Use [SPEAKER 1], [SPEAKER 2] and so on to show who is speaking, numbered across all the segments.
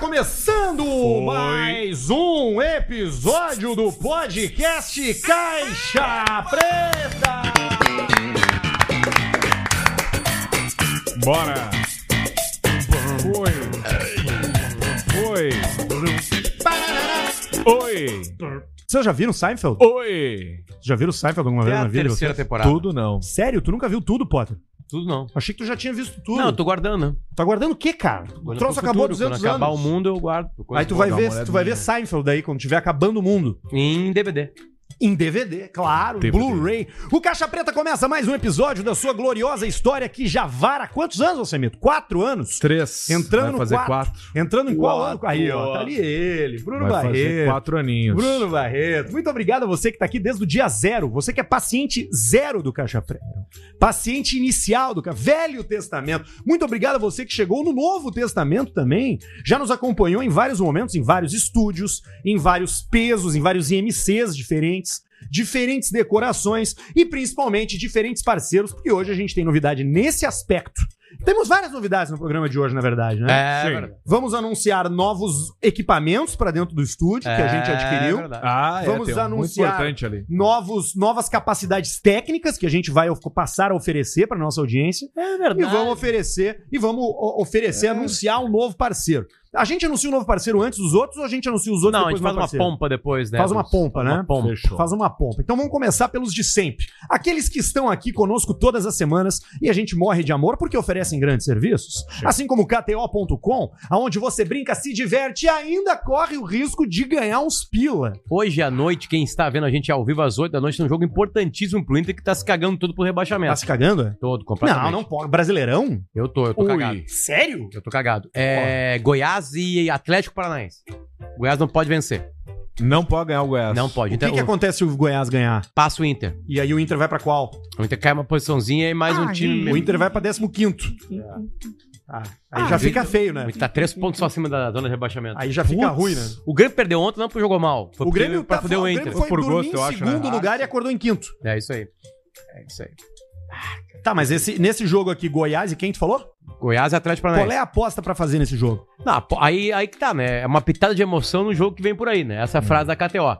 [SPEAKER 1] começando
[SPEAKER 2] Foi.
[SPEAKER 1] mais um episódio do podcast Caixa Preta.
[SPEAKER 2] Bora! Foi! Foi! Oi!
[SPEAKER 1] Vocês já viram Seinfeld?
[SPEAKER 2] Oi!
[SPEAKER 1] Já viram Seinfeld alguma
[SPEAKER 3] Até
[SPEAKER 1] vez
[SPEAKER 3] É a
[SPEAKER 1] na vida? de
[SPEAKER 3] terceira
[SPEAKER 1] vocês?
[SPEAKER 3] temporada.
[SPEAKER 2] Tudo não.
[SPEAKER 1] Sério? Tu nunca viu tudo, Potter?
[SPEAKER 3] Tudo não.
[SPEAKER 1] Achei que tu já tinha visto tudo.
[SPEAKER 3] Não, eu tô guardando, né?
[SPEAKER 1] Tá guardando o quê, cara? O
[SPEAKER 3] Guardando
[SPEAKER 1] troço
[SPEAKER 3] pro
[SPEAKER 1] acabou há
[SPEAKER 3] futuro,
[SPEAKER 1] 200
[SPEAKER 3] Quando acabar
[SPEAKER 1] anos.
[SPEAKER 3] o mundo, eu guardo. por coisa
[SPEAKER 1] Aí tu
[SPEAKER 3] boa.
[SPEAKER 1] vai
[SPEAKER 2] Vou dar uma
[SPEAKER 1] ver, tu vai ver Seinfeld aí quando tiver acabando o mundo.
[SPEAKER 3] Em DVD.
[SPEAKER 1] Em DVD, claro,
[SPEAKER 2] DVD.
[SPEAKER 1] Blu-ray. O Caixa Preta começa mais um episódio da sua gloriosa história que já vara há quantos anos, Alcemito? Quatro anos?
[SPEAKER 2] Três.
[SPEAKER 1] Entrando
[SPEAKER 2] Vai
[SPEAKER 1] no
[SPEAKER 2] fazer
[SPEAKER 1] quatro.
[SPEAKER 2] quatro.
[SPEAKER 1] Entrando em qual ano?
[SPEAKER 2] Quatro.
[SPEAKER 1] Aí, ó, tá ali ele, Bruno
[SPEAKER 2] Vai fazer
[SPEAKER 1] Barreto.
[SPEAKER 2] quatro aninhos.
[SPEAKER 1] Bruno Barreto, muito obrigado a você que tá aqui desde o dia zero. Você que é paciente zero do Caixa Preta. Paciente inicial do Ca- Velho Testamento. Muito obrigado a você que chegou no Novo Testamento também. Já nos acompanhou em vários momentos, em vários estúdios, em vários pesos, em vários IMCs diferentes. Diferentes decorações e principalmente diferentes parceiros, porque hoje a gente tem novidade nesse aspecto. Temos várias novidades no programa de hoje, na verdade, né?
[SPEAKER 3] É,
[SPEAKER 2] Sim.
[SPEAKER 3] verdade.
[SPEAKER 1] Vamos anunciar novos equipamentos para dentro do estúdio que a gente
[SPEAKER 3] É
[SPEAKER 1] adquiriu.
[SPEAKER 3] verdade.
[SPEAKER 2] Ah, é,
[SPEAKER 1] Vamos
[SPEAKER 2] tem um
[SPEAKER 1] anunciar.
[SPEAKER 2] Muito importante ali.
[SPEAKER 1] Novos, novas capacidades técnicas que a gente vai of- passar a oferecer para nossa audiência
[SPEAKER 3] É
[SPEAKER 1] e
[SPEAKER 3] verdade. É.
[SPEAKER 1] vamos oferecer e vamos o- oferecer anunciar um novo parceiro. A gente anuncia um novo parceiro antes dos outros ou a gente anuncia os outros
[SPEAKER 3] Não, a
[SPEAKER 1] depois
[SPEAKER 3] gente
[SPEAKER 1] do
[SPEAKER 3] faz
[SPEAKER 1] novo
[SPEAKER 3] uma
[SPEAKER 1] parceiro?
[SPEAKER 3] pompa depois, né?
[SPEAKER 1] Faz uma
[SPEAKER 3] Dos-
[SPEAKER 1] pompa, né?
[SPEAKER 3] Uma pompa.
[SPEAKER 2] Fechou.
[SPEAKER 1] Faz uma pompa. Então vamos começar pelos de sempre. Aqueles que estão aqui conosco todas as semanas e a gente morre de amor porque oferecem grandes serviços. Assim como o KTO.com, aonde você brinca, se diverte e ainda corre o risco de ganhar uns pila.
[SPEAKER 3] Hoje à noite, quem está vendo a gente ao vivo às 8 da noite, tem um jogo importantíssimo pro Inter que tá se cagando todo pro rebaixamento.
[SPEAKER 1] Tá se cagando? é?
[SPEAKER 3] Todo,
[SPEAKER 1] Não,
[SPEAKER 3] completamente.
[SPEAKER 1] não pode. Brasileirão?
[SPEAKER 3] Eu tô, eu tô
[SPEAKER 2] Ui.
[SPEAKER 3] cagado.
[SPEAKER 1] Sério?
[SPEAKER 3] Eu tô cagado. É Goiás e Atlético Paranaense. Goiás não pode vencer.
[SPEAKER 2] Não pode ganhar o Goiás.
[SPEAKER 3] Não pode.
[SPEAKER 1] O que,
[SPEAKER 3] Então,
[SPEAKER 1] que acontece se o Goiás ganhar?
[SPEAKER 3] passa o Inter.
[SPEAKER 1] E aí o Inter vai pra qual?
[SPEAKER 3] O Inter cai uma posiçãozinha e mais um time.
[SPEAKER 1] O Inter vai pra 15. Ah, aí
[SPEAKER 3] Ah,
[SPEAKER 1] já
[SPEAKER 3] gente,
[SPEAKER 1] fica feio, né?
[SPEAKER 3] O Inter tá três pontos só acima da zona de rebaixamento.
[SPEAKER 1] Aí já fica
[SPEAKER 2] Putz.
[SPEAKER 1] ruim, né?
[SPEAKER 3] O Grêmio perdeu ontem, não porque jogou mal. Foi
[SPEAKER 1] O Grêmio,
[SPEAKER 3] pra
[SPEAKER 1] tá,
[SPEAKER 3] fuder
[SPEAKER 1] o
[SPEAKER 3] o
[SPEAKER 1] Grêmio
[SPEAKER 3] Inter.
[SPEAKER 1] foi
[SPEAKER 2] Por
[SPEAKER 1] dormir
[SPEAKER 2] gosto,
[SPEAKER 1] em
[SPEAKER 2] eu acho, né?
[SPEAKER 1] segundo lugar e acordou em quinto.
[SPEAKER 3] É isso aí. É isso aí.
[SPEAKER 1] Tá, mas esse, nesse jogo aqui, Goiás e quem tu falou?
[SPEAKER 3] Goiás e Atlético
[SPEAKER 1] Qual
[SPEAKER 3] Paranaense.
[SPEAKER 1] é a aposta pra fazer nesse jogo?
[SPEAKER 3] Não, pô, aí, aí que tá, né? É uma pitada de emoção no jogo que vem por aí, né?
[SPEAKER 1] Hum.
[SPEAKER 3] Essa frase da KTO.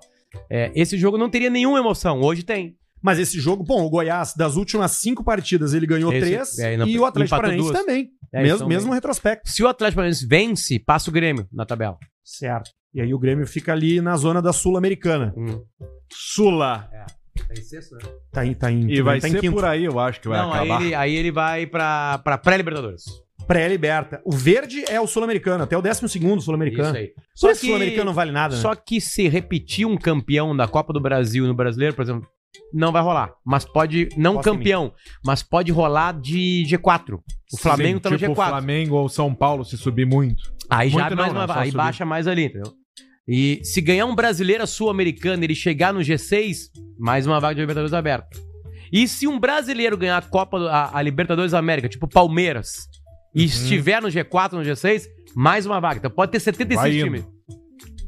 [SPEAKER 3] É, esse jogo não teria nenhuma emoção. Hoje tem.
[SPEAKER 1] Mas esse jogo, bom, o Goiás, das últimas cinco partidas, ele ganhou
[SPEAKER 3] Esse-
[SPEAKER 1] três
[SPEAKER 3] é, e não-
[SPEAKER 1] e o Atlético
[SPEAKER 3] empatou
[SPEAKER 1] Paranaense
[SPEAKER 3] duas.
[SPEAKER 1] também.
[SPEAKER 3] É,
[SPEAKER 1] mesmo
[SPEAKER 3] então,
[SPEAKER 1] mesmo
[SPEAKER 3] né?
[SPEAKER 1] retrospecto.
[SPEAKER 3] Se o Atlético Paranaense vence, passa o Grêmio na tabela.
[SPEAKER 1] Certo. E aí o Grêmio fica ali na zona da Sul-Americana.
[SPEAKER 3] Hum.
[SPEAKER 2] Sula.
[SPEAKER 1] Tá em, tá em,
[SPEAKER 2] E vai
[SPEAKER 1] tá em
[SPEAKER 2] ser
[SPEAKER 1] quinto.
[SPEAKER 2] por aí, eu acho que vai
[SPEAKER 3] Não, aí
[SPEAKER 2] acabar.
[SPEAKER 3] ele, aí ele vai pra, pra pré-Libertadores.
[SPEAKER 1] Pré-liberta. O verde é o Sul-Americano, até o décimo segundo
[SPEAKER 3] Isso
[SPEAKER 1] Sul-Americano.
[SPEAKER 3] aí.
[SPEAKER 1] Só
[SPEAKER 3] Só
[SPEAKER 1] que
[SPEAKER 3] que-
[SPEAKER 1] Sul-Americano não vale nada, né?
[SPEAKER 3] Só que se repetir um campeão da Copa do Brasil no Brasileiro, por exemplo, não vai rolar. Mas pode. Não
[SPEAKER 1] Aposta em
[SPEAKER 3] campeão, mas pode rolar de G4. O Flamengo
[SPEAKER 2] Sim,
[SPEAKER 3] tá no
[SPEAKER 2] tipo,
[SPEAKER 3] G4.
[SPEAKER 2] o Flamengo ou São Paulo se subir muito.
[SPEAKER 3] Aí já é
[SPEAKER 2] Muito
[SPEAKER 3] mais
[SPEAKER 2] não,
[SPEAKER 3] uma,
[SPEAKER 2] né? Só
[SPEAKER 3] aí
[SPEAKER 2] subir.
[SPEAKER 3] baixa mais ali, entendeu? E se ganhar um brasileiro sul-americano e ele chegar no G6, mais uma vaga de Libertadores aberta. E se um brasileiro ganhar a Copa do- a, a Libertadores América, tipo Palmeiras,
[SPEAKER 2] Uhum.
[SPEAKER 3] e estiver no G4, no G6, mais uma vaga. Então pode ter 75
[SPEAKER 2] Vai indo.
[SPEAKER 3] times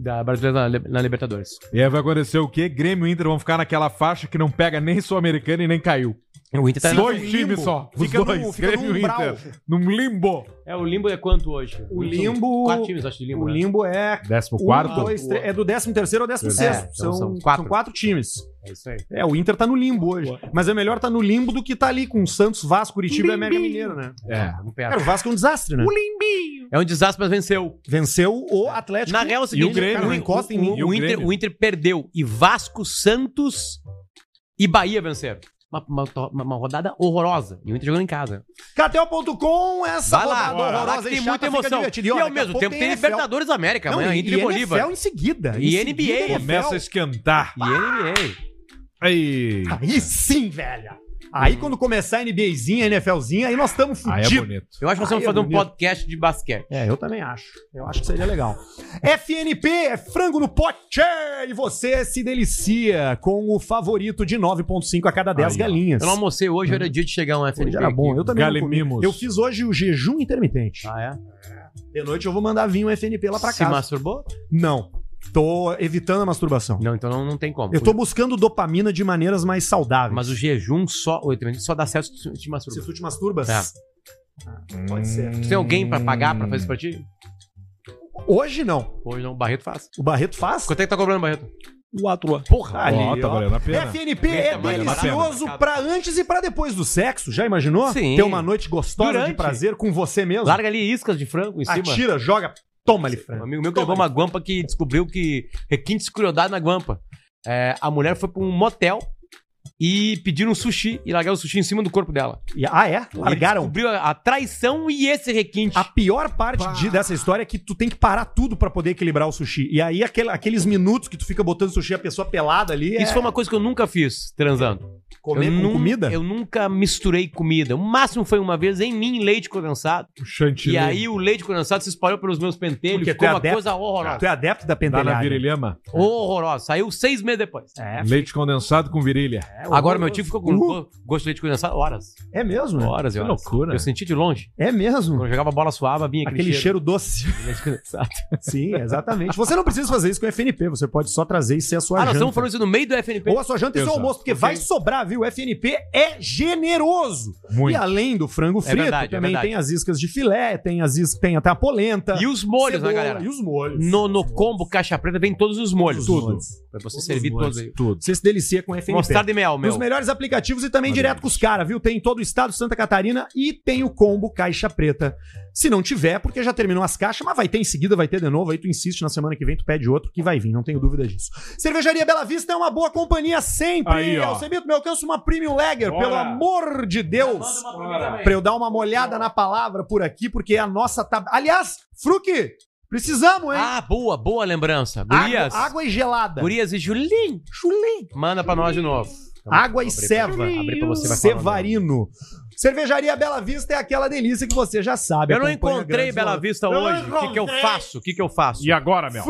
[SPEAKER 3] da brasileira na, na Libertadores.
[SPEAKER 2] E aí vai acontecer o quê? Grêmio e Inter vão ficar naquela faixa que não pega nem Sul-Americana e nem caiu.
[SPEAKER 3] O Inter tá
[SPEAKER 1] Sim.
[SPEAKER 2] dois
[SPEAKER 1] no limbo.
[SPEAKER 2] times só.
[SPEAKER 1] Fica no-
[SPEAKER 2] os dois,
[SPEAKER 1] fica no
[SPEAKER 2] Grêmio e
[SPEAKER 1] umbral.
[SPEAKER 2] Inter. Num limbo.
[SPEAKER 3] É, o Limbo é quanto hoje?
[SPEAKER 1] O Limbo-
[SPEAKER 3] Quatro times, acho, de Limbo.
[SPEAKER 1] O
[SPEAKER 3] né?
[SPEAKER 1] limbo é.
[SPEAKER 2] Décimo
[SPEAKER 1] um,
[SPEAKER 2] quarto?
[SPEAKER 1] dois, três- é do décimo terceiro ao décimo
[SPEAKER 2] É,
[SPEAKER 1] sexto. são,
[SPEAKER 3] então são
[SPEAKER 1] quatro.
[SPEAKER 3] quatro.
[SPEAKER 1] são quatro times.
[SPEAKER 3] É isso aí.
[SPEAKER 1] É, o Inter tá no limbo hoje. Mas é melhor tá no limbo do que tá ali com Santos, Vasco, Curitiba e América Mineiro, né?
[SPEAKER 2] É.
[SPEAKER 3] Tamo
[SPEAKER 1] Cara,
[SPEAKER 3] perto.
[SPEAKER 1] o Vasco é um desastre, né?
[SPEAKER 3] É um desastre, mas venceu.
[SPEAKER 1] Venceu o Atlético.
[SPEAKER 3] Na real, é o
[SPEAKER 2] E
[SPEAKER 3] seguinte,
[SPEAKER 2] o Grêmio,
[SPEAKER 3] cara,
[SPEAKER 1] né?
[SPEAKER 3] encosta em
[SPEAKER 1] O-
[SPEAKER 3] mim.
[SPEAKER 2] e o
[SPEAKER 3] O, Inter,
[SPEAKER 2] Grêmio.
[SPEAKER 3] o Inter perdeu. E Vasco, Santos e Bahia venceram. Uma, uma, uma- uma rodada horrorosa. E o Inter jogando em casa.
[SPEAKER 1] KTO.com, essa
[SPEAKER 3] Vai lá,
[SPEAKER 1] rodada
[SPEAKER 3] vai lá
[SPEAKER 1] horrorosa
[SPEAKER 3] que
[SPEAKER 1] e
[SPEAKER 3] tem
[SPEAKER 1] chata,
[SPEAKER 3] muita
[SPEAKER 1] fica
[SPEAKER 3] emoção.
[SPEAKER 1] divertida.
[SPEAKER 3] E
[SPEAKER 1] olha,
[SPEAKER 3] ao
[SPEAKER 1] daqui a
[SPEAKER 3] mesmo
[SPEAKER 1] pouco
[SPEAKER 3] tempo tem
[SPEAKER 1] NFL.
[SPEAKER 3] Libertadores América
[SPEAKER 1] Não,
[SPEAKER 3] amanhã,
[SPEAKER 1] e-
[SPEAKER 3] entre
[SPEAKER 1] e
[SPEAKER 3] e Bolívar.
[SPEAKER 1] NFL em seguida.
[SPEAKER 3] E
[SPEAKER 1] Em
[SPEAKER 3] NBA.
[SPEAKER 1] seguida,
[SPEAKER 2] Começa a esquentar.
[SPEAKER 3] E NBA.
[SPEAKER 2] Aí.
[SPEAKER 1] Aí sim, velho. Aí quando começar a NBAzinha, NFLzinha, aí nós estamos
[SPEAKER 2] Hum. Aí é
[SPEAKER 1] fudidos.
[SPEAKER 2] bonito.
[SPEAKER 3] Eu acho que nós
[SPEAKER 1] Ai,
[SPEAKER 3] vamos fazer
[SPEAKER 1] é
[SPEAKER 3] um
[SPEAKER 1] bonito.
[SPEAKER 3] podcast de basquete.
[SPEAKER 1] É, eu também acho. Eu acho que seria legal. FNP é frango no pote! E você se delicia com o favorito de 9,5 a cada 10
[SPEAKER 2] Aí, ó.
[SPEAKER 1] galinhas.
[SPEAKER 3] Eu não almocei hoje, era dia de chegar um
[SPEAKER 1] Hoje
[SPEAKER 3] FNP
[SPEAKER 1] era bom. Eu
[SPEAKER 3] aqui.
[SPEAKER 1] também não comi.
[SPEAKER 2] Galimimos.
[SPEAKER 1] Eu fiz hoje o jejum intermitente.
[SPEAKER 3] Ah, é?
[SPEAKER 1] De noite eu vou mandar vir um FNP lá pra
[SPEAKER 3] Se
[SPEAKER 1] casa.
[SPEAKER 3] masturbou?
[SPEAKER 1] Não. Tô evitando a masturbação.
[SPEAKER 3] Não, então não, não tem como.
[SPEAKER 1] Eu tô buscando dopamina de maneiras mais saudáveis.
[SPEAKER 3] Mas o jejum só, o intermitente só dá certo se tu te masturba.
[SPEAKER 1] Se tu te masturbas...
[SPEAKER 3] É.
[SPEAKER 1] Pode ser.
[SPEAKER 3] Tu tem alguém pra pagar pra fazer isso pra ti?
[SPEAKER 1] Hoje não.
[SPEAKER 3] Hoje não, o Barreto faz.
[SPEAKER 1] O Barreto faz?
[SPEAKER 3] Quanto é que tá cobrando, Barreto?
[SPEAKER 1] Quatro anos. Porra, ali,
[SPEAKER 2] Ó, tá
[SPEAKER 1] ó.
[SPEAKER 2] valendo a pena.
[SPEAKER 1] FNP é
[SPEAKER 3] Tá valendo a pena.
[SPEAKER 1] delicioso pra antes e pra depois do sexo. Já imaginou?
[SPEAKER 3] Sim.
[SPEAKER 1] Ter uma noite gostosa de
[SPEAKER 3] Durante.
[SPEAKER 1] prazer com você mesmo.
[SPEAKER 3] Larga ali iscas de frango em cima.
[SPEAKER 1] Atira, joga, toma ali,
[SPEAKER 3] Um
[SPEAKER 1] frango.
[SPEAKER 3] amigo meu que levou uma guampa que descobriu que requinte de crueldade na guampa. É, a mulher foi pra um motel e pediram um sushi e largaram o sushi em cima do corpo dela.
[SPEAKER 1] E- Ah, é?
[SPEAKER 3] Ele
[SPEAKER 1] Largaram.
[SPEAKER 3] descobriu a, a traição e esse requinte.
[SPEAKER 1] A pior parte de- dessa história é que tu tem que parar tudo pra poder equilibrar o sushi. E aí, aquele- aqueles minutos que tu fica botando sushi, a pessoa pelada ali, é
[SPEAKER 3] Isso foi uma coisa que eu nunca fiz, transando.
[SPEAKER 1] comer
[SPEAKER 3] eu
[SPEAKER 1] com
[SPEAKER 3] nun-
[SPEAKER 1] comida.
[SPEAKER 3] Eu nunca misturei comida. O máximo foi uma vez em mim, leite condensado.
[SPEAKER 2] O chantilly.
[SPEAKER 3] E aí o leite condensado se espalhou pelos meus pentelhos.
[SPEAKER 1] Porque tu
[SPEAKER 3] ficou
[SPEAKER 1] é
[SPEAKER 3] uma
[SPEAKER 1] adepto.
[SPEAKER 3] coisa horrorosa.
[SPEAKER 1] Tu é adepto da
[SPEAKER 2] Dá na
[SPEAKER 1] pendelhada.
[SPEAKER 2] virilhama.
[SPEAKER 3] Horrorosa. Saiu seis meses depois.
[SPEAKER 1] É,
[SPEAKER 2] Leite condensado com virilha.
[SPEAKER 3] Agora meu tio ficou com um
[SPEAKER 1] Uh.
[SPEAKER 3] gosto de leite condensado horas.
[SPEAKER 1] é mesmo? né?
[SPEAKER 3] Horas e
[SPEAKER 2] Que
[SPEAKER 3] horas.
[SPEAKER 2] loucura.
[SPEAKER 3] Eu senti de longe.
[SPEAKER 1] É mesmo.
[SPEAKER 3] Quando eu jogava bola suava, vinha aquele,
[SPEAKER 1] Aquele cheiro doce.
[SPEAKER 3] de leite condensado.
[SPEAKER 1] Sim, exatamente. Você não precisa fazer isso com o FNP, você pode só trazer e ser a sua
[SPEAKER 3] Ah, nós
[SPEAKER 1] janta.
[SPEAKER 3] estamos falando isso no meio do FNP.
[SPEAKER 1] Ou a sua janta e seu
[SPEAKER 2] Exato.
[SPEAKER 1] almoço, porque vai sobrar, viu? O FNP é generoso.
[SPEAKER 2] Muito.
[SPEAKER 1] É. E além do frango frito,
[SPEAKER 3] verdade, é
[SPEAKER 1] também
[SPEAKER 3] verdade.
[SPEAKER 1] tem as iscas de filé, tem as iscas, tem até a polenta.
[SPEAKER 3] E os molhos,
[SPEAKER 1] cebola,
[SPEAKER 3] né, galera?
[SPEAKER 1] E os molhos.
[SPEAKER 3] No, no combo caixa preta vem todos os molhos.
[SPEAKER 1] Todos.
[SPEAKER 3] Pra você
[SPEAKER 1] Todos
[SPEAKER 3] servir
[SPEAKER 1] os molhos.
[SPEAKER 3] todos aí.
[SPEAKER 2] Tudo.
[SPEAKER 1] Você se delicia com o FNP.
[SPEAKER 3] Mostarda e mel, meu.
[SPEAKER 1] Nos melhores aplicativos e também
[SPEAKER 2] Olha
[SPEAKER 1] direto com os caras, viu? Tem em todo o estado de Santa Catarina e tem o combo Caixa Preta. Se não tiver, porque já terminou as caixas, mas vai ter em seguida, vai ter de novo. Aí tu insiste, na semana que vem tu pede outro que vai vir, não tenho dúvida disso. Cervejaria Bela Vista é uma boa companhia sempre.
[SPEAKER 2] Aí, ó.
[SPEAKER 1] Alcemito, me alcança uma Premium Lager,
[SPEAKER 2] Bora.
[SPEAKER 1] pelo amor de Deus. Pra eu dar uma molhada na palavra por aqui, porque a nossa tá... Aliás, Fruque, precisamos, hein?
[SPEAKER 3] Ah, boa, boa lembrança. Gurias.
[SPEAKER 1] água, água e gelada.
[SPEAKER 3] Gurias e Julinho.
[SPEAKER 1] Chulei.
[SPEAKER 3] Manda pra nós de novo.
[SPEAKER 1] Água e
[SPEAKER 3] Abri pra-
[SPEAKER 1] ceva.
[SPEAKER 3] abri pra você, vai falando.
[SPEAKER 1] Cevarino. Cervejaria Bela Vista é aquela delícia que você já sabe.
[SPEAKER 3] Eu não
[SPEAKER 1] Acompanha
[SPEAKER 3] encontrei
[SPEAKER 1] grandes
[SPEAKER 3] Bela
[SPEAKER 1] valores.
[SPEAKER 3] Vista
[SPEAKER 1] Eu não
[SPEAKER 3] hoje. O que, que eu
[SPEAKER 1] encontrei.
[SPEAKER 3] faço? O que, que eu faço?
[SPEAKER 2] E agora, meu?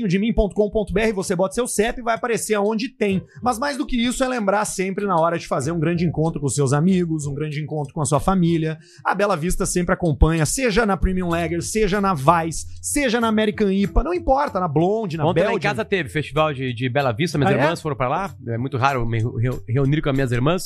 [SPEAKER 1] Fru.pertinhodemim.com.br, você bota seu CEP e vai aparecer onde tem. Mas mais do que isso é lembrar sempre na hora de fazer um grande encontro com seus amigos, um grande encontro com a sua família. A Bela Vista sempre acompanha, seja na Premium Lager, seja na Vice, seja na American IPA, não importa, na Blonde, na
[SPEAKER 3] Ontem lá
[SPEAKER 1] Belgian.
[SPEAKER 3] em casa teve festival de, de Bela Vista, minhas
[SPEAKER 1] Ah, é?
[SPEAKER 3] irmãs foram pra lá. É muito raro eu me reu- reunir com as minhas irmãs,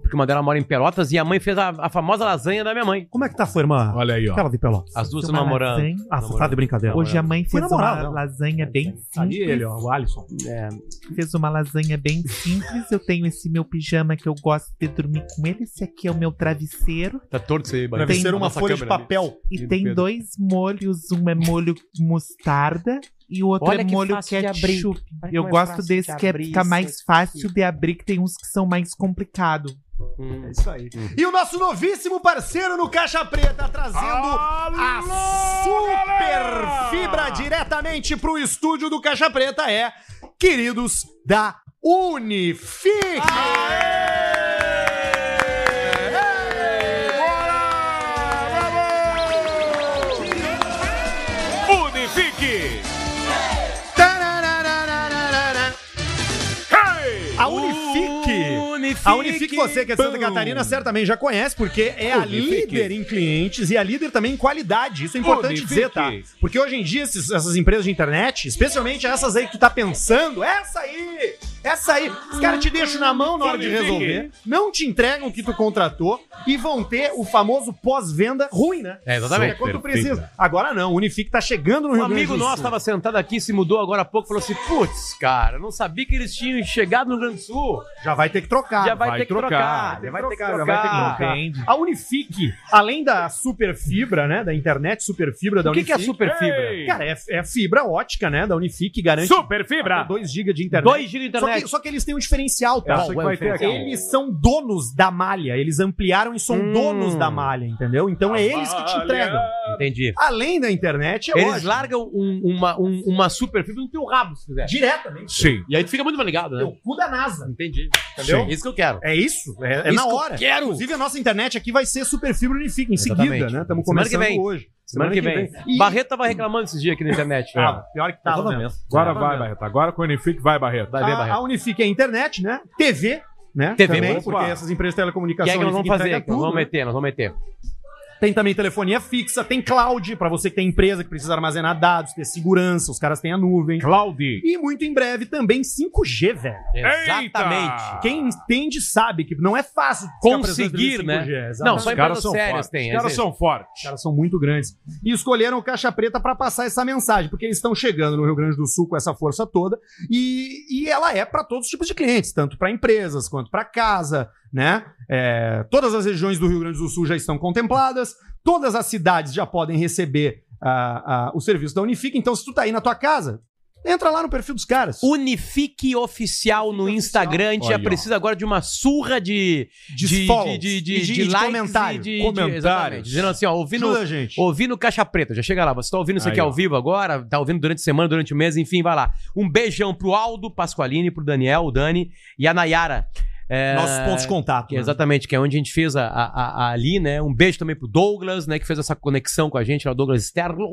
[SPEAKER 3] porque uma delas mora em Pelotas e a mãe fez a, a famosa lasanha da minha mãe.
[SPEAKER 1] Como é que tá a sua irmã?
[SPEAKER 2] Olha aí, ó.
[SPEAKER 1] Aquela de Pelotas.
[SPEAKER 3] As duas
[SPEAKER 4] Fiz
[SPEAKER 3] estão
[SPEAKER 4] uma
[SPEAKER 3] namorando.
[SPEAKER 4] lasanha.
[SPEAKER 1] Ah, tá de brincadeira.
[SPEAKER 4] Hoje tá a mãe
[SPEAKER 1] Foi
[SPEAKER 4] fez
[SPEAKER 1] namorado,
[SPEAKER 4] uma
[SPEAKER 1] não?
[SPEAKER 4] lasanha bem
[SPEAKER 1] Ali
[SPEAKER 4] simples.
[SPEAKER 1] ele, ó, o Alisson.
[SPEAKER 3] É,
[SPEAKER 4] Fez uma lasanha bem simples. Eu tenho esse meu pijama que eu gosto de dormir com ele. Esse aqui é o meu travesseiro.
[SPEAKER 3] tá torto isso aí, Bahia.
[SPEAKER 1] Deve
[SPEAKER 4] Tem
[SPEAKER 1] ser uma
[SPEAKER 3] Nossa
[SPEAKER 1] folha de
[SPEAKER 3] câmera ali.
[SPEAKER 1] papel.
[SPEAKER 4] E
[SPEAKER 3] Lindo,
[SPEAKER 4] tem
[SPEAKER 3] Pedro.
[SPEAKER 4] dois molhos. Um é molho mostarda e o outro
[SPEAKER 3] Olha
[SPEAKER 4] é
[SPEAKER 3] que
[SPEAKER 4] molho
[SPEAKER 3] fácil de
[SPEAKER 4] ketchup.
[SPEAKER 3] Olha
[SPEAKER 4] Eu
[SPEAKER 3] como é
[SPEAKER 4] gosto
[SPEAKER 3] fácil
[SPEAKER 4] desse
[SPEAKER 3] de
[SPEAKER 4] que é-
[SPEAKER 3] abrir
[SPEAKER 4] fica
[SPEAKER 3] isso
[SPEAKER 4] mais
[SPEAKER 3] aqui.
[SPEAKER 4] fácil de abrir, que tem uns que são mais complicados.
[SPEAKER 1] É
[SPEAKER 3] Hum.
[SPEAKER 1] isso aí.
[SPEAKER 3] Hum.
[SPEAKER 1] E o nosso novíssimo parceiro no Caixa Preta, trazendo a super fibra diretamente pro estúdio do Caixa Preta é Queridos da Unifique.
[SPEAKER 5] Unifique!
[SPEAKER 1] Tarararararara. A Unifique.
[SPEAKER 3] Unifique.
[SPEAKER 1] A Unifique, você que é de Santa
[SPEAKER 2] Pum.
[SPEAKER 1] Catarina, certamente já conhece, porque é a
[SPEAKER 2] Unifique.
[SPEAKER 1] líder em clientes e a líder também em qualidade. Isso é importante
[SPEAKER 2] Unifique.
[SPEAKER 1] dizer, tá? Porque hoje em dia, esses- essas empresas de internet, especialmente essas aí que tu tá pensando, essa aí, essa aí, os caras te deixam na mão na hora de
[SPEAKER 5] Unifique.
[SPEAKER 1] resolver, não te entregam o que tu contratou e vão ter o famoso pós-venda ruim, né?
[SPEAKER 3] É, exatamente.
[SPEAKER 1] É quando tu
[SPEAKER 2] Perfeito.
[SPEAKER 1] precisa. Agora não, o Unifique tá chegando no Rio
[SPEAKER 3] Um
[SPEAKER 1] Grande
[SPEAKER 3] amigo
[SPEAKER 1] do
[SPEAKER 3] nosso
[SPEAKER 1] Sul.
[SPEAKER 3] estava sentado aqui, se mudou agora há pouco, falou assim: putz, cara, não sabia que eles tinham chegado no Rio Grande do Sul.
[SPEAKER 1] Já Ah, vai ter que trocar. né?
[SPEAKER 3] já vai,
[SPEAKER 2] vai
[SPEAKER 3] ter que
[SPEAKER 2] trocar.
[SPEAKER 3] trocar.
[SPEAKER 1] Vai
[SPEAKER 3] Já vai ter que
[SPEAKER 1] trocar, já
[SPEAKER 3] trocar.
[SPEAKER 1] vai ter que trocar. A Unifique, além da super fibra, né? Da internet super fibra da
[SPEAKER 3] O que, que é
[SPEAKER 1] Unifique.
[SPEAKER 3] super fibra?
[SPEAKER 1] Cara, é, é fibra ótica, né? Da Unifique, garante
[SPEAKER 5] Super fibra!
[SPEAKER 1] 2 GB de internet.
[SPEAKER 3] 2 GB de
[SPEAKER 1] Só,
[SPEAKER 3] internet.
[SPEAKER 1] que, só que eles têm um diferencial,
[SPEAKER 2] É,
[SPEAKER 1] tá?
[SPEAKER 2] só que
[SPEAKER 3] Ué,
[SPEAKER 2] vai ter
[SPEAKER 3] Fernando.
[SPEAKER 2] aqui.
[SPEAKER 1] Eles são donos da malha, eles ampliaram e são
[SPEAKER 3] Hum.
[SPEAKER 1] donos da malha, entendeu? Então é eles que te entregam.
[SPEAKER 3] Entendi.
[SPEAKER 1] Além da internet, é
[SPEAKER 3] Eles
[SPEAKER 1] ótimo.
[SPEAKER 3] largam um- uma, um- uma super fibra no teu rabo, se quiser.
[SPEAKER 1] diretamente.
[SPEAKER 2] Sim.
[SPEAKER 3] E aí tu fica muito mais ligado,
[SPEAKER 1] É o cu da NASA.
[SPEAKER 3] Entendi.
[SPEAKER 1] Entendeu?
[SPEAKER 3] Entendeu? Isso que eu quero.
[SPEAKER 1] É isso, é, é
[SPEAKER 3] Isso
[SPEAKER 1] na
[SPEAKER 3] que eu
[SPEAKER 1] hora.
[SPEAKER 3] quero.
[SPEAKER 1] Inclusive, a nossa internet aqui vai ser super fibra unifique em seguida,
[SPEAKER 3] Exatamente.
[SPEAKER 1] né? Estamos
[SPEAKER 3] Semana que
[SPEAKER 1] começando
[SPEAKER 3] vem.
[SPEAKER 1] hoje.
[SPEAKER 3] Semana, que vem.
[SPEAKER 1] E-
[SPEAKER 3] Barreto tava reclamando esses dias aqui na internet. né?
[SPEAKER 1] Ah, pior que tá.
[SPEAKER 2] Agora vai, Barreto. Agora com o Unifique vai, Barreto.
[SPEAKER 3] Vai ver,
[SPEAKER 1] A, a
[SPEAKER 3] Barreto.
[SPEAKER 1] Unifique é internet, né? TV, né?
[SPEAKER 3] TV,
[SPEAKER 1] Também,
[SPEAKER 2] opa.
[SPEAKER 1] porque essas empresas de
[SPEAKER 3] O que
[SPEAKER 1] telecomunicação
[SPEAKER 3] é que nós vamos
[SPEAKER 1] Unifique
[SPEAKER 3] fazer?
[SPEAKER 1] entrega
[SPEAKER 3] Nós vamos
[SPEAKER 1] né?
[SPEAKER 3] meter, nós vamos meter.
[SPEAKER 1] Tem também telefonia fixa, tem cloud, pra você que tem empresa que precisa armazenar dados, ter segurança, os caras têm a nuvem.
[SPEAKER 5] Claudio.
[SPEAKER 1] E muito em breve também 5G, velho.
[SPEAKER 5] Ah.
[SPEAKER 1] Quem entende sabe que não é fácil ficar
[SPEAKER 3] Conseguir,
[SPEAKER 1] presente no
[SPEAKER 3] né?
[SPEAKER 1] 5G,
[SPEAKER 3] Não,
[SPEAKER 1] exatamente.
[SPEAKER 3] só
[SPEAKER 5] Os caras
[SPEAKER 3] empresas
[SPEAKER 5] são
[SPEAKER 3] sérias
[SPEAKER 5] fortes.
[SPEAKER 3] tem.
[SPEAKER 5] Os caras
[SPEAKER 3] às vezes.
[SPEAKER 5] são fortes.
[SPEAKER 1] Os caras são muito grandes. E escolheram o Caixa Preta pra passar essa mensagem, porque eles estão chegando no Rio Grande do Sul com essa força toda. E, e ela é pra todos os tipos de clientes, tanto pra empresas quanto pra casa, né? É, todas as regiões do Rio Grande do Sul já estão contempladas, todas as cidades já podem receber ah, ah, o serviço da Unifica. Então, se tu tá aí na tua casa, entra lá no perfil dos caras.
[SPEAKER 3] Unifique Oficial no Instagram. A gente já
[SPEAKER 2] Olha, ó.
[SPEAKER 3] precisa agora de uma surra de, de, de,
[SPEAKER 1] follows
[SPEAKER 3] de, de,
[SPEAKER 1] e de- de
[SPEAKER 3] likes
[SPEAKER 1] comentário.
[SPEAKER 3] e de- de-
[SPEAKER 2] Comentários.
[SPEAKER 3] exatamente. Dizendo assim, ó, ouvindo,
[SPEAKER 1] Ajuda a gente.
[SPEAKER 3] ouvindo Caixa Preta. Já chega lá. Você tá ouvindo isso
[SPEAKER 2] Aí,
[SPEAKER 3] aqui ao
[SPEAKER 2] ó.
[SPEAKER 3] vivo agora, tá ouvindo durante a semana, durante o mês, enfim, vai lá. Um beijão pro Aldo, Pasqualini, pro Daniel, o Dani e a Nayara. É,
[SPEAKER 1] Nossos pontos de contato.
[SPEAKER 3] que é
[SPEAKER 1] né?
[SPEAKER 3] exatamente, que é onde a gente fez a, a- a- ali, né? Um beijo também pro Douglas, né? Que fez essa conexão com a gente, lá, o Douglas Sterlo.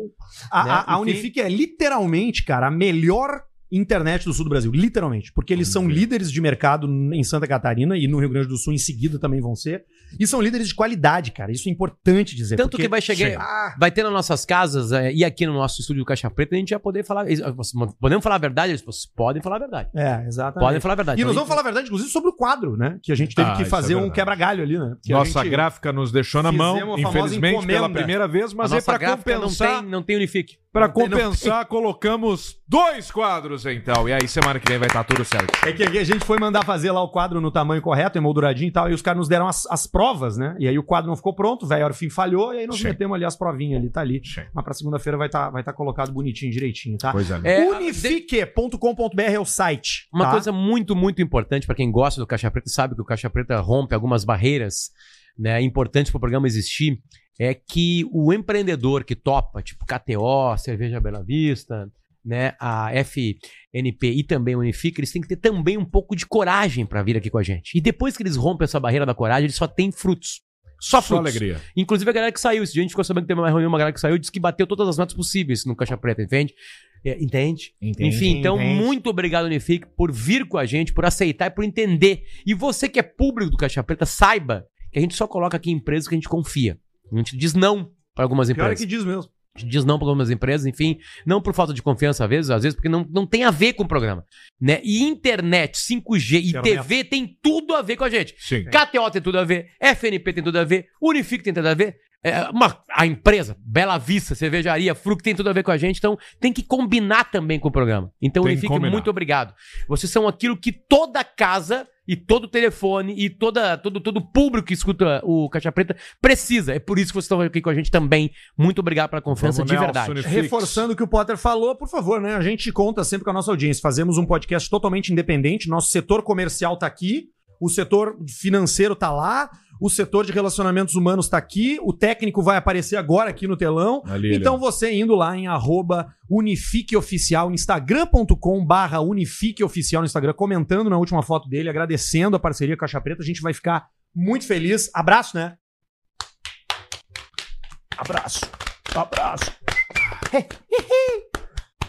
[SPEAKER 1] A,
[SPEAKER 3] né?
[SPEAKER 1] a- a
[SPEAKER 3] Enfim.
[SPEAKER 1] Unifique é literalmente, cara, a melhor internet do sul do Brasil, literalmente, porque eles são líderes de mercado em Santa Catarina e no Rio Grande do Sul em seguida também vão ser, e são líderes de qualidade, cara, isso é importante dizer.
[SPEAKER 3] Tanto
[SPEAKER 1] porque-
[SPEAKER 3] que vai chegar,
[SPEAKER 1] Ah,
[SPEAKER 3] vai ter nas nossas casas é, e aqui no nosso estúdio do Caixa Preta, a gente vai poder falar. eles- vocês- Podemos falar a verdade? Eles vocês podem falar a verdade.
[SPEAKER 1] é, exatamente.
[SPEAKER 3] Podem falar a verdade.
[SPEAKER 1] E nós
[SPEAKER 3] Então,
[SPEAKER 1] vamos falar a verdade, inclusive, sobre o quadro, né? Que a gente teve
[SPEAKER 2] Ah,
[SPEAKER 1] que
[SPEAKER 2] isso
[SPEAKER 1] fazer
[SPEAKER 2] é
[SPEAKER 1] um
[SPEAKER 2] verdade.
[SPEAKER 1] quebra-galho ali, né? Que a
[SPEAKER 2] Nossa
[SPEAKER 1] gente-
[SPEAKER 2] gráfica nos deixou na
[SPEAKER 1] Fizemos
[SPEAKER 2] mão,
[SPEAKER 1] a famosa
[SPEAKER 2] infelizmente, pela
[SPEAKER 1] encomenda.
[SPEAKER 2] primeira vez,
[SPEAKER 3] a
[SPEAKER 2] mas aí
[SPEAKER 3] nossa
[SPEAKER 2] para
[SPEAKER 3] gráfica não
[SPEAKER 2] compensar,
[SPEAKER 3] tem, não tem Unifique.
[SPEAKER 2] para
[SPEAKER 1] não tem, não
[SPEAKER 2] compensar, colocamos dois quadros então. E aí semana que vem vai estar tudo certo.
[SPEAKER 1] É que a gente foi mandar fazer lá o quadro no tamanho correto, emolduradinho e tal, e os caras nos deram as, as provas, né? E aí o quadro não ficou pronto, o velho, hora fim falhou, e aí nós
[SPEAKER 2] Sim.
[SPEAKER 1] metemos ali as provinhas ali, tá ali.
[SPEAKER 2] Sim.
[SPEAKER 1] Mas pra segunda-feira vai estar vai tá colocado bonitinho, direitinho, tá?
[SPEAKER 2] Coisa linda.
[SPEAKER 3] É,
[SPEAKER 1] Unifique.com.br é o site.
[SPEAKER 3] Uma
[SPEAKER 1] tá?
[SPEAKER 3] coisa muito, muito importante para quem gosta do Caixa Preta, e sabe que o Caixa Preta rompe algumas barreiras, né, importantes para o programa existir, é que o empreendedor que topa, tipo KTO, Cerveja Bela Vista, né, a FNP e também o Unifica, eles têm que ter também um pouco de coragem para vir aqui com a gente. E depois que eles rompem essa barreira da coragem, eles só têm frutos. Só
[SPEAKER 2] Só
[SPEAKER 3] frutos.
[SPEAKER 2] alegria.
[SPEAKER 3] Inclusive a galera que saiu, esse dia a gente ficou sabendo que teve uma reunião, uma galera que saiu, disse que bateu todas as notas possíveis no Caixa Preta, entende? É, entende? Enfim, então,
[SPEAKER 1] entende.
[SPEAKER 3] muito obrigado, Unifique, por vir com a gente, por aceitar e por entender. E você que é público do Caixa Preta, saiba que a gente só coloca aqui empresas que a gente confia. A gente diz não para algumas
[SPEAKER 1] Pior é
[SPEAKER 3] empresas.
[SPEAKER 1] que diz mesmo.
[SPEAKER 3] A gente diz não para algumas empresas, enfim, não por falta de confiança às vezes, às vezes porque não, não tem a ver com o programa. Né? E internet, 5G e
[SPEAKER 1] Quero
[SPEAKER 3] TV tem tudo a ver com a gente.
[SPEAKER 2] Sim.
[SPEAKER 3] KTO tem tudo a ver, FNP tem tudo a ver, Unifique tem tudo a ver, é, uma- a empresa, Bela Vista, Cervejaria, Fruc tem tudo a ver com a gente, então tem que combinar também com o programa. Então,
[SPEAKER 2] Tem que
[SPEAKER 3] Unifique,
[SPEAKER 2] combinar.
[SPEAKER 3] muito obrigado. Vocês são aquilo que toda casa e todo telefone e toda, todo, todo público que escuta o Caixa Preta precisa. É por isso que vocês estão aqui com a gente também. Muito obrigado pela confiança,
[SPEAKER 2] Vamos,
[SPEAKER 3] de
[SPEAKER 2] Nelson,
[SPEAKER 3] verdade.
[SPEAKER 2] Unifique. Netflix.
[SPEAKER 1] Reforçando o que o Potter falou, por favor, né? A gente conta sempre com a nossa audiência. Fazemos um podcast totalmente independente. Nosso setor comercial tá aqui, o setor financeiro tá lá, o setor de relacionamentos humanos tá aqui, o técnico vai aparecer agora aqui no telão.
[SPEAKER 2] Ali,
[SPEAKER 1] Então você indo lá em arroba unifiqueoficial, instagram.com barra unifiqueoficial no Instagram, comentando na última foto dele, agradecendo a parceria com a Caixa Preta, a gente vai ficar muito feliz. Abraço, né? Abraço, abraço.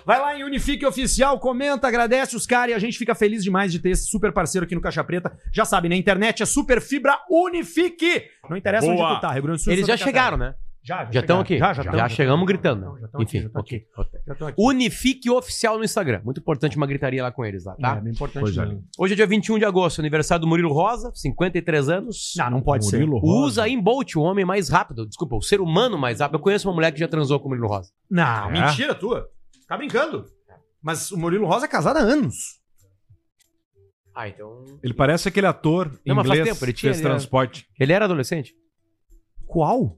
[SPEAKER 1] Vai lá em Unifique Oficial, comenta, agradece os caras e a gente fica feliz demais de ter esse super parceiro aqui no Caixa Preta. Já sabe, né? Internet é super fibra Unifique. Não interessa
[SPEAKER 5] Boa.
[SPEAKER 1] onde tu tá, Rio Grande do Sul.
[SPEAKER 3] Eles já
[SPEAKER 1] Santa Catarina.
[SPEAKER 3] chegaram, né?
[SPEAKER 1] Já, já
[SPEAKER 3] Já
[SPEAKER 1] chegaram.
[SPEAKER 3] estão aqui.
[SPEAKER 1] Já,
[SPEAKER 3] Já,
[SPEAKER 1] já, tão, já
[SPEAKER 3] chegamos
[SPEAKER 1] tão.
[SPEAKER 3] gritando.
[SPEAKER 1] Já tão aqui,
[SPEAKER 3] Enfim,
[SPEAKER 1] já tão
[SPEAKER 3] ok.
[SPEAKER 1] Já tô aqui.
[SPEAKER 3] Unifique Oficial no Instagram. Muito importante uma gritaria lá com eles lá, tá?
[SPEAKER 1] É, bem importante.
[SPEAKER 2] Pois é.
[SPEAKER 1] mesmo.
[SPEAKER 3] Hoje é dia 21 de agosto, aniversário do Murilo Rosa, 53 anos.
[SPEAKER 1] Não, não pode
[SPEAKER 2] Murilo
[SPEAKER 1] ser.
[SPEAKER 3] O Usain Bolt, o homem mais rápido, desculpa, o ser humano mais rápido. Eu conheço uma mulher que já transou com o Murilo Rosa.
[SPEAKER 1] Não,
[SPEAKER 2] É?
[SPEAKER 1] mentira tua. Tá brincando. Mas o Murilo Rosa é casado há anos.
[SPEAKER 3] Ah, então.
[SPEAKER 2] é- Ele parece aquele ator
[SPEAKER 3] Não, mas faz
[SPEAKER 2] inglês
[SPEAKER 3] tempo, ele
[SPEAKER 2] que
[SPEAKER 3] tinha- né?
[SPEAKER 2] fez transporte.
[SPEAKER 3] Ele era adolescente?
[SPEAKER 1] Qual?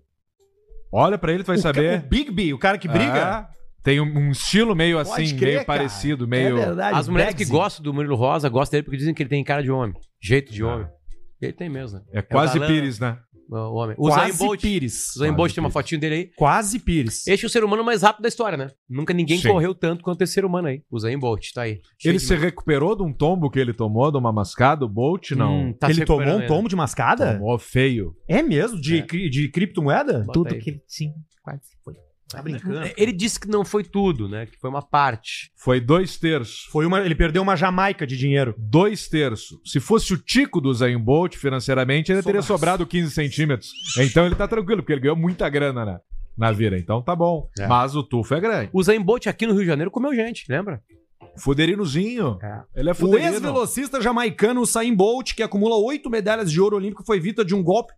[SPEAKER 2] Olha pra ele, tu vai
[SPEAKER 1] o,
[SPEAKER 2] saber.
[SPEAKER 1] ca- o Big B, o cara que briga.
[SPEAKER 2] Ah, tem um, um estilo meio
[SPEAKER 1] Pode
[SPEAKER 2] assim,
[SPEAKER 1] crer, cara.
[SPEAKER 2] meio parecido,
[SPEAKER 3] É
[SPEAKER 2] meio.
[SPEAKER 1] É verdade.
[SPEAKER 3] As mulheres que
[SPEAKER 1] Bagsy.
[SPEAKER 3] gostam do Murilo Rosa gostam dele porque dizem que ele tem cara de homem, jeito
[SPEAKER 2] Ah.
[SPEAKER 3] de homem. Ele tem mesmo, né?
[SPEAKER 2] É, quase
[SPEAKER 3] galã.
[SPEAKER 2] Pires, né?
[SPEAKER 3] O homem. O Usain
[SPEAKER 1] Quase
[SPEAKER 3] Bolt.
[SPEAKER 1] Pires.
[SPEAKER 3] Usain Bolt
[SPEAKER 2] Quase
[SPEAKER 3] tem uma
[SPEAKER 2] Pires.
[SPEAKER 3] fotinho dele aí.
[SPEAKER 1] Quase Pires.
[SPEAKER 3] Este é o ser humano mais rápido da história, né? Nunca ninguém
[SPEAKER 2] Sim.
[SPEAKER 3] correu tanto quanto esse ser humano aí. O Usain Bolt, tá aí. Cheio
[SPEAKER 2] Ele
[SPEAKER 3] de
[SPEAKER 2] se recuperou de um tombo que ele tomou, de uma mascada, o Bolt, não.
[SPEAKER 3] Hum, tá se
[SPEAKER 1] Ele tomou
[SPEAKER 3] recuperando É.
[SPEAKER 1] um tombo de mascada?
[SPEAKER 2] Tomou feio.
[SPEAKER 1] É mesmo? De, cri- de criptomoeda?
[SPEAKER 3] Bota
[SPEAKER 4] Tudo
[SPEAKER 3] aí.
[SPEAKER 4] que ele tinha quase foi.
[SPEAKER 1] Tá brincando.
[SPEAKER 3] Ele disse que não foi tudo, né? Que foi uma parte.
[SPEAKER 2] Foi dois terços.
[SPEAKER 1] Foi uma, ele perdeu uma Jamaica de dinheiro.
[SPEAKER 2] Dois terços. Se fosse o Tico do Zayn Bolt financeiramente, ele teria sobrado 15 centímetros. Então ele tá tranquilo, porque ele ganhou muita grana na, na vira. Então tá bom.
[SPEAKER 3] É.
[SPEAKER 2] Mas o Tufo é grande.
[SPEAKER 3] O Zayn Bolt aqui no Rio de Janeiro comeu gente, lembra?
[SPEAKER 2] Fuderinozinho.
[SPEAKER 3] É.
[SPEAKER 2] Ele é
[SPEAKER 1] O
[SPEAKER 2] fuderino.
[SPEAKER 1] ex-velocista jamaicano Usain Bolt, que acumula oito medalhas de ouro olímpico, foi vítima de um golpe.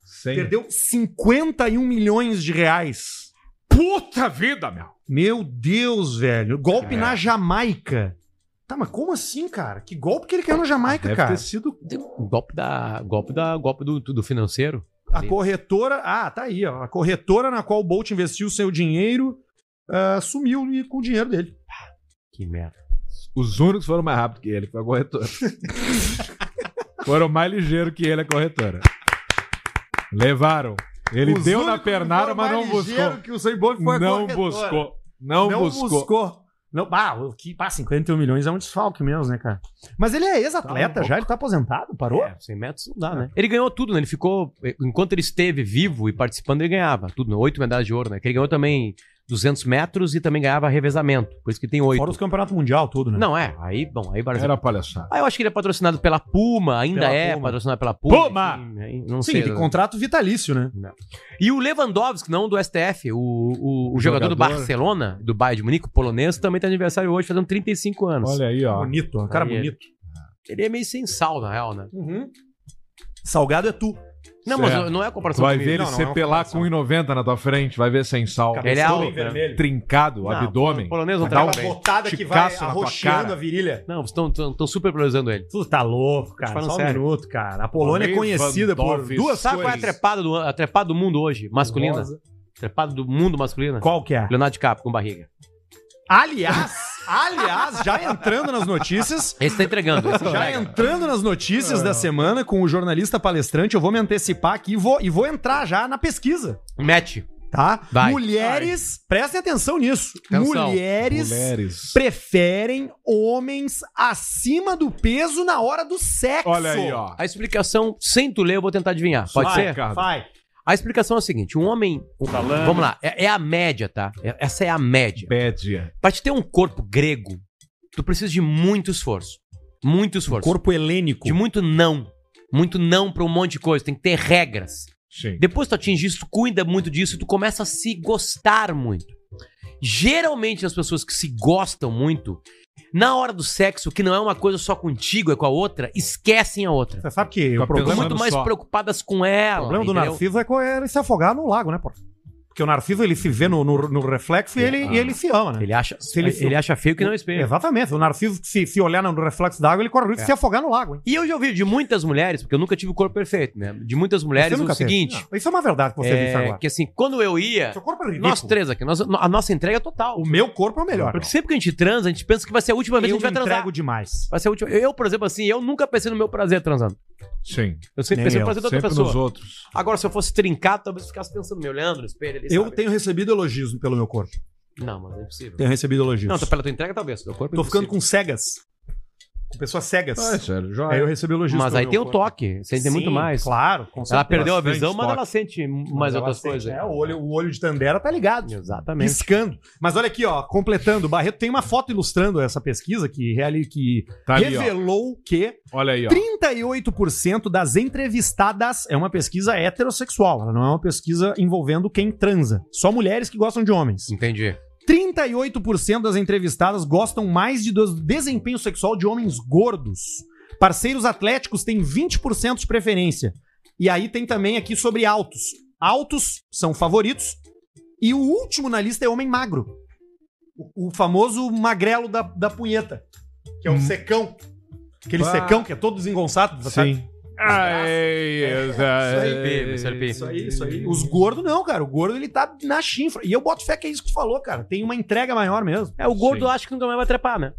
[SPEAKER 2] Sem-
[SPEAKER 1] Perdeu 51 milhões de reais.
[SPEAKER 2] Puta vida, meu.
[SPEAKER 1] Meu Deus, velho. Golpe
[SPEAKER 2] É.
[SPEAKER 1] na Jamaica. Tá, mas como assim, cara? Que golpe que ele caiu na Jamaica,
[SPEAKER 2] Deve
[SPEAKER 1] cara?
[SPEAKER 2] ter sido...
[SPEAKER 3] Golpe da. Golpe da. Golpe do, do financeiro.
[SPEAKER 1] A corretora. Ah, tá aí, ó. A corretora na qual o Bolt investiu seu dinheiro ah, sumiu e com o dinheiro dele.
[SPEAKER 3] Que merda.
[SPEAKER 2] Os únicos foram mais rápidos que ele, foi a corretora. foram mais ligeiros que ele, a corretora. Levaram. Ele
[SPEAKER 1] Os
[SPEAKER 2] deu na
[SPEAKER 1] únicos que
[SPEAKER 2] pernada,
[SPEAKER 1] foram
[SPEAKER 2] mas não
[SPEAKER 1] mais ligeiro
[SPEAKER 2] buscou.
[SPEAKER 1] Que o Usain Bolt foi a
[SPEAKER 2] Não
[SPEAKER 1] corretora.
[SPEAKER 2] buscou. Não,
[SPEAKER 1] Não
[SPEAKER 2] buscou.
[SPEAKER 1] buscou. Não, ah, o que, ah, 51 milhões é um desfalque mesmo, né, cara? Mas ele é
[SPEAKER 3] Tá
[SPEAKER 1] ex-atleta
[SPEAKER 3] um
[SPEAKER 1] já, ele tá aposentado, parou? Ah.
[SPEAKER 3] É, 100 metros não dá, né? Ele ganhou tudo, né? Ele ficou. Enquanto ele esteve vivo e participando, ele ganhava tudo, né? Oito medalhas de ouro, né? Que ele ganhou também 200 metros e também ganhava revezamento. Por isso que tem oito.
[SPEAKER 1] Fora os campeonatos mundial, tudo, né?
[SPEAKER 3] Não, é. Aí, bom, aí várias.
[SPEAKER 2] Era palhaçada.
[SPEAKER 3] Ah, eu acho que ele é patrocinado pela Puma, ainda
[SPEAKER 1] Pela
[SPEAKER 3] é
[SPEAKER 1] Puma.
[SPEAKER 3] patrocinado pela Puma.
[SPEAKER 2] Puma!
[SPEAKER 3] enfim, aí não
[SPEAKER 1] Sim,
[SPEAKER 3] sei.
[SPEAKER 1] tem contrato vitalício, né?
[SPEAKER 3] E o Lewandowski, não do STF, o, o, o jogador, do
[SPEAKER 2] Jogador.
[SPEAKER 3] Barcelona, do Bayern de Munique, o polonês, também tá aniversário hoje, fazendo 35 anos.
[SPEAKER 2] Olha aí, ó.
[SPEAKER 1] Bonito, ó, um cara
[SPEAKER 3] Tá. Aí é. ele.
[SPEAKER 1] bonito. Uhum.
[SPEAKER 3] Ele é meio sem sal, na real, né?
[SPEAKER 1] Salgado é tu.
[SPEAKER 3] Não, mas
[SPEAKER 2] Certo.
[SPEAKER 3] não é a
[SPEAKER 2] Tu
[SPEAKER 3] comparação
[SPEAKER 2] vai
[SPEAKER 3] comigo.
[SPEAKER 2] ver ele
[SPEAKER 1] não, não
[SPEAKER 2] se
[SPEAKER 1] é uma
[SPEAKER 2] pelar
[SPEAKER 1] comparação.
[SPEAKER 2] com 1,90 na tua frente, vai ver sem sal.
[SPEAKER 3] Ele é alto, né?
[SPEAKER 2] Trincado,
[SPEAKER 3] Não,
[SPEAKER 2] abdômen.
[SPEAKER 3] O polonês não
[SPEAKER 2] Dá um
[SPEAKER 3] trabalha bem.
[SPEAKER 1] botada
[SPEAKER 2] Ticaço na tua cara.
[SPEAKER 1] virilha.
[SPEAKER 3] Não, vocês estão super valorizando ele.
[SPEAKER 1] Tu tá louco, cara.
[SPEAKER 3] falando
[SPEAKER 1] Só
[SPEAKER 3] sério.
[SPEAKER 1] um minuto, cara. A Polônia é conhecida por
[SPEAKER 2] Lewandowski.
[SPEAKER 1] duas
[SPEAKER 3] Sabe qual é a
[SPEAKER 1] coisas.
[SPEAKER 3] trepada do, a trepada do mundo hoje, masculina? Trepada do mundo masculina?
[SPEAKER 1] Qual que é?
[SPEAKER 3] Leonardo DiCaprio com barriga.
[SPEAKER 1] Aliás, aliás, já entrando nas notícias,
[SPEAKER 3] Esse tá entregando. Esse
[SPEAKER 1] Já
[SPEAKER 3] entrega.
[SPEAKER 1] entrando nas notícias da semana com o jornalista palestrante, eu vou me antecipar aqui e vou, e vou entrar já na pesquisa,
[SPEAKER 3] Mete.
[SPEAKER 1] tá?
[SPEAKER 3] Vai.
[SPEAKER 1] Mulheres, prestem atenção nisso.
[SPEAKER 3] Atenção.
[SPEAKER 1] Mulheres,
[SPEAKER 2] Mulheres.
[SPEAKER 1] preferem homens acima do peso na hora do sexo.
[SPEAKER 2] Olha aí, ó.
[SPEAKER 3] A explicação, sem tu ler, eu vou tentar adivinhar. Pode
[SPEAKER 1] Vai,
[SPEAKER 3] ser?
[SPEAKER 2] Ricardo.
[SPEAKER 1] Vai.
[SPEAKER 3] A explicação é a seguinte: um homem. Vamos lá, é, é a média, tá? É- essa é a média.
[SPEAKER 2] Pédia.
[SPEAKER 3] Pra te ter um corpo grego, tu precisa de muito esforço. Muito esforço.
[SPEAKER 1] Corpo helênico.
[SPEAKER 3] De muito não. Muito não pra um monte de coisa. Tem que ter regras.
[SPEAKER 2] Sim.
[SPEAKER 3] Depois que tu atinge isso, tu cuida muito disso e tu começa a se gostar muito. Geralmente as pessoas que se gostam muito, na hora do sexo, que não é uma coisa só contigo, é com a outra, esquecem a outra.
[SPEAKER 1] Você sabe que
[SPEAKER 2] Tá
[SPEAKER 1] o problema,
[SPEAKER 3] Estão
[SPEAKER 2] pensando
[SPEAKER 1] o
[SPEAKER 3] muito mais
[SPEAKER 2] só.
[SPEAKER 3] preocupadas com ela.
[SPEAKER 1] problema do
[SPEAKER 3] entendeu?
[SPEAKER 1] Narciso é co- é ele se afogar no lago, né, pô? Porque o Narciso ele se vê no, no- no reflexo e ele, e ele se ama, né?
[SPEAKER 3] Ele acha,
[SPEAKER 1] Se
[SPEAKER 3] ele,
[SPEAKER 1] ele-
[SPEAKER 3] acha feio que não é espelho.
[SPEAKER 1] Exatamente. O Narciso, se, se olhar no reflexo da água, ele corre
[SPEAKER 3] É.
[SPEAKER 1] o risco de se afogar no lago, hein?
[SPEAKER 3] E eu já ouvi de muitas mulheres, porque eu nunca tive o corpo perfeito, né? De muitas mulheres
[SPEAKER 1] Você
[SPEAKER 3] o
[SPEAKER 1] nunca teve?
[SPEAKER 3] seguinte,
[SPEAKER 1] Não, isso é uma verdade que você
[SPEAKER 3] é,
[SPEAKER 1] disse agora.
[SPEAKER 3] que assim, quando eu ia,
[SPEAKER 1] Seu corpo é ridículo.
[SPEAKER 3] nós três aqui, nós- a nossa entrega é total.
[SPEAKER 1] O meu corpo é o melhor.
[SPEAKER 3] Porque sempre que a gente transa, a gente pensa que vai ser a última vez
[SPEAKER 1] eu
[SPEAKER 3] que a gente vai transar.
[SPEAKER 1] entrego demais.
[SPEAKER 3] Vai ser a última. Eu, por exemplo, assim, eu nunca pensei no meu prazer transando.
[SPEAKER 2] Sim.
[SPEAKER 3] Eu sempre
[SPEAKER 1] Nem
[SPEAKER 3] pensei
[SPEAKER 1] eu,
[SPEAKER 3] no prazer da outra
[SPEAKER 2] Sempre
[SPEAKER 3] pessoa.
[SPEAKER 2] nos outros.
[SPEAKER 3] Agora, se eu fosse trincado, talvez eu ficasse pensando, me olhando no espelho ali,
[SPEAKER 1] Eu
[SPEAKER 3] sabe?
[SPEAKER 1] tenho recebido elogios pelo meu corpo.
[SPEAKER 3] Não, mas é impossível.
[SPEAKER 1] Tenho recebido elogios.
[SPEAKER 3] Não, tá pela tua entrega, talvez. Teu corpo é
[SPEAKER 1] Tô ficando
[SPEAKER 3] impossível.
[SPEAKER 1] com cegas. Com pessoas cegas.
[SPEAKER 2] Ah, é sério,
[SPEAKER 1] aí eu
[SPEAKER 2] joia.
[SPEAKER 1] recebi elogios
[SPEAKER 3] Mas
[SPEAKER 1] pelo
[SPEAKER 3] aí
[SPEAKER 1] meu
[SPEAKER 3] tem o
[SPEAKER 1] corpo.
[SPEAKER 3] toque. Você tem
[SPEAKER 1] Sim,
[SPEAKER 3] muito mais.
[SPEAKER 1] Claro, com
[SPEAKER 3] Ela
[SPEAKER 1] certeza.
[SPEAKER 3] perdeu a
[SPEAKER 2] bastante
[SPEAKER 3] visão, mas
[SPEAKER 2] toque.
[SPEAKER 3] ela sente mais
[SPEAKER 1] Mas ela
[SPEAKER 3] outras
[SPEAKER 1] sente,
[SPEAKER 3] coisas.
[SPEAKER 1] É, o olho, o olho de Tandera tá ligado.
[SPEAKER 3] Exatamente.
[SPEAKER 1] Piscando. Mas olha aqui, ó, completando. O Barreto tem uma foto ilustrando essa pesquisa que, reali- que
[SPEAKER 2] Tá ali, ó.
[SPEAKER 1] revelou que
[SPEAKER 2] Olha aí, ó.
[SPEAKER 1] 38% das entrevistadas é uma pesquisa heterossexual, ela não é uma pesquisa envolvendo quem transa, só mulheres que gostam de homens.
[SPEAKER 3] Entendi.
[SPEAKER 1] É, 38% das entrevistadas gostam mais de do desempenho sexual de homens gordos. Parceiros atléticos têm 20% de preferência. E aí tem também aqui sobre altos. Altos são favoritos e o último na lista é homem magro. O, o famoso magrelo da, da punheta, que é o secão. Aquele
[SPEAKER 2] Hum. Ah.
[SPEAKER 1] secão que é todo desengonçado, sabe?
[SPEAKER 2] Sim. Ai,
[SPEAKER 3] aí,
[SPEAKER 2] isso
[SPEAKER 3] Mr. P.
[SPEAKER 1] Isso aí, isso aí. Os gordos não, cara. O gordo ele tá na chinfra. E eu boto fé que é isso que tu falou, cara. Tem uma entrega maior mesmo.
[SPEAKER 3] É, o gordo acha que nunca mais vai trepar, né?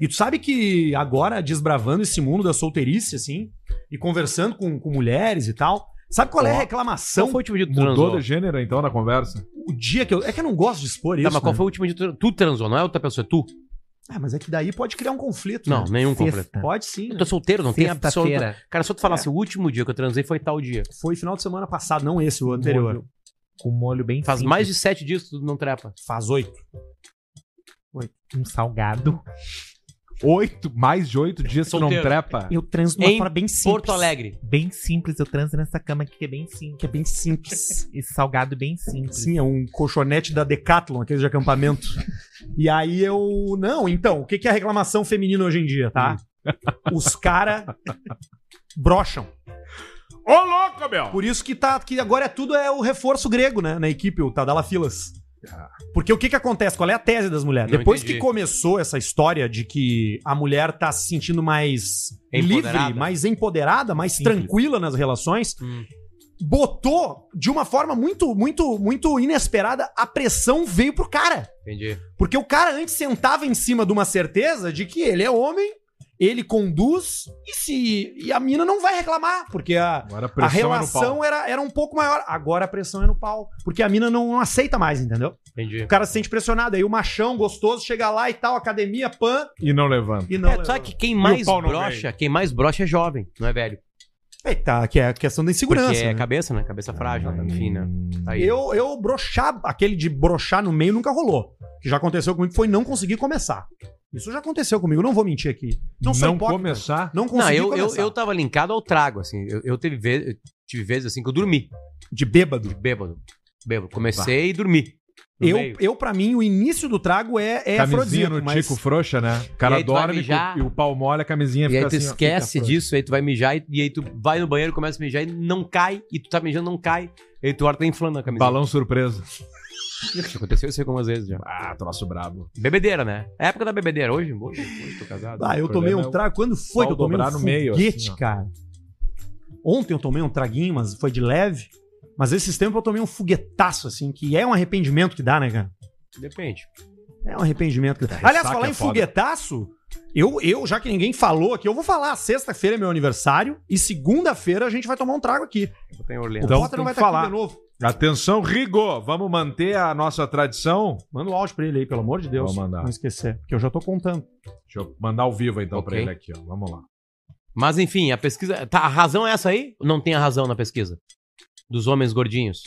[SPEAKER 1] E tu sabe que agora, desbravando esse mundo da solteirice, assim, e conversando com, com mulheres e tal, sabe qual é a
[SPEAKER 2] Ó,
[SPEAKER 3] Qual
[SPEAKER 1] reclamação?
[SPEAKER 3] foi o último dia que tu transou?
[SPEAKER 2] Mudou de gênero, então, na conversa?
[SPEAKER 1] O dia que eu. É que eu não gosto de expor isso.
[SPEAKER 3] Tá, mas qual
[SPEAKER 1] né?
[SPEAKER 3] foi o último dia que tu transou? Tu transou, não é outra pessoa, é tu?
[SPEAKER 1] Ah, mas é que daí pode criar um conflito.
[SPEAKER 3] Não,
[SPEAKER 1] né?
[SPEAKER 3] nenhum
[SPEAKER 4] Sexta.
[SPEAKER 3] conflito.
[SPEAKER 1] Pode sim.
[SPEAKER 3] Eu
[SPEAKER 1] né?
[SPEAKER 3] tô solteiro, não tem absoluta.
[SPEAKER 4] Sexta-feira.
[SPEAKER 3] Cara, só tu falasse, o último dia que eu transei foi tal dia.
[SPEAKER 1] Foi final de semana passado, não esse, o anterior.
[SPEAKER 4] Com molho bem
[SPEAKER 3] Faz
[SPEAKER 4] simples,
[SPEAKER 3] mais de sete dias que tu não trepa.
[SPEAKER 1] Faz oito.
[SPEAKER 4] um salgado.
[SPEAKER 2] Oito, mais de oito dias que não
[SPEAKER 3] Solteiro.
[SPEAKER 2] trepa.
[SPEAKER 4] Eu transo
[SPEAKER 3] de uma Em forma
[SPEAKER 4] bem
[SPEAKER 3] Porto Alegre.
[SPEAKER 4] Bem simples, eu transo nessa cama aqui que é bem simples.
[SPEAKER 1] Que é bem simples.
[SPEAKER 4] Esse salgado bem simples.
[SPEAKER 1] Sim, é um colchonete da Decathlon, aquele de acampamento. E aí eu. Não, então, o que que é a reclamação feminina hoje em dia, tá?
[SPEAKER 3] Hum.
[SPEAKER 1] Os cara brocham.
[SPEAKER 5] Ô, louco, meu!
[SPEAKER 1] Por isso que, tá, que agora é tudo é o reforço grego, né? Na equipe, o Tadala Filas. Porque o que que acontece? Qual é a tese das mulheres?
[SPEAKER 3] Não
[SPEAKER 1] Depois que
[SPEAKER 3] entendi.
[SPEAKER 1] começou essa história de que a mulher tá se sentindo mais
[SPEAKER 3] Empoderada.
[SPEAKER 1] livre, mais empoderada, mais
[SPEAKER 4] Simples.
[SPEAKER 1] tranquila nas relações,
[SPEAKER 3] Hum.
[SPEAKER 1] botou de uma forma muito, muito, muito inesperada, a pressão veio pro cara.
[SPEAKER 3] Entendi.
[SPEAKER 1] Porque o cara antes sentava em cima de uma certeza de que ele é homem, ele conduz e se e a mina não vai reclamar, porque a
[SPEAKER 2] Agora a
[SPEAKER 1] a
[SPEAKER 2] pressão é no pau.
[SPEAKER 1] relação era, era um pouco maior. Agora a pressão é no pau. Porque a mina não, não aceita mais, entendeu?
[SPEAKER 3] Entendi.
[SPEAKER 1] O cara se sente pressionado. Aí o machão gostoso chega lá e tal, academia, pan,
[SPEAKER 2] E não levanta.
[SPEAKER 1] e não.
[SPEAKER 3] É, sabe que quem mais
[SPEAKER 5] pau não
[SPEAKER 3] brocha, quem mais brocha é jovem, não é velho.
[SPEAKER 1] Eita, que é a questão da
[SPEAKER 3] Porque
[SPEAKER 1] insegurança.
[SPEAKER 3] é
[SPEAKER 1] né?
[SPEAKER 3] cabeça, né? Cabeça frágil, enfim, né? Tá aí.
[SPEAKER 1] Eu, eu broxar, aquele de broxar no meio nunca rolou. O que já aconteceu comigo foi não conseguir começar. Isso já aconteceu comigo, não vou mentir aqui. Não
[SPEAKER 2] Não,
[SPEAKER 1] sou hipócrita.
[SPEAKER 2] começar.
[SPEAKER 1] Não
[SPEAKER 3] Não,
[SPEAKER 1] consegui
[SPEAKER 3] eu, eu,
[SPEAKER 1] começar.
[SPEAKER 3] eu tava linkado ao trago, assim. Eu, eu teve vez, eu tive vezes assim que eu dormi,
[SPEAKER 1] De bêbado.
[SPEAKER 3] bêbado. Bêbado. Comecei e dormi. No
[SPEAKER 1] Eu,
[SPEAKER 3] meio.
[SPEAKER 1] eu, pra mim, o início do trago é, é
[SPEAKER 2] Camisinha
[SPEAKER 1] afrodisíaco,
[SPEAKER 2] no
[SPEAKER 1] mas...
[SPEAKER 2] tico frouxa, né? O
[SPEAKER 3] E
[SPEAKER 2] cara
[SPEAKER 3] aí tu vai
[SPEAKER 2] dorme
[SPEAKER 3] mijar.
[SPEAKER 2] e o pau molha, a camisinha
[SPEAKER 3] E aí tu
[SPEAKER 2] assim, ó,
[SPEAKER 3] esquece
[SPEAKER 2] fica frouxa.
[SPEAKER 3] disso, aí tu vai mijar e, e aí tu vai no banheiro, começa a mijar e não cai, e tu tá mijando, não cai. E aí tu hora tá inflando a camisa.
[SPEAKER 2] Balão surpresa.
[SPEAKER 3] Isso aconteceu isso algumas vezes já.
[SPEAKER 2] Ah, troço brabo.
[SPEAKER 3] Bebedeira, né? É a época da bebedeira. Hoje, hoje, hoje tô casado.
[SPEAKER 1] Ah, eu
[SPEAKER 2] O
[SPEAKER 1] tomei
[SPEAKER 2] problema
[SPEAKER 1] um
[SPEAKER 2] é o
[SPEAKER 1] trago. Quando foi que
[SPEAKER 2] pau
[SPEAKER 1] eu tomei um
[SPEAKER 2] dobrar no meio,
[SPEAKER 1] foguete,
[SPEAKER 2] assim, ó.
[SPEAKER 1] cara? Ontem eu tomei um traguinho, mas foi de leve. Mas esses tempos eu tomei um foguetaço, assim, que é um arrependimento que dá, né, cara?
[SPEAKER 3] Depende.
[SPEAKER 1] É um arrependimento que dá. Aliás,
[SPEAKER 2] ressaca
[SPEAKER 1] falar
[SPEAKER 2] é
[SPEAKER 1] em
[SPEAKER 2] foda.
[SPEAKER 1] foguetaço, eu, eu, já que ninguém falou aqui, eu vou falar. Sexta-feira é meu aniversário e segunda-feira a gente vai tomar um trago aqui.
[SPEAKER 3] Eu vou ter em Orleans.
[SPEAKER 1] O
[SPEAKER 2] Então,
[SPEAKER 1] Potter
[SPEAKER 2] tem
[SPEAKER 1] não vai
[SPEAKER 2] que
[SPEAKER 1] estar
[SPEAKER 2] falar.
[SPEAKER 1] aqui de novo.
[SPEAKER 2] Atenção, Rigo! Vamos manter a nossa tradição?
[SPEAKER 1] Manda o áudio pra ele aí, pelo amor de Deus.
[SPEAKER 2] Vou mandar.
[SPEAKER 1] Não esquecer, porque eu já tô contando.
[SPEAKER 2] Deixa eu mandar ao vivo então pra
[SPEAKER 3] Ok.
[SPEAKER 2] ele aqui, ó. Vamos lá.
[SPEAKER 3] Mas enfim, a pesquisa. Tá, a razão é essa aí? Não tem a razão na pesquisa? Dos homens gordinhos?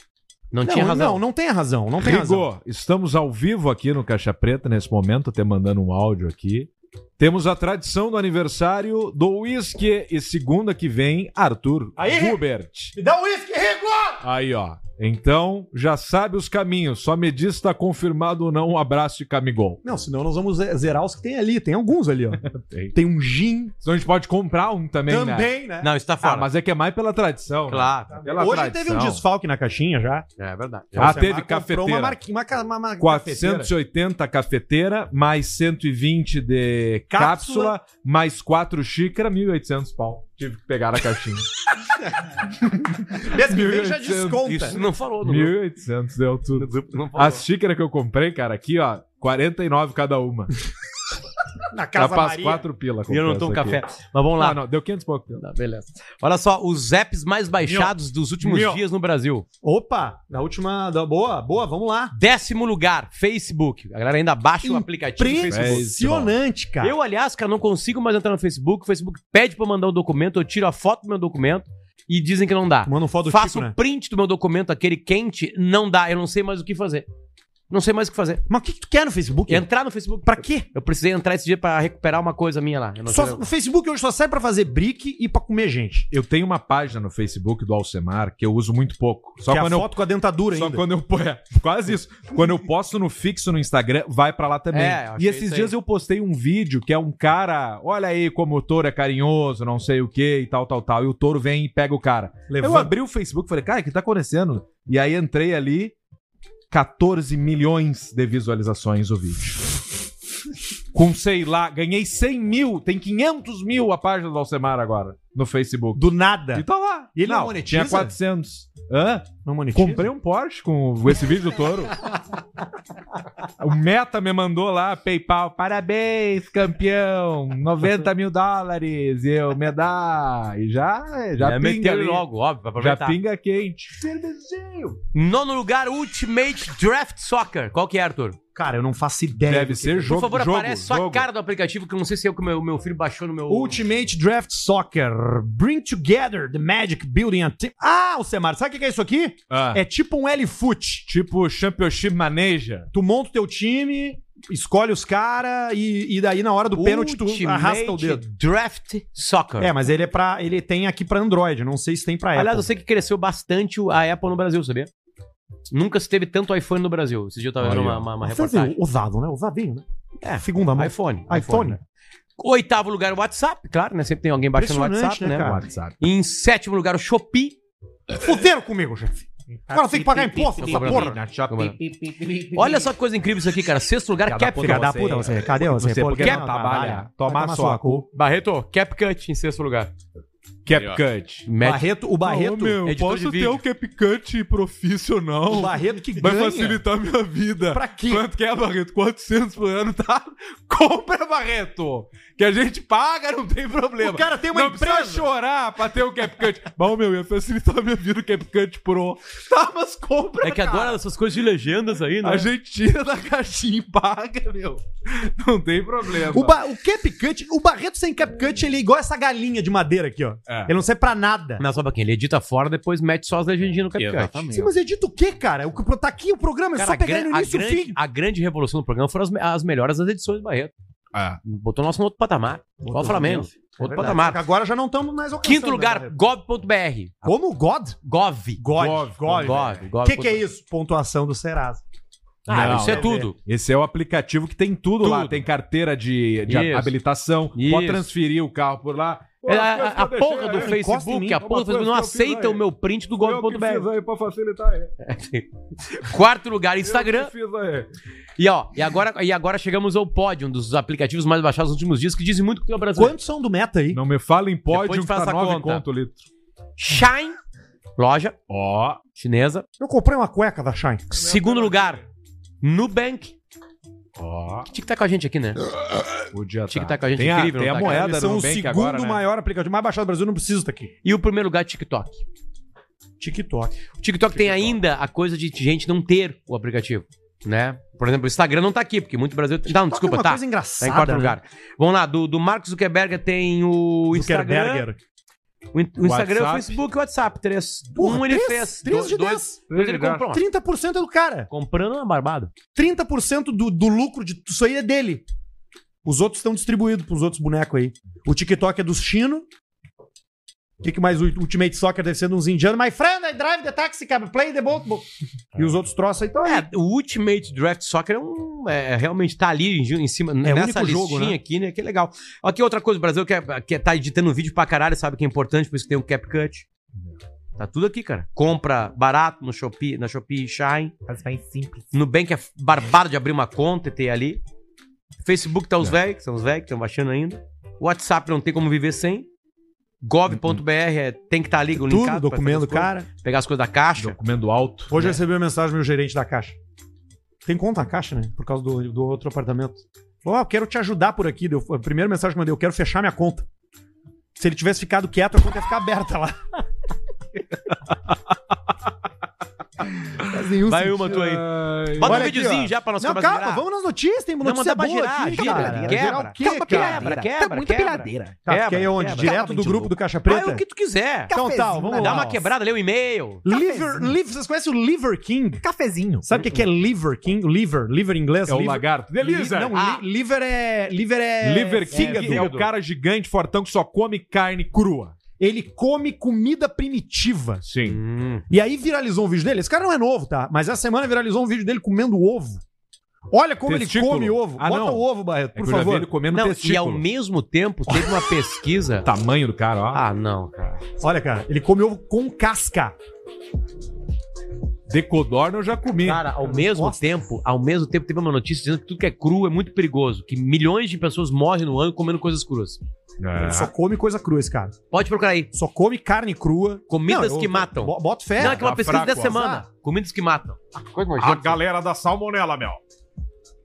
[SPEAKER 3] Não, tinha razão.
[SPEAKER 1] não, não tem razão, não tem razão.
[SPEAKER 2] Rigo, estamos ao vivo aqui no Caixa Preta nesse momento, até mandando um áudio aqui. Temos a tradição do aniversário do Whisky e segunda que vem, Arthur
[SPEAKER 1] Aí, Rigo.
[SPEAKER 2] Gubert.
[SPEAKER 1] Me dá um uísque, Rigo!
[SPEAKER 2] Aí, ó. Então, já sabe os caminhos. Só me diz se tá confirmado ou não um abraço de Camigol.
[SPEAKER 1] Não, senão nós vamos ze- zerar os que tem ali. Tem alguns ali, ó.
[SPEAKER 2] Tem.
[SPEAKER 1] Tem um gin
[SPEAKER 2] Senão a gente pode comprar um também, né?
[SPEAKER 1] né?
[SPEAKER 3] Não, isso tá
[SPEAKER 2] Ah,
[SPEAKER 3] fora.
[SPEAKER 2] mas é que é mais pela tradição. né?
[SPEAKER 3] Claro.
[SPEAKER 2] Pela
[SPEAKER 1] Hoje
[SPEAKER 2] tradição.
[SPEAKER 1] teve um desfalque na caixinha já.
[SPEAKER 3] É verdade.
[SPEAKER 2] Ah,
[SPEAKER 1] Você
[SPEAKER 2] teve
[SPEAKER 1] marca-
[SPEAKER 2] cafeteira.
[SPEAKER 1] comprou Uma marqui- uma ca- uma- uma
[SPEAKER 2] 480 cafeteira, mais 120 de
[SPEAKER 1] Cápsula.
[SPEAKER 2] cápsula, mais 4 xícara, 1.800 pau. Tive que pegar a caixinha.
[SPEAKER 1] cafeteira. Mês que vem já
[SPEAKER 2] 1.800.
[SPEAKER 1] desconta.
[SPEAKER 3] Isso não falou, não.
[SPEAKER 2] 1.800 deu tudo.
[SPEAKER 3] Não falou.
[SPEAKER 2] é As xícaras que eu comprei, cara, aqui, ó, 49 cada uma.
[SPEAKER 1] Na Casa
[SPEAKER 2] Capaz
[SPEAKER 1] Maria.
[SPEAKER 2] 4 pila.
[SPEAKER 3] E eu não
[SPEAKER 2] comprei
[SPEAKER 3] tomo
[SPEAKER 2] essa aqui.
[SPEAKER 3] café. Mas vamos lá.
[SPEAKER 2] Não, não, deu 500 e pouco.
[SPEAKER 3] Tá, beleza. Olha só, os apps mais baixados dos últimos
[SPEAKER 2] Meu.
[SPEAKER 3] dias no Brasil.
[SPEAKER 1] Opa, da última... Da... Boa, boa, vamos lá.
[SPEAKER 3] Décimo lugar, Facebook. A galera ainda baixa o aplicativo do
[SPEAKER 2] É
[SPEAKER 3] Facebook.
[SPEAKER 1] Impressionante, cara.
[SPEAKER 3] Eu, aliás, cara, não consigo mais entrar no Facebook. O Facebook pede pra eu mandar um documento, eu tiro a foto do meu documento e dizem que não dá.
[SPEAKER 1] Manda um foto do
[SPEAKER 3] Faço
[SPEAKER 1] Chico,
[SPEAKER 3] um
[SPEAKER 1] né?
[SPEAKER 3] print do meu documento, aquele quente, não dá. Eu não sei mais o que fazer. Não sei mais o que fazer.
[SPEAKER 1] Mas o que, que tu quer no Facebook?
[SPEAKER 3] Entrar no Facebook.
[SPEAKER 1] Pra quê?
[SPEAKER 3] Eu precisei entrar esse dia pra recuperar uma coisa minha lá. Eu não
[SPEAKER 1] Só-
[SPEAKER 3] sei-
[SPEAKER 1] o Facebook hoje só serve pra fazer brick e pra comer gente.
[SPEAKER 2] Eu tenho uma página no Facebook do Alcemar que eu uso muito pouco. Só
[SPEAKER 1] que é a
[SPEAKER 2] quando eu
[SPEAKER 1] foto com a dentadura
[SPEAKER 2] Só
[SPEAKER 1] ainda.
[SPEAKER 2] quando eu. É, quase isso. Quando eu posto no fixo no Instagram, vai pra lá também.
[SPEAKER 3] É, eu achei
[SPEAKER 2] e
[SPEAKER 3] isso
[SPEAKER 2] esses
[SPEAKER 3] aí.
[SPEAKER 2] dias eu postei um vídeo que é um cara. Olha aí como o touro é carinhoso, não sei o que e tal, tal, tal. E o touro vem e pega o cara. Eu
[SPEAKER 1] Levanta.
[SPEAKER 2] abri o Facebook e falei, cara, o que tá acontecendo? E aí entrei ali. 14 milhões de visualizações o vídeo. Com, sei lá, ganhei 100 mil, tem 500 mil a página do Alcemar agora, no Facebook.
[SPEAKER 1] Do nada.
[SPEAKER 3] É.
[SPEAKER 2] E tá lá.
[SPEAKER 1] E ele não monetiza?
[SPEAKER 2] Tinha 400. Hã?
[SPEAKER 1] Não monetiza?
[SPEAKER 2] Comprei um Porsche com esse vídeo do touro. o Meta me mandou lá, PayPal, parabéns, campeão, 90 mil dólares, e eu me dá. E já, já
[SPEAKER 3] É,
[SPEAKER 2] pinga
[SPEAKER 3] meteu
[SPEAKER 2] ali,
[SPEAKER 3] logo, óbvio, pra
[SPEAKER 2] Já
[SPEAKER 3] aproveitar.
[SPEAKER 2] pinga quente.
[SPEAKER 3] Nono lugar, Ultimate Draft Soccer. Qual que é, Arthur?
[SPEAKER 1] Cara, eu não faço ideia.
[SPEAKER 2] Deve
[SPEAKER 1] do que
[SPEAKER 2] ser
[SPEAKER 1] que-
[SPEAKER 2] jogo.
[SPEAKER 3] É. Por favor,
[SPEAKER 2] jogo,
[SPEAKER 3] aparece só a
[SPEAKER 2] jogo.
[SPEAKER 3] cara do aplicativo, que eu não sei se é o que meu, meu filho baixou no meu.
[SPEAKER 1] Ultimate Draft Soccer. Bring together the magic building a team. Ah, o Semar, sabe o que que é isso aqui?
[SPEAKER 2] Ah,
[SPEAKER 1] É tipo um L-Foot.
[SPEAKER 2] Tipo Championship Manager.
[SPEAKER 1] Tu monta o teu time, escolhe os caras e, e daí na hora do pênalti tu
[SPEAKER 3] Ultimate
[SPEAKER 1] arrasta o dedo.
[SPEAKER 3] Draft Soccer.
[SPEAKER 1] É, mas ele é para ele tem aqui pra Android, não sei se tem pra
[SPEAKER 3] Aliás, eu
[SPEAKER 1] Apple.
[SPEAKER 3] sei que cresceu bastante a Apple no Brasil, sabia? Nunca se teve tanto iPhone no Brasil. Esse dia eu tava
[SPEAKER 2] Olha
[SPEAKER 3] vendo
[SPEAKER 2] aí,
[SPEAKER 3] uma,
[SPEAKER 2] ó.
[SPEAKER 3] uma, uma
[SPEAKER 1] Você viu?
[SPEAKER 3] reportagem.
[SPEAKER 1] Usado, né? Usadinho, né? É, segunda mão.
[SPEAKER 3] iPhone.
[SPEAKER 1] iPhone.
[SPEAKER 3] né? Oitavo lugar, o WhatsApp, claro, né? Sempre tem alguém baixando o
[SPEAKER 1] Impressionante,
[SPEAKER 3] WhatsApp,
[SPEAKER 1] né,
[SPEAKER 3] né?
[SPEAKER 1] cara?
[SPEAKER 2] WhatsApp.
[SPEAKER 3] Em sétimo lugar, o Shopee.
[SPEAKER 1] Fuderam comigo, chefe.
[SPEAKER 4] Tá
[SPEAKER 1] Agora tem que pagar imposto essa porra.
[SPEAKER 3] Olha só que coisa incrível isso aqui, cara. Sexto lugar,
[SPEAKER 2] Filha da
[SPEAKER 1] Filha
[SPEAKER 3] CapCut.
[SPEAKER 1] da puta, você. Cadê você?
[SPEAKER 2] Você
[SPEAKER 1] Por
[SPEAKER 2] porque
[SPEAKER 1] que
[SPEAKER 2] não trabalha? Tomar sua cu.
[SPEAKER 3] Barreto, CapCut em sexto lugar.
[SPEAKER 2] CapCut.
[SPEAKER 3] Mete
[SPEAKER 1] Barreto, o Barreto,
[SPEAKER 3] editor de vídeo.
[SPEAKER 2] CapCut
[SPEAKER 1] o
[SPEAKER 2] profissional.
[SPEAKER 1] Barreto que ganha.
[SPEAKER 2] minha vida.
[SPEAKER 1] Pra quê?
[SPEAKER 2] Quanto que é, Barreto? 400 por ano, tá? Compra, Barreto! Que a gente paga, não tem problema.
[SPEAKER 1] O cara tem uma
[SPEAKER 2] não
[SPEAKER 1] empresa.
[SPEAKER 2] precisa chorar pra ter o CapCut. Bom, meu, ia facilitar a minha vida o CapCut Pro. Tá, mas compra,
[SPEAKER 3] É que
[SPEAKER 2] cara.
[SPEAKER 3] adora essas coisas de legendas aí, né?
[SPEAKER 2] A gente tira da caixinha e paga, meu. Não tem problema.
[SPEAKER 1] O, ba... o CapCut, o Barreto sem CapCut, ele é igual essa galinha de madeira aqui, ó.
[SPEAKER 2] É.
[SPEAKER 1] Ele não serve pra nada.
[SPEAKER 3] Não, só pra quem? Ele edita fora, depois mete só as legendinhas no CapCut.
[SPEAKER 1] Sim, mas edita o quê, cara? O que tá aqui o programa, é
[SPEAKER 3] Cara,
[SPEAKER 1] só
[SPEAKER 3] a,
[SPEAKER 1] pegar
[SPEAKER 3] gran-
[SPEAKER 1] ele no
[SPEAKER 3] a
[SPEAKER 1] início e o
[SPEAKER 3] grande,
[SPEAKER 1] fim.
[SPEAKER 3] a grande revolução do programa foram as, me- as melhores das edições do Barreto.
[SPEAKER 2] Ah.
[SPEAKER 3] Botou nosso no outro patamar. Igual o Flamengo. Outro
[SPEAKER 1] É Verdade.
[SPEAKER 3] patamar.
[SPEAKER 1] Agora já não estamos mais alcançando.
[SPEAKER 3] Quinto lugar,
[SPEAKER 1] né,
[SPEAKER 3] gov.br.
[SPEAKER 1] Barreto? Como? God?
[SPEAKER 3] Gov.
[SPEAKER 1] God.
[SPEAKER 3] Gov.
[SPEAKER 1] O
[SPEAKER 3] Gov.
[SPEAKER 1] que, que é isso? Pontuação do Serasa.
[SPEAKER 3] Ah,
[SPEAKER 2] Não,
[SPEAKER 3] isso é
[SPEAKER 1] não.
[SPEAKER 3] tudo.
[SPEAKER 2] Esse é o aplicativo que tem tudo, lá.
[SPEAKER 3] Tudo.
[SPEAKER 2] Tem carteira de, de
[SPEAKER 3] Isso.
[SPEAKER 2] habilitação,
[SPEAKER 3] Isso.
[SPEAKER 2] pode transferir o carro por lá.
[SPEAKER 3] É a, a- a porra do
[SPEAKER 1] né? encosta em mim, né?
[SPEAKER 3] Facebook, a porra do
[SPEAKER 2] toma
[SPEAKER 3] Facebook não
[SPEAKER 2] coisa que eu fiz
[SPEAKER 3] aceita
[SPEAKER 2] aí.
[SPEAKER 3] o meu print do
[SPEAKER 2] Eu que
[SPEAKER 3] gov.br.
[SPEAKER 2] fiz aí pra facilitar aí.
[SPEAKER 3] Quarto lugar, Instagram.
[SPEAKER 2] Eu que fiz aí.
[SPEAKER 3] E ó, e agora, e agora chegamos ao pódio, um dos aplicativos mais baixados nos últimos dias, que dizem muito que tem o Brasil.
[SPEAKER 1] Quantos são do meta aí?
[SPEAKER 2] Não me fala em
[SPEAKER 3] Depois
[SPEAKER 2] pódio que
[SPEAKER 3] faz
[SPEAKER 2] tá
[SPEAKER 3] a
[SPEAKER 2] 9
[SPEAKER 3] conta.
[SPEAKER 2] conto o litro.
[SPEAKER 3] Shine, loja
[SPEAKER 2] Ó,
[SPEAKER 3] chinesa.
[SPEAKER 1] Eu comprei uma cueca da Shine.
[SPEAKER 3] Segundo lugar, Nubank.
[SPEAKER 2] ó.
[SPEAKER 3] Tinha que tá com a gente aqui, né?
[SPEAKER 2] Podia
[SPEAKER 3] Tinha que
[SPEAKER 2] tá.
[SPEAKER 3] tá com a gente
[SPEAKER 2] Tem a,
[SPEAKER 3] incrível,
[SPEAKER 2] tem
[SPEAKER 3] não
[SPEAKER 2] a
[SPEAKER 3] tá, cara?
[SPEAKER 2] moeda
[SPEAKER 1] são
[SPEAKER 2] no
[SPEAKER 1] o
[SPEAKER 2] Nubank
[SPEAKER 1] segundo
[SPEAKER 2] agora, né?
[SPEAKER 1] maior aplicativo, mais baixado do Brasil, não precisa estar aqui.
[SPEAKER 3] E o primeiro lugar, TikTok. O
[SPEAKER 1] TikTok.
[SPEAKER 3] TikTok, tem ainda a coisa de gente não ter o aplicativo, né? Por exemplo, o Instagram não tá aqui, porque muito Brasil... Não,
[SPEAKER 1] é
[SPEAKER 3] desculpa,
[SPEAKER 1] uma
[SPEAKER 3] tá.
[SPEAKER 1] coisa engraçada.
[SPEAKER 3] Tá em quarto
[SPEAKER 1] né?
[SPEAKER 3] lugar. Vamos lá, do, do Mark Zuckerberg tem o Instagram,
[SPEAKER 1] Zuckerberger.
[SPEAKER 3] o, in- o Instagram, o
[SPEAKER 2] WhatsApp.
[SPEAKER 3] Facebook e o WhatsApp. Três.
[SPEAKER 1] Porra,
[SPEAKER 3] um ele
[SPEAKER 1] três-
[SPEAKER 3] fez.
[SPEAKER 1] três
[SPEAKER 3] do-
[SPEAKER 1] de
[SPEAKER 3] dois,
[SPEAKER 1] 10.
[SPEAKER 3] dois ele comprou. uma.
[SPEAKER 1] 30% é do cara.
[SPEAKER 3] Comprando uma barbada.
[SPEAKER 1] 30% do, do lucro de isso aí é dele. Os outros estão distribuídos pros outros bonecos aí. O TikTok é dos chinos. O que, que mais? O Ultimate Soccer deve ser de uns indianos. My friend, I drive the taxi cab, play the boat. boat. E os outros troços aí estão aí.
[SPEAKER 3] É, o Ultimate Draft Soccer é um. é, realmente tá ali em, em cima,
[SPEAKER 1] o
[SPEAKER 3] nessa
[SPEAKER 1] único jogo,
[SPEAKER 3] listinha
[SPEAKER 1] né?
[SPEAKER 3] aqui, né? Que é legal. Aqui outra coisa, o Brasil que, é- que tá editando vídeo pra caralho, sabe que é importante, por isso que tem o CapCut. Tá tudo aqui, cara. Compra barato no Shopee, na Shopee Shine.
[SPEAKER 4] Mas vai simples.
[SPEAKER 3] Nubank é barbado de abrir uma conta e ter ali. Facebook tá os velhos, que são os velhos que estão baixando ainda. WhatsApp não tem como viver sem. Gov.br é- tem que estar tá ali,
[SPEAKER 1] Tudo,
[SPEAKER 3] linkado pra fazer
[SPEAKER 1] documento,
[SPEAKER 3] as coisas.
[SPEAKER 1] cara.
[SPEAKER 3] Pegar as coisas da caixa.
[SPEAKER 2] Documento alto.
[SPEAKER 3] Né?
[SPEAKER 1] Hoje eu recebi uma mensagem do meu gerente da Caixa. Tem conta na Caixa, né? Por causa do, do outro apartamento. Falou, ó, eu quero te ajudar por aqui. Deu, a primeira mensagem que eu mandei, eu quero fechar minha conta. Se ele tivesse ficado quieto, a conta ia ficar aberta lá. Faz nenhum
[SPEAKER 3] Vai
[SPEAKER 1] sentido.
[SPEAKER 3] uma tua aí.
[SPEAKER 2] Ai,
[SPEAKER 3] Bota um
[SPEAKER 1] Olha aqui,
[SPEAKER 3] videozinho
[SPEAKER 1] ó.
[SPEAKER 3] já pra nós
[SPEAKER 1] Não, calma, vamos nas notícias. Tem
[SPEAKER 3] Não,
[SPEAKER 1] notícia
[SPEAKER 3] mandar pra
[SPEAKER 1] boa
[SPEAKER 3] girar,
[SPEAKER 1] aqui,
[SPEAKER 3] gira,
[SPEAKER 1] cara.
[SPEAKER 3] quebra,
[SPEAKER 1] Girar o quê, cara?
[SPEAKER 3] calma, quebra,
[SPEAKER 4] Tá
[SPEAKER 3] quebra,
[SPEAKER 4] muito
[SPEAKER 3] quebra.
[SPEAKER 4] piradeira.
[SPEAKER 1] Tá, fica aí
[SPEAKER 3] Quebra,
[SPEAKER 1] onde?
[SPEAKER 3] quebra.
[SPEAKER 1] Direto do grupo do Caixa Preta?
[SPEAKER 3] Ah, é o que tu quiser.
[SPEAKER 1] Então tá,
[SPEAKER 4] Cafezinho,
[SPEAKER 1] vamos
[SPEAKER 4] né?
[SPEAKER 1] lá.
[SPEAKER 3] Dá uma quebrada, lê o e-mail.
[SPEAKER 1] Liver, liver, vocês conhecem o Liver King?
[SPEAKER 4] Cafezinho.
[SPEAKER 1] Sabe o que que é Liver King? Liver, liver em inglês?
[SPEAKER 2] É o
[SPEAKER 1] liver.
[SPEAKER 2] lagarto. Delícia!
[SPEAKER 1] Não,
[SPEAKER 3] Ah.
[SPEAKER 1] li- liver é. Liver é.
[SPEAKER 2] Liver King
[SPEAKER 1] fígado.
[SPEAKER 2] é, o cara gigante, fortão, que só come carne crua.
[SPEAKER 1] Ele come comida primitiva.
[SPEAKER 2] Sim.
[SPEAKER 3] Hum.
[SPEAKER 1] E aí viralizou um vídeo dele. Esse cara não é novo, tá? Mas essa semana viralizou um vídeo dele comendo ovo. Olha como
[SPEAKER 2] Testículo.
[SPEAKER 1] ele come ovo.
[SPEAKER 2] Ah,
[SPEAKER 1] Bota
[SPEAKER 2] não.
[SPEAKER 1] o ovo, Barreto,
[SPEAKER 2] É
[SPEAKER 1] por
[SPEAKER 2] que eu já vi
[SPEAKER 1] favor.
[SPEAKER 2] ele comendo
[SPEAKER 3] Não, e ao
[SPEAKER 2] testículo.
[SPEAKER 3] mesmo tempo teve uma pesquisa.
[SPEAKER 2] O tamanho do cara, ó.
[SPEAKER 3] Ah, não, cara.
[SPEAKER 1] Olha, cara, ele come ovo com casca.
[SPEAKER 2] Decodorno eu já comi.
[SPEAKER 3] Cara, ao mesmo
[SPEAKER 1] Nossa.
[SPEAKER 3] tempo, ao mesmo tempo teve uma notícia dizendo que tudo que é cru é muito perigoso, que milhões de pessoas morrem no ano comendo coisas cruas.
[SPEAKER 1] Ele
[SPEAKER 2] É.
[SPEAKER 1] só come coisa crua, esse cara.
[SPEAKER 3] Pode procurar aí.
[SPEAKER 1] Só come carne crua.
[SPEAKER 3] Comidas
[SPEAKER 1] Não, eu-
[SPEAKER 3] que matam.
[SPEAKER 1] Bo- Bota fé.
[SPEAKER 3] não, é que uma
[SPEAKER 2] tá
[SPEAKER 3] pesquisa
[SPEAKER 2] fraco,
[SPEAKER 3] dessa
[SPEAKER 2] ó.
[SPEAKER 3] semana. Comidas que matam. Coisa
[SPEAKER 5] A
[SPEAKER 3] nojenta.
[SPEAKER 5] galera da salmonela, meu.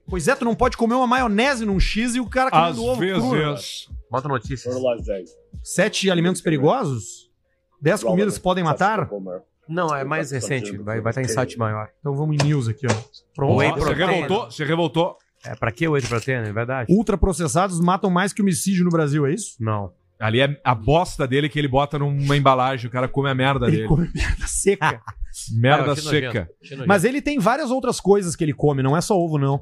[SPEAKER 1] Pois é, tu não pode comer uma maionese num X e o cara
[SPEAKER 2] Às
[SPEAKER 1] comendo ovo cru.
[SPEAKER 2] vezes.
[SPEAKER 3] Bota notícias.
[SPEAKER 1] Sete alimentos perigosos? Dez comidas que podem matar?
[SPEAKER 3] Não, é mais recente. Vai estar em site maior.
[SPEAKER 1] Então vamos em news aqui, ó. Pronto.
[SPEAKER 3] Whey
[SPEAKER 2] Ó, Você
[SPEAKER 3] protein.
[SPEAKER 2] revoltou? Você revoltou?
[SPEAKER 3] É pra que o whey protein? É verdade?
[SPEAKER 1] Ultraprocessados matam mais que homicídio no Brasil, é isso?
[SPEAKER 3] Não.
[SPEAKER 2] Ali é a bosta dele que ele bota numa embalagem, o cara come a merda
[SPEAKER 1] Ele
[SPEAKER 2] dele.
[SPEAKER 1] come merda seca.
[SPEAKER 2] Merda
[SPEAKER 3] Ah, eu achei
[SPEAKER 2] seca.
[SPEAKER 3] nojento. Achei nojento.
[SPEAKER 1] Mas ele tem várias outras coisas que ele come, não é só ovo, não.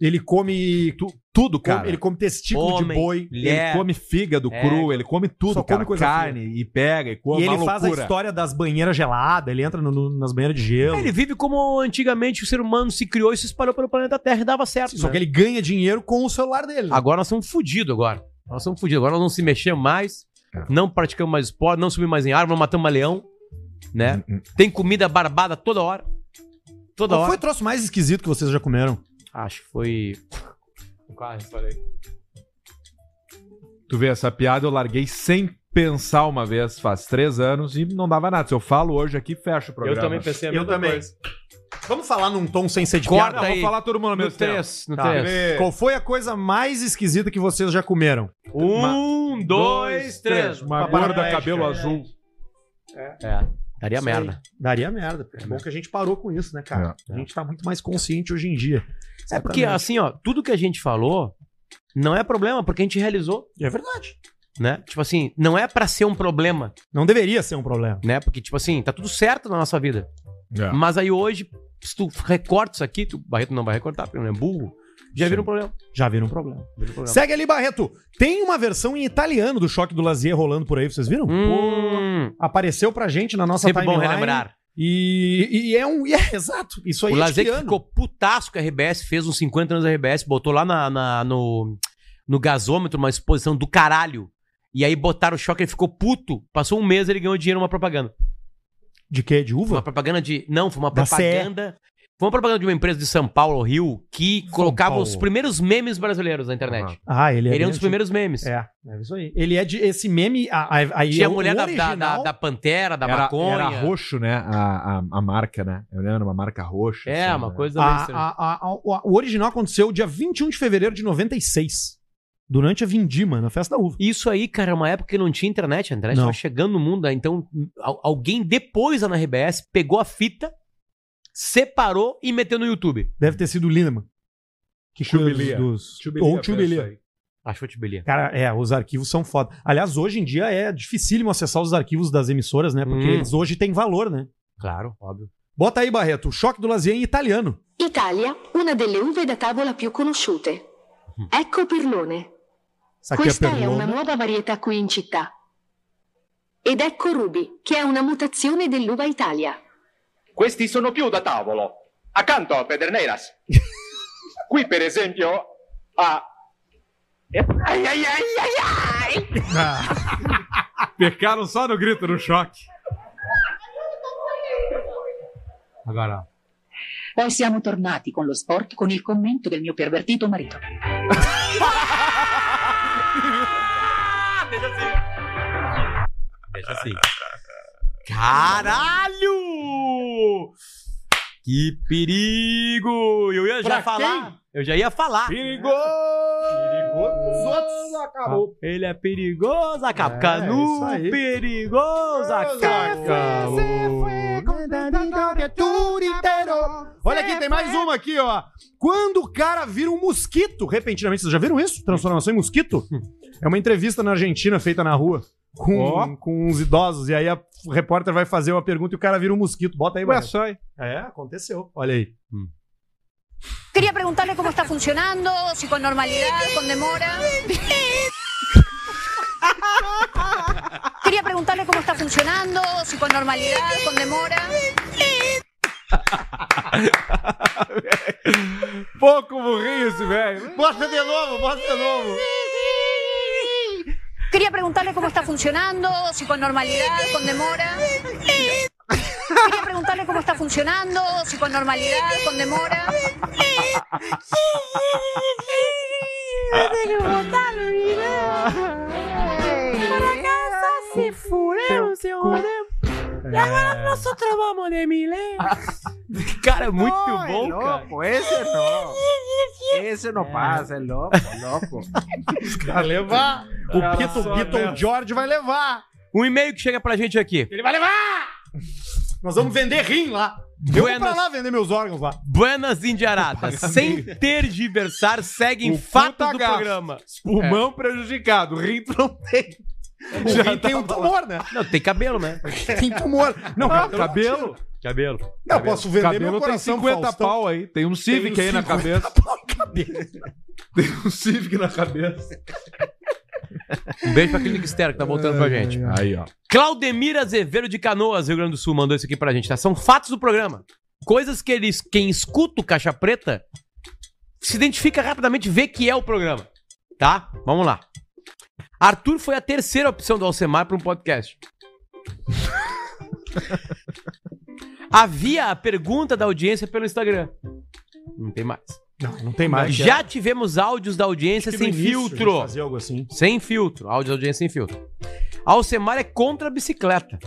[SPEAKER 1] Ele come.
[SPEAKER 2] Tu- tudo,
[SPEAKER 1] come-
[SPEAKER 2] cara.
[SPEAKER 1] ele come testículo de
[SPEAKER 3] Homem.
[SPEAKER 1] boi.
[SPEAKER 2] Ele
[SPEAKER 3] Mulher.
[SPEAKER 2] come fígado
[SPEAKER 3] É.
[SPEAKER 2] cru, ele come tudo,
[SPEAKER 1] Só come
[SPEAKER 2] cara.
[SPEAKER 1] coisa
[SPEAKER 2] carne e pega e come
[SPEAKER 1] e ele
[SPEAKER 2] uma
[SPEAKER 1] faz a
[SPEAKER 2] loucura.
[SPEAKER 1] história das banheiras geladas, ele entra no- no- nas banheiras de gelo.
[SPEAKER 3] É, Ele vive como antigamente o ser humano se criou e se espalhou pelo planeta Terra e dava certo.
[SPEAKER 1] Só
[SPEAKER 3] né?
[SPEAKER 1] que ele ganha dinheiro com o celular dele.
[SPEAKER 3] Agora nós somos fodidos agora. Nós somos fodidos. Agora nós não se mexemos mais,
[SPEAKER 1] É.
[SPEAKER 3] não praticamos mais esporte, não subimos mais em árvore, não matamos mais leão, né? Tem comida barbada toda hora. Toda
[SPEAKER 1] Hum, Qual
[SPEAKER 3] hora.
[SPEAKER 1] foi o troço mais esquisito que vocês já comeram?
[SPEAKER 3] Acho que foi... Quase, falei.
[SPEAKER 2] Tu vê, essa piada eu larguei sem pensar uma vez, faz três anos, e não dava nada. Se eu falo hoje aqui, fecha o programa.
[SPEAKER 3] pensei
[SPEAKER 1] Eu também. Vamos falar num tom sem ser de
[SPEAKER 3] Corta
[SPEAKER 1] piada?
[SPEAKER 2] Não, vou
[SPEAKER 3] Aí.
[SPEAKER 2] falar todo mundo ao
[SPEAKER 3] No
[SPEAKER 2] mesmo tempo.
[SPEAKER 3] 3, no
[SPEAKER 1] Tá.
[SPEAKER 3] 3.
[SPEAKER 1] Qual foi a coisa mais esquisita que vocês já comeram?
[SPEAKER 3] Um, dois, três.
[SPEAKER 2] Uma
[SPEAKER 1] Papai
[SPEAKER 2] gorda,
[SPEAKER 1] Noel,
[SPEAKER 2] cabelo
[SPEAKER 3] né?
[SPEAKER 1] cara.
[SPEAKER 2] azul.
[SPEAKER 3] É, daria
[SPEAKER 1] Isso
[SPEAKER 3] merda.
[SPEAKER 1] Daria merda. É bom que a gente parou com isso, né, cara? A gente tá muito mais consciente hoje em dia.
[SPEAKER 3] É porque, assim, ó, tudo que a gente falou não é problema, porque a gente realizou,
[SPEAKER 1] É verdade.
[SPEAKER 3] né? Tipo assim, não é pra ser um problema.
[SPEAKER 1] Não deveria ser um problema.
[SPEAKER 3] né? Porque, tipo assim, tá tudo certo na nossa vida.
[SPEAKER 2] É.
[SPEAKER 3] Mas aí hoje, se tu recorta isso aqui, tu, Barreto não vai recortar, porque não é burro, já vira um problema.
[SPEAKER 1] Já vira um problema.
[SPEAKER 3] Vira um problema.
[SPEAKER 1] Segue ali, Barreto. Tem uma versão em italiano do Choque do Lazier rolando por aí, vocês viram?
[SPEAKER 3] Hum,
[SPEAKER 1] Apareceu pra gente na nossa
[SPEAKER 3] sempre bom
[SPEAKER 1] timeline.
[SPEAKER 3] relembrar.
[SPEAKER 1] E, e é um. E é exato. Isso aí
[SPEAKER 3] O
[SPEAKER 1] é
[SPEAKER 3] Lazer que
[SPEAKER 1] italiano.
[SPEAKER 3] ficou putaço com a RBS, fez uns 50 anos da RBS, botou lá na, na- no, no gasômetro uma exposição do caralho. E aí botaram o choque, ele ficou puto. Passou um mês, ele ganhou dinheiro numa propaganda.
[SPEAKER 1] De quê? De
[SPEAKER 3] Foi uma
[SPEAKER 1] uva?
[SPEAKER 3] propaganda de. Não, foi uma
[SPEAKER 1] Da CE.
[SPEAKER 3] propaganda. Foi uma propaganda de uma empresa de São Paulo, Rio, que colocava os
[SPEAKER 1] Paulo.
[SPEAKER 3] primeiros memes brasileiros na internet.
[SPEAKER 2] Aham.
[SPEAKER 1] Ah,
[SPEAKER 3] Ele é
[SPEAKER 1] bem
[SPEAKER 3] um dos
[SPEAKER 1] antigo.
[SPEAKER 3] primeiros memes.
[SPEAKER 1] É, é isso aí. Ele é de. Esse meme. A, a, a,
[SPEAKER 3] Tinha a
[SPEAKER 1] o
[SPEAKER 3] mulher da, da,
[SPEAKER 1] original-
[SPEAKER 3] da, da Pantera, da
[SPEAKER 2] era,
[SPEAKER 3] maconha.
[SPEAKER 2] era roxo, né? A, a, a marca, né? Eu lembro, uma marca roxa.
[SPEAKER 3] É,
[SPEAKER 2] assim,
[SPEAKER 3] uma
[SPEAKER 2] né?
[SPEAKER 3] coisa meio
[SPEAKER 1] A-
[SPEAKER 3] estranha.
[SPEAKER 1] a- a- a- o- o original aconteceu dia 21 de fevereiro de 96. Durante a Vindima, na festa da uva.
[SPEAKER 3] Isso aí, cara, é uma época que não tinha internet, a internet
[SPEAKER 1] Não.
[SPEAKER 3] tava chegando no mundo. né? Então, al- alguém depois da RBS pegou a fita, separou e meteu no YouTube.
[SPEAKER 1] Deve ter sido o Lindemann. Que cuida
[SPEAKER 2] Chubilia.
[SPEAKER 1] Dos, dos,
[SPEAKER 2] Chubilia
[SPEAKER 1] ou
[SPEAKER 2] fez isso
[SPEAKER 1] Chubilia.
[SPEAKER 2] aí.
[SPEAKER 3] Achou te belia.
[SPEAKER 1] Cara, é, os arquivos são foda. Aliás, hoje em dia é dificílimo acessar os arquivos das emissoras, né? Porque
[SPEAKER 3] Hum.
[SPEAKER 1] eles hoje têm valor, né?
[SPEAKER 3] Claro, óbvio.
[SPEAKER 1] Bota aí, Barreto, o choque do Lazier em italiano.
[SPEAKER 6] Italia, una delle uve da tavola più conosciute.
[SPEAKER 1] Mm.
[SPEAKER 6] Ecco Pirlone.
[SPEAKER 1] Isso aqui é
[SPEAKER 6] Questa è una
[SPEAKER 1] perlona.
[SPEAKER 6] nuova varietà qui in città. Ed ecco Ruby, che è una mutazione dell'uva Italia.
[SPEAKER 7] Questi sono più da tavolo, accanto a Pederneiras. Qui, per esempio, a. Ai, ai, ai, ai, ai!
[SPEAKER 2] Ah. Pecaram só no grito, no choque.
[SPEAKER 3] Agora.
[SPEAKER 8] Poi siamo tornati con lo sport con il commento del mio pervertito marito.
[SPEAKER 3] Deixa assim. Caralho! Que perigo! Eu ia já
[SPEAKER 1] Pra
[SPEAKER 3] falar. Eu já ia falar.
[SPEAKER 1] Os outros acabou.
[SPEAKER 3] Ele é perigoso, acaba.
[SPEAKER 1] É, isso
[SPEAKER 3] Canu,
[SPEAKER 1] aí.
[SPEAKER 3] perigoso, acaba.
[SPEAKER 1] é Olha aqui, tem mais uma aqui, ó. Quando o cara vira um mosquito, repentinamente, vocês já viram isso? Transformação em mosquito? É uma entrevista na Argentina feita na rua com,
[SPEAKER 2] Ó.
[SPEAKER 1] com uns idosos. E aí a repórter vai fazer uma pergunta e o cara vira um mosquito. Bota aí,
[SPEAKER 2] Ué,
[SPEAKER 1] Barreto.
[SPEAKER 2] só aí.
[SPEAKER 1] É, aconteceu. Olha aí.
[SPEAKER 9] Quería preguntarle cómo está funcionando, si con normalidad, con demora. Quería preguntarle cómo está funcionando, si con normalidad, con demora.
[SPEAKER 2] Pô, como ri esse velho.
[SPEAKER 1] Bota de novo, bota de novo.
[SPEAKER 9] Quería preguntarle cómo está funcionando, si con normalidad, con demora. Quería preguntarle cómo está funcionando, si con normalidad, con demora.
[SPEAKER 3] Cara, é muito bom, cara.
[SPEAKER 1] Vai levar. O Pito, Pito, o George vai levar.
[SPEAKER 3] Um e-mail que chega pra gente aqui. Ele vai levar!
[SPEAKER 1] Nós vamos vender rim lá. Eu vou pra
[SPEAKER 3] Buenas-
[SPEAKER 1] lá vender meus órgãos lá.
[SPEAKER 3] Buenas Indiaradas, sem ter diversar, seguem
[SPEAKER 2] O cu
[SPEAKER 3] fatos
[SPEAKER 2] tá
[SPEAKER 3] do
[SPEAKER 2] gasto.
[SPEAKER 3] programa.
[SPEAKER 2] Pulmão prejudicado, rim não tem.
[SPEAKER 1] O rim tem um tumor, né?
[SPEAKER 3] Não, tem cabelo, né?
[SPEAKER 1] Tem tumor. Não,
[SPEAKER 2] Ah,
[SPEAKER 1] eu
[SPEAKER 2] cabelo?
[SPEAKER 3] Cabelo.
[SPEAKER 1] Não, eu posso vender meu
[SPEAKER 2] Cabelo tem
[SPEAKER 1] coração,
[SPEAKER 2] 50
[SPEAKER 1] Faustão.
[SPEAKER 2] pau aí. Tem um Civic
[SPEAKER 1] Tem
[SPEAKER 2] aí na
[SPEAKER 1] 50
[SPEAKER 2] cabeça.
[SPEAKER 1] pau no cabelo.
[SPEAKER 2] Tem um Civic na cabeça.
[SPEAKER 3] Um beijo pra Clínica Estera que tá voltando pra gente.
[SPEAKER 2] Aí, ó.
[SPEAKER 3] Claudemir Azevedo de Canoas, Rio Grande do Sul, mandou isso aqui pra gente, tá? São fatos do programa. Coisas que eles, quem escuta o Caixa Preta se identifica rapidamente, vê que é o programa. Tá? Vamos lá. Arthur foi a terceira opção do Alcemar para um podcast. Havia a pergunta da audiência pelo Instagram. Não tem mais.
[SPEAKER 1] Não, não tem mais. é.
[SPEAKER 3] Já tivemos áudios da audiência
[SPEAKER 1] Que no
[SPEAKER 3] sem
[SPEAKER 1] início a gente
[SPEAKER 3] filtro.
[SPEAKER 1] Fazia algo assim.
[SPEAKER 3] Sem filtro. Áudio da audiência sem filtro. Alcemar é contra a bicicleta.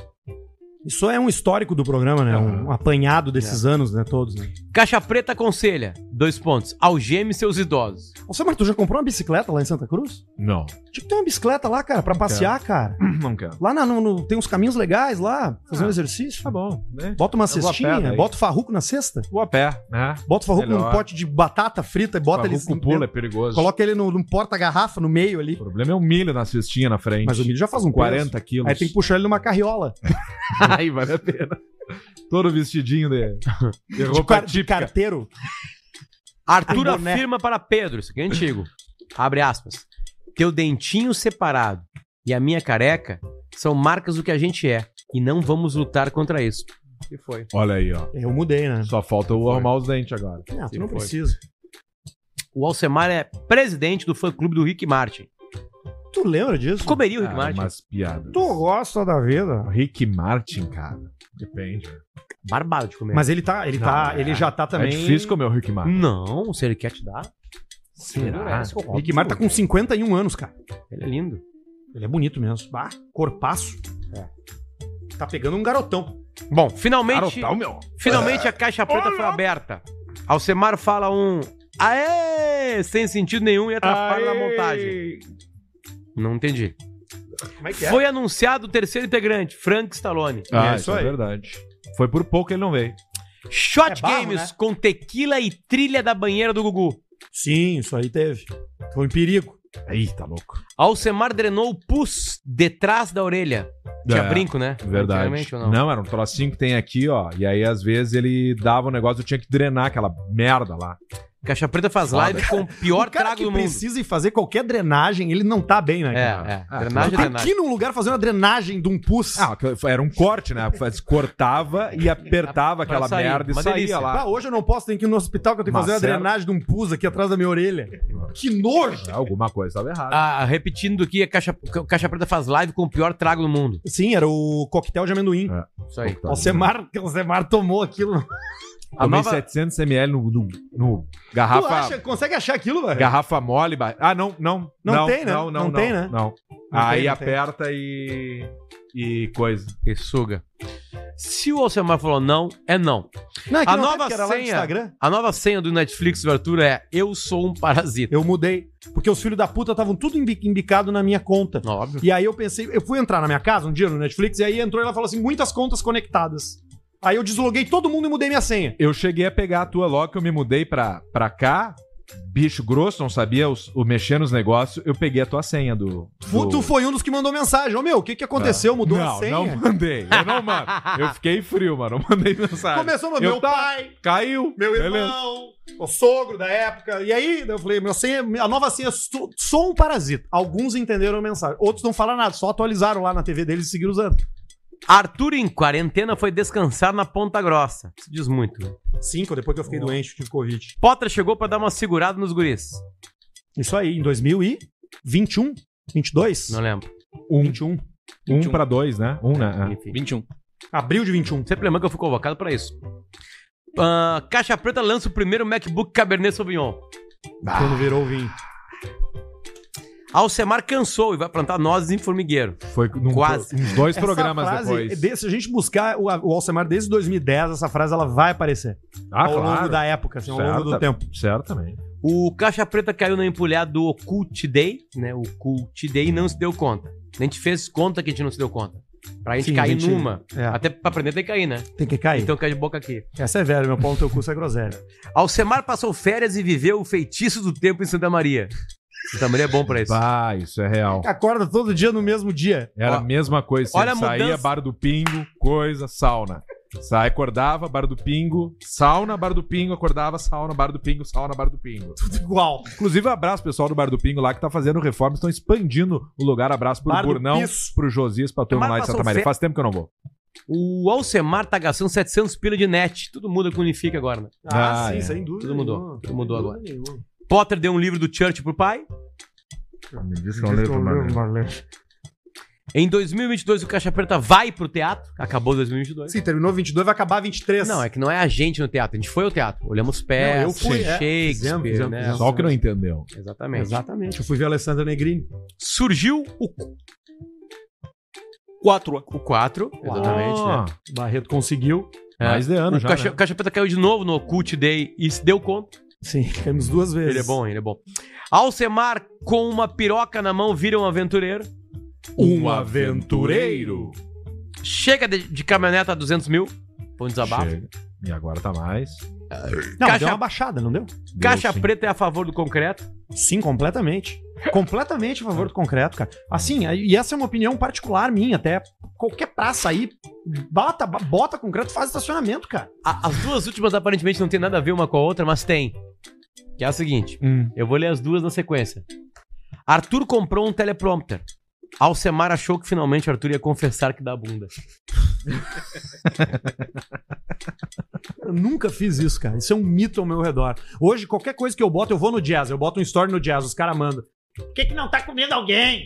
[SPEAKER 1] Isso é um histórico do programa, né? Um apanhado desses anos, né? Todos, né?
[SPEAKER 3] Caixa Preta aconselha. Dois pontos. Algeme seus idosos.
[SPEAKER 1] Você, Marco, tu já comprou uma bicicleta lá em Santa Cruz?
[SPEAKER 2] Não.
[SPEAKER 1] Tinha que ter uma bicicleta lá, cara, pra
[SPEAKER 2] Então.
[SPEAKER 1] passear, cara.
[SPEAKER 2] Não quero.
[SPEAKER 1] Lá na- no, no- tem uns caminhos legais lá, fazendo exercício.
[SPEAKER 2] Tá bom, né?
[SPEAKER 1] Bota uma
[SPEAKER 2] vou a pé
[SPEAKER 1] cestinha,
[SPEAKER 2] daí.
[SPEAKER 1] bota o farruco na cesta.
[SPEAKER 2] Vou a pé, né?
[SPEAKER 1] Bota o farruco num
[SPEAKER 2] Melhor.
[SPEAKER 1] pote de batata frita e bota ele. assim
[SPEAKER 2] o pula é perigoso.
[SPEAKER 1] Coloca ele no- num porta-garrafa no meio ali.
[SPEAKER 2] O problema é o milho na cestinha na frente.
[SPEAKER 1] Mas o milho já faz um
[SPEAKER 2] com
[SPEAKER 1] peso.
[SPEAKER 2] 40
[SPEAKER 1] Aí
[SPEAKER 2] quilos.
[SPEAKER 1] tem que puxar ele numa carriola.
[SPEAKER 2] Aí vale a pena. Todo vestidinho de, de
[SPEAKER 1] De,
[SPEAKER 2] É roupa
[SPEAKER 1] car de
[SPEAKER 2] típica.
[SPEAKER 1] carteiro.
[SPEAKER 3] Arthur
[SPEAKER 1] Tem boné.
[SPEAKER 3] afirma para Pedro, isso aqui é antigo. Abre aspas. Teu dentinho separado e a minha careca são marcas do que a gente é. E não vamos lutar contra isso. E foi.
[SPEAKER 2] Olha aí, ó.
[SPEAKER 1] Eu mudei, né?
[SPEAKER 2] Só falta eu arrumar os dentes agora.
[SPEAKER 1] Ah, tu
[SPEAKER 3] Sim,
[SPEAKER 1] não
[SPEAKER 3] foi.
[SPEAKER 1] precisa.
[SPEAKER 3] O Alcemar é presidente do fã clube do Rick Martin.
[SPEAKER 1] Tu lembra disso?
[SPEAKER 2] é?
[SPEAKER 3] Comeria o Rick
[SPEAKER 2] Cara,
[SPEAKER 3] Martin.
[SPEAKER 2] umas piadas.
[SPEAKER 1] Tu gosta da vida.
[SPEAKER 2] Rick Martin, cara. É Depende.
[SPEAKER 3] Barbado de comer.
[SPEAKER 1] Mas ele tá, ele
[SPEAKER 2] Não,
[SPEAKER 1] tá,
[SPEAKER 2] é.
[SPEAKER 1] ele já tá também.
[SPEAKER 2] É difícil comer o Rick Martin.
[SPEAKER 1] Hum,
[SPEAKER 3] Não, se ele quer te dar.
[SPEAKER 2] Será?
[SPEAKER 1] Rick Martin tá com 51 anos, cara.
[SPEAKER 3] Ele é lindo.
[SPEAKER 1] Ele é bonito mesmo. Ah, corpaço. Tá pegando um garotão.
[SPEAKER 3] Bom, finalmente.
[SPEAKER 2] Garotal, meu. É.
[SPEAKER 3] Finalmente a caixa preta foi aberta. Alcemar fala um aê, sem sentido nenhum e
[SPEAKER 1] Tá
[SPEAKER 3] atrapalha na montagem. Não entendi.
[SPEAKER 1] Como é
[SPEAKER 3] Foi anunciado o terceiro integrante, Frank Stallone.
[SPEAKER 2] Ah,
[SPEAKER 1] É
[SPEAKER 2] isso
[SPEAKER 1] isso
[SPEAKER 2] é
[SPEAKER 1] aí.
[SPEAKER 2] verdade. Foi por pouco que ele não veio.
[SPEAKER 3] Shot
[SPEAKER 1] É barro,
[SPEAKER 3] Games
[SPEAKER 1] né?
[SPEAKER 3] com tequila e trilha da banheira do Gugu.
[SPEAKER 1] Sim, isso aí teve. Foi em perigo.
[SPEAKER 2] Ih, tá louco.
[SPEAKER 3] Alcemar drenou o pus detrás da orelha. Tinha
[SPEAKER 2] É,
[SPEAKER 3] brinco, né?
[SPEAKER 2] Verdade.
[SPEAKER 3] Antigamente, ou não?
[SPEAKER 2] Não? era um trocinho que tem aqui, ó. E aí, às vezes, ele dava um negócio, eu tinha que drenar aquela merda lá.
[SPEAKER 3] Caixa Preta faz
[SPEAKER 2] Foda.
[SPEAKER 3] live com o pior
[SPEAKER 1] o cara
[SPEAKER 3] trago
[SPEAKER 1] que
[SPEAKER 3] do mundo.
[SPEAKER 1] precisa ir fazer qualquer drenagem, ele não tá bem, né?
[SPEAKER 3] É,
[SPEAKER 1] cara?
[SPEAKER 3] é.
[SPEAKER 2] Ah,
[SPEAKER 1] Tu
[SPEAKER 3] drenagem,
[SPEAKER 1] tem que
[SPEAKER 3] drenagem.
[SPEAKER 1] ir num lugar fazer uma drenagem de um pus.
[SPEAKER 2] Ah, era um corte, né? Faz- Cortava e apertava
[SPEAKER 3] Pra
[SPEAKER 2] aquela
[SPEAKER 3] sair,
[SPEAKER 2] merda e
[SPEAKER 3] uma
[SPEAKER 2] saía
[SPEAKER 3] delícia.
[SPEAKER 2] lá.
[SPEAKER 1] Ah, hoje eu não posso, tem que ir no hospital que eu tenho que fazer uma
[SPEAKER 2] Macera.
[SPEAKER 1] drenagem de um pus aqui atrás da minha orelha. Que nojo!
[SPEAKER 2] Alguma coisa estava errada.
[SPEAKER 3] Ah, repetindo aqui, a caixa, caixa Preta faz live com o pior trago do mundo.
[SPEAKER 1] Sim, era o coquetel de amendoim.
[SPEAKER 3] Tá
[SPEAKER 2] É.
[SPEAKER 3] Isso aí.
[SPEAKER 1] O Alcemar, o Alcemar tomou aquilo.
[SPEAKER 2] A Tomei
[SPEAKER 3] nova-
[SPEAKER 2] 700 ml no, no, no garrafa,
[SPEAKER 1] Tu acha, consegue achar aquilo, velho?
[SPEAKER 2] garrafa mole. ba- Ah, não, não.
[SPEAKER 1] Não tem, né?
[SPEAKER 2] Não, não,
[SPEAKER 1] Não
[SPEAKER 2] não.
[SPEAKER 1] tem, né?
[SPEAKER 2] Não.
[SPEAKER 1] Não
[SPEAKER 2] aí
[SPEAKER 1] tem, não tem.
[SPEAKER 2] aperta e. e coisa.
[SPEAKER 3] E suga. Se o Alcemar falou não, é não.
[SPEAKER 1] Não, é
[SPEAKER 3] A
[SPEAKER 1] não tem,
[SPEAKER 3] nova
[SPEAKER 1] porque era lá no
[SPEAKER 3] senha-
[SPEAKER 1] Instagram.
[SPEAKER 3] A nova senha do Netflix do Arthur é Eu sou um parasita.
[SPEAKER 1] Eu mudei, porque os filhos da puta estavam tudo embi- embicado na minha conta.
[SPEAKER 3] Óbvio.
[SPEAKER 1] E aí eu pensei, eu fui entrar na minha casa um dia no Netflix, e aí entrou e ela falou assim, muitas contas conectadas. Aí eu desloguei todo mundo e mudei minha senha.
[SPEAKER 2] Eu cheguei a pegar a tua logo que eu me mudei pra, pra cá. Bicho grosso, não sabia os, o mexer nos negócios. Eu peguei a tua senha do.
[SPEAKER 1] Fu-
[SPEAKER 2] do-
[SPEAKER 1] Tu foi um dos que mandou mensagem. Ô meu, o que que aconteceu? Mudou
[SPEAKER 2] não,
[SPEAKER 1] a senha?
[SPEAKER 2] não mandei. Eu não mando. Eu fiquei frio, mano. Não mandei mensagem.
[SPEAKER 1] Começou no
[SPEAKER 2] Eu
[SPEAKER 1] meu
[SPEAKER 2] tá-
[SPEAKER 1] pai,
[SPEAKER 2] Caiu.
[SPEAKER 1] meu
[SPEAKER 2] Beleza.
[SPEAKER 1] irmão, o sogro da época. E aí eu falei, meu senha, a nova senha é so- sou um parasita. Alguns entenderam a mensagem, outros não falaram nada, só atualizaram lá na TV deles e seguiram usando.
[SPEAKER 3] Arthur em quarentena foi descansar na Ponta Grossa. Isso diz muito. né?
[SPEAKER 1] Cinco, depois que eu fiquei doente, tive Covid.
[SPEAKER 3] Potter chegou pra dar uma segurada nos guris.
[SPEAKER 1] Isso aí, em 2021, 22?
[SPEAKER 3] Não lembro.
[SPEAKER 2] Um,
[SPEAKER 1] 21.
[SPEAKER 2] um pra dois, né? Um, né? É.
[SPEAKER 3] Enfim.
[SPEAKER 5] 21.
[SPEAKER 1] Abril de 21.
[SPEAKER 3] Sempre lembrando que eu fui convocado pra isso. Ah, Caixa Preta lança o primeiro MacBook Cabernet Sauvignon.
[SPEAKER 2] um.
[SPEAKER 1] Quando virou o vinho.
[SPEAKER 3] Alcemar cansou e vai plantar nozes em formigueiro.
[SPEAKER 2] Foi num-
[SPEAKER 3] Quase.
[SPEAKER 2] uns dois
[SPEAKER 1] Essa
[SPEAKER 2] programas
[SPEAKER 1] frase, é
[SPEAKER 2] depois.
[SPEAKER 1] de- se a gente buscar o, o Alcemar desde 2010, essa frase ela vai aparecer.
[SPEAKER 2] Ah,
[SPEAKER 1] ao longo da época, assim, ao longo do
[SPEAKER 2] Certo.
[SPEAKER 1] tempo.
[SPEAKER 2] Certamente.
[SPEAKER 3] O Caixa Preta caiu na empulhada do Occult Day, né? O Occult Day e não se deu conta. A gente fez conta que a gente não se deu conta. Pra gente
[SPEAKER 1] Sim,
[SPEAKER 3] cair
[SPEAKER 1] a gente-
[SPEAKER 3] numa.
[SPEAKER 1] é.
[SPEAKER 3] Até pra aprender tem que cair, né?
[SPEAKER 1] Tem que cair.
[SPEAKER 3] Então cai de boca aqui.
[SPEAKER 1] Essa é velha, meu pau no teu cu, isso é groselha.
[SPEAKER 3] Alcemar passou férias e viveu o feitiço do tempo em Santa Maria. Santa Maria é bom pra isso.
[SPEAKER 2] Bah, isso é real.
[SPEAKER 1] Acorda todo dia no mesmo dia.
[SPEAKER 2] Era
[SPEAKER 3] Ó,
[SPEAKER 2] a mesma coisa. Você
[SPEAKER 3] olha a
[SPEAKER 2] saía,
[SPEAKER 3] mudança.
[SPEAKER 2] bar do pingo, coisa, sauna. Sai, acordava, bar do pingo, sauna, bar do pingo, acordava, sauna, bar do pingo, sauna, bar do pingo.
[SPEAKER 1] Tudo igual.
[SPEAKER 2] Inclusive, abraço pessoal do Bar do Pingo lá que tá fazendo reforma, estão expandindo o lugar. Abraço pro
[SPEAKER 1] Bar do
[SPEAKER 2] Burnão,
[SPEAKER 1] Piso.
[SPEAKER 2] pro Josias, pra turma
[SPEAKER 3] Mas
[SPEAKER 2] lá de
[SPEAKER 3] passou
[SPEAKER 2] Santa Maria.
[SPEAKER 3] fe-
[SPEAKER 2] Faz tempo que eu não vou.
[SPEAKER 3] O Alcemar tá gastando 700 pila de net. Tudo muda com o Unifica agora, né?
[SPEAKER 2] Ah, é.
[SPEAKER 1] sem dúvida.
[SPEAKER 3] Tudo mudou.
[SPEAKER 1] nenhuma.
[SPEAKER 3] Tudo mudou agora.
[SPEAKER 1] nenhuma.
[SPEAKER 3] Potter deu um livro do Church pro pai. Em 2022, o Caixa Preta vai pro teatro. Acabou 2022.
[SPEAKER 1] Sim, terminou 22, vai acabar 23.
[SPEAKER 3] Não, é que não é a gente no teatro. A gente foi ao teatro. Olhamos peças,
[SPEAKER 1] Não, eu fui, é.
[SPEAKER 3] Shakespeare,
[SPEAKER 1] Fizemos, fizemos,
[SPEAKER 3] né?
[SPEAKER 1] fizemos.
[SPEAKER 2] Só o que não entendeu.
[SPEAKER 3] Exatamente.
[SPEAKER 1] Exatamente. Eu fui ver a Alessandra Negrini.
[SPEAKER 3] Surgiu o...
[SPEAKER 5] 4.
[SPEAKER 3] O 4, exatamente, né?
[SPEAKER 2] Ah,
[SPEAKER 1] Barreto conseguiu.
[SPEAKER 3] É.
[SPEAKER 2] Mais de ano
[SPEAKER 3] O
[SPEAKER 2] já.
[SPEAKER 3] Caixa,
[SPEAKER 2] né?
[SPEAKER 3] Caixa Preta caiu de novo no Ocult Day e se deu conta.
[SPEAKER 1] Sim, caímos duas vezes.
[SPEAKER 3] Ele é bom, ele é bom. Alcemar, com uma piroca na mão, vira um aventureiro.
[SPEAKER 2] Um aventureiro.
[SPEAKER 3] Chega de, de caminhoneta a 200 mil. Foi um desabafo.
[SPEAKER 2] Chega. E agora tá mais.
[SPEAKER 1] Não,
[SPEAKER 3] Caixa-
[SPEAKER 1] deu uma baixada, não deu?
[SPEAKER 2] Deu
[SPEAKER 3] Caixa
[SPEAKER 2] sim.
[SPEAKER 3] Preta é a favor do concreto.
[SPEAKER 1] Sim, completamente. completamente a favor do concreto, cara. Assim, e essa é uma opinião particular minha, até. Qualquer praça aí, bota, bota concreto, faz estacionamento, cara.
[SPEAKER 3] A- as duas últimas aparentemente não tem nada a ver uma com a outra, mas tem. Que é a seguinte: eu vou ler as duas na sequência. Arthur comprou um teleprompter. Alcemar achou que finalmente Arthur ia confessar que dá bunda.
[SPEAKER 1] Eu nunca fiz isso, cara. Isso é um mito ao meu redor. Hoje, qualquer coisa que eu boto, eu vou no jazz. Eu boto um story no jazz, os caras mandam. Por que, que não tá comendo alguém?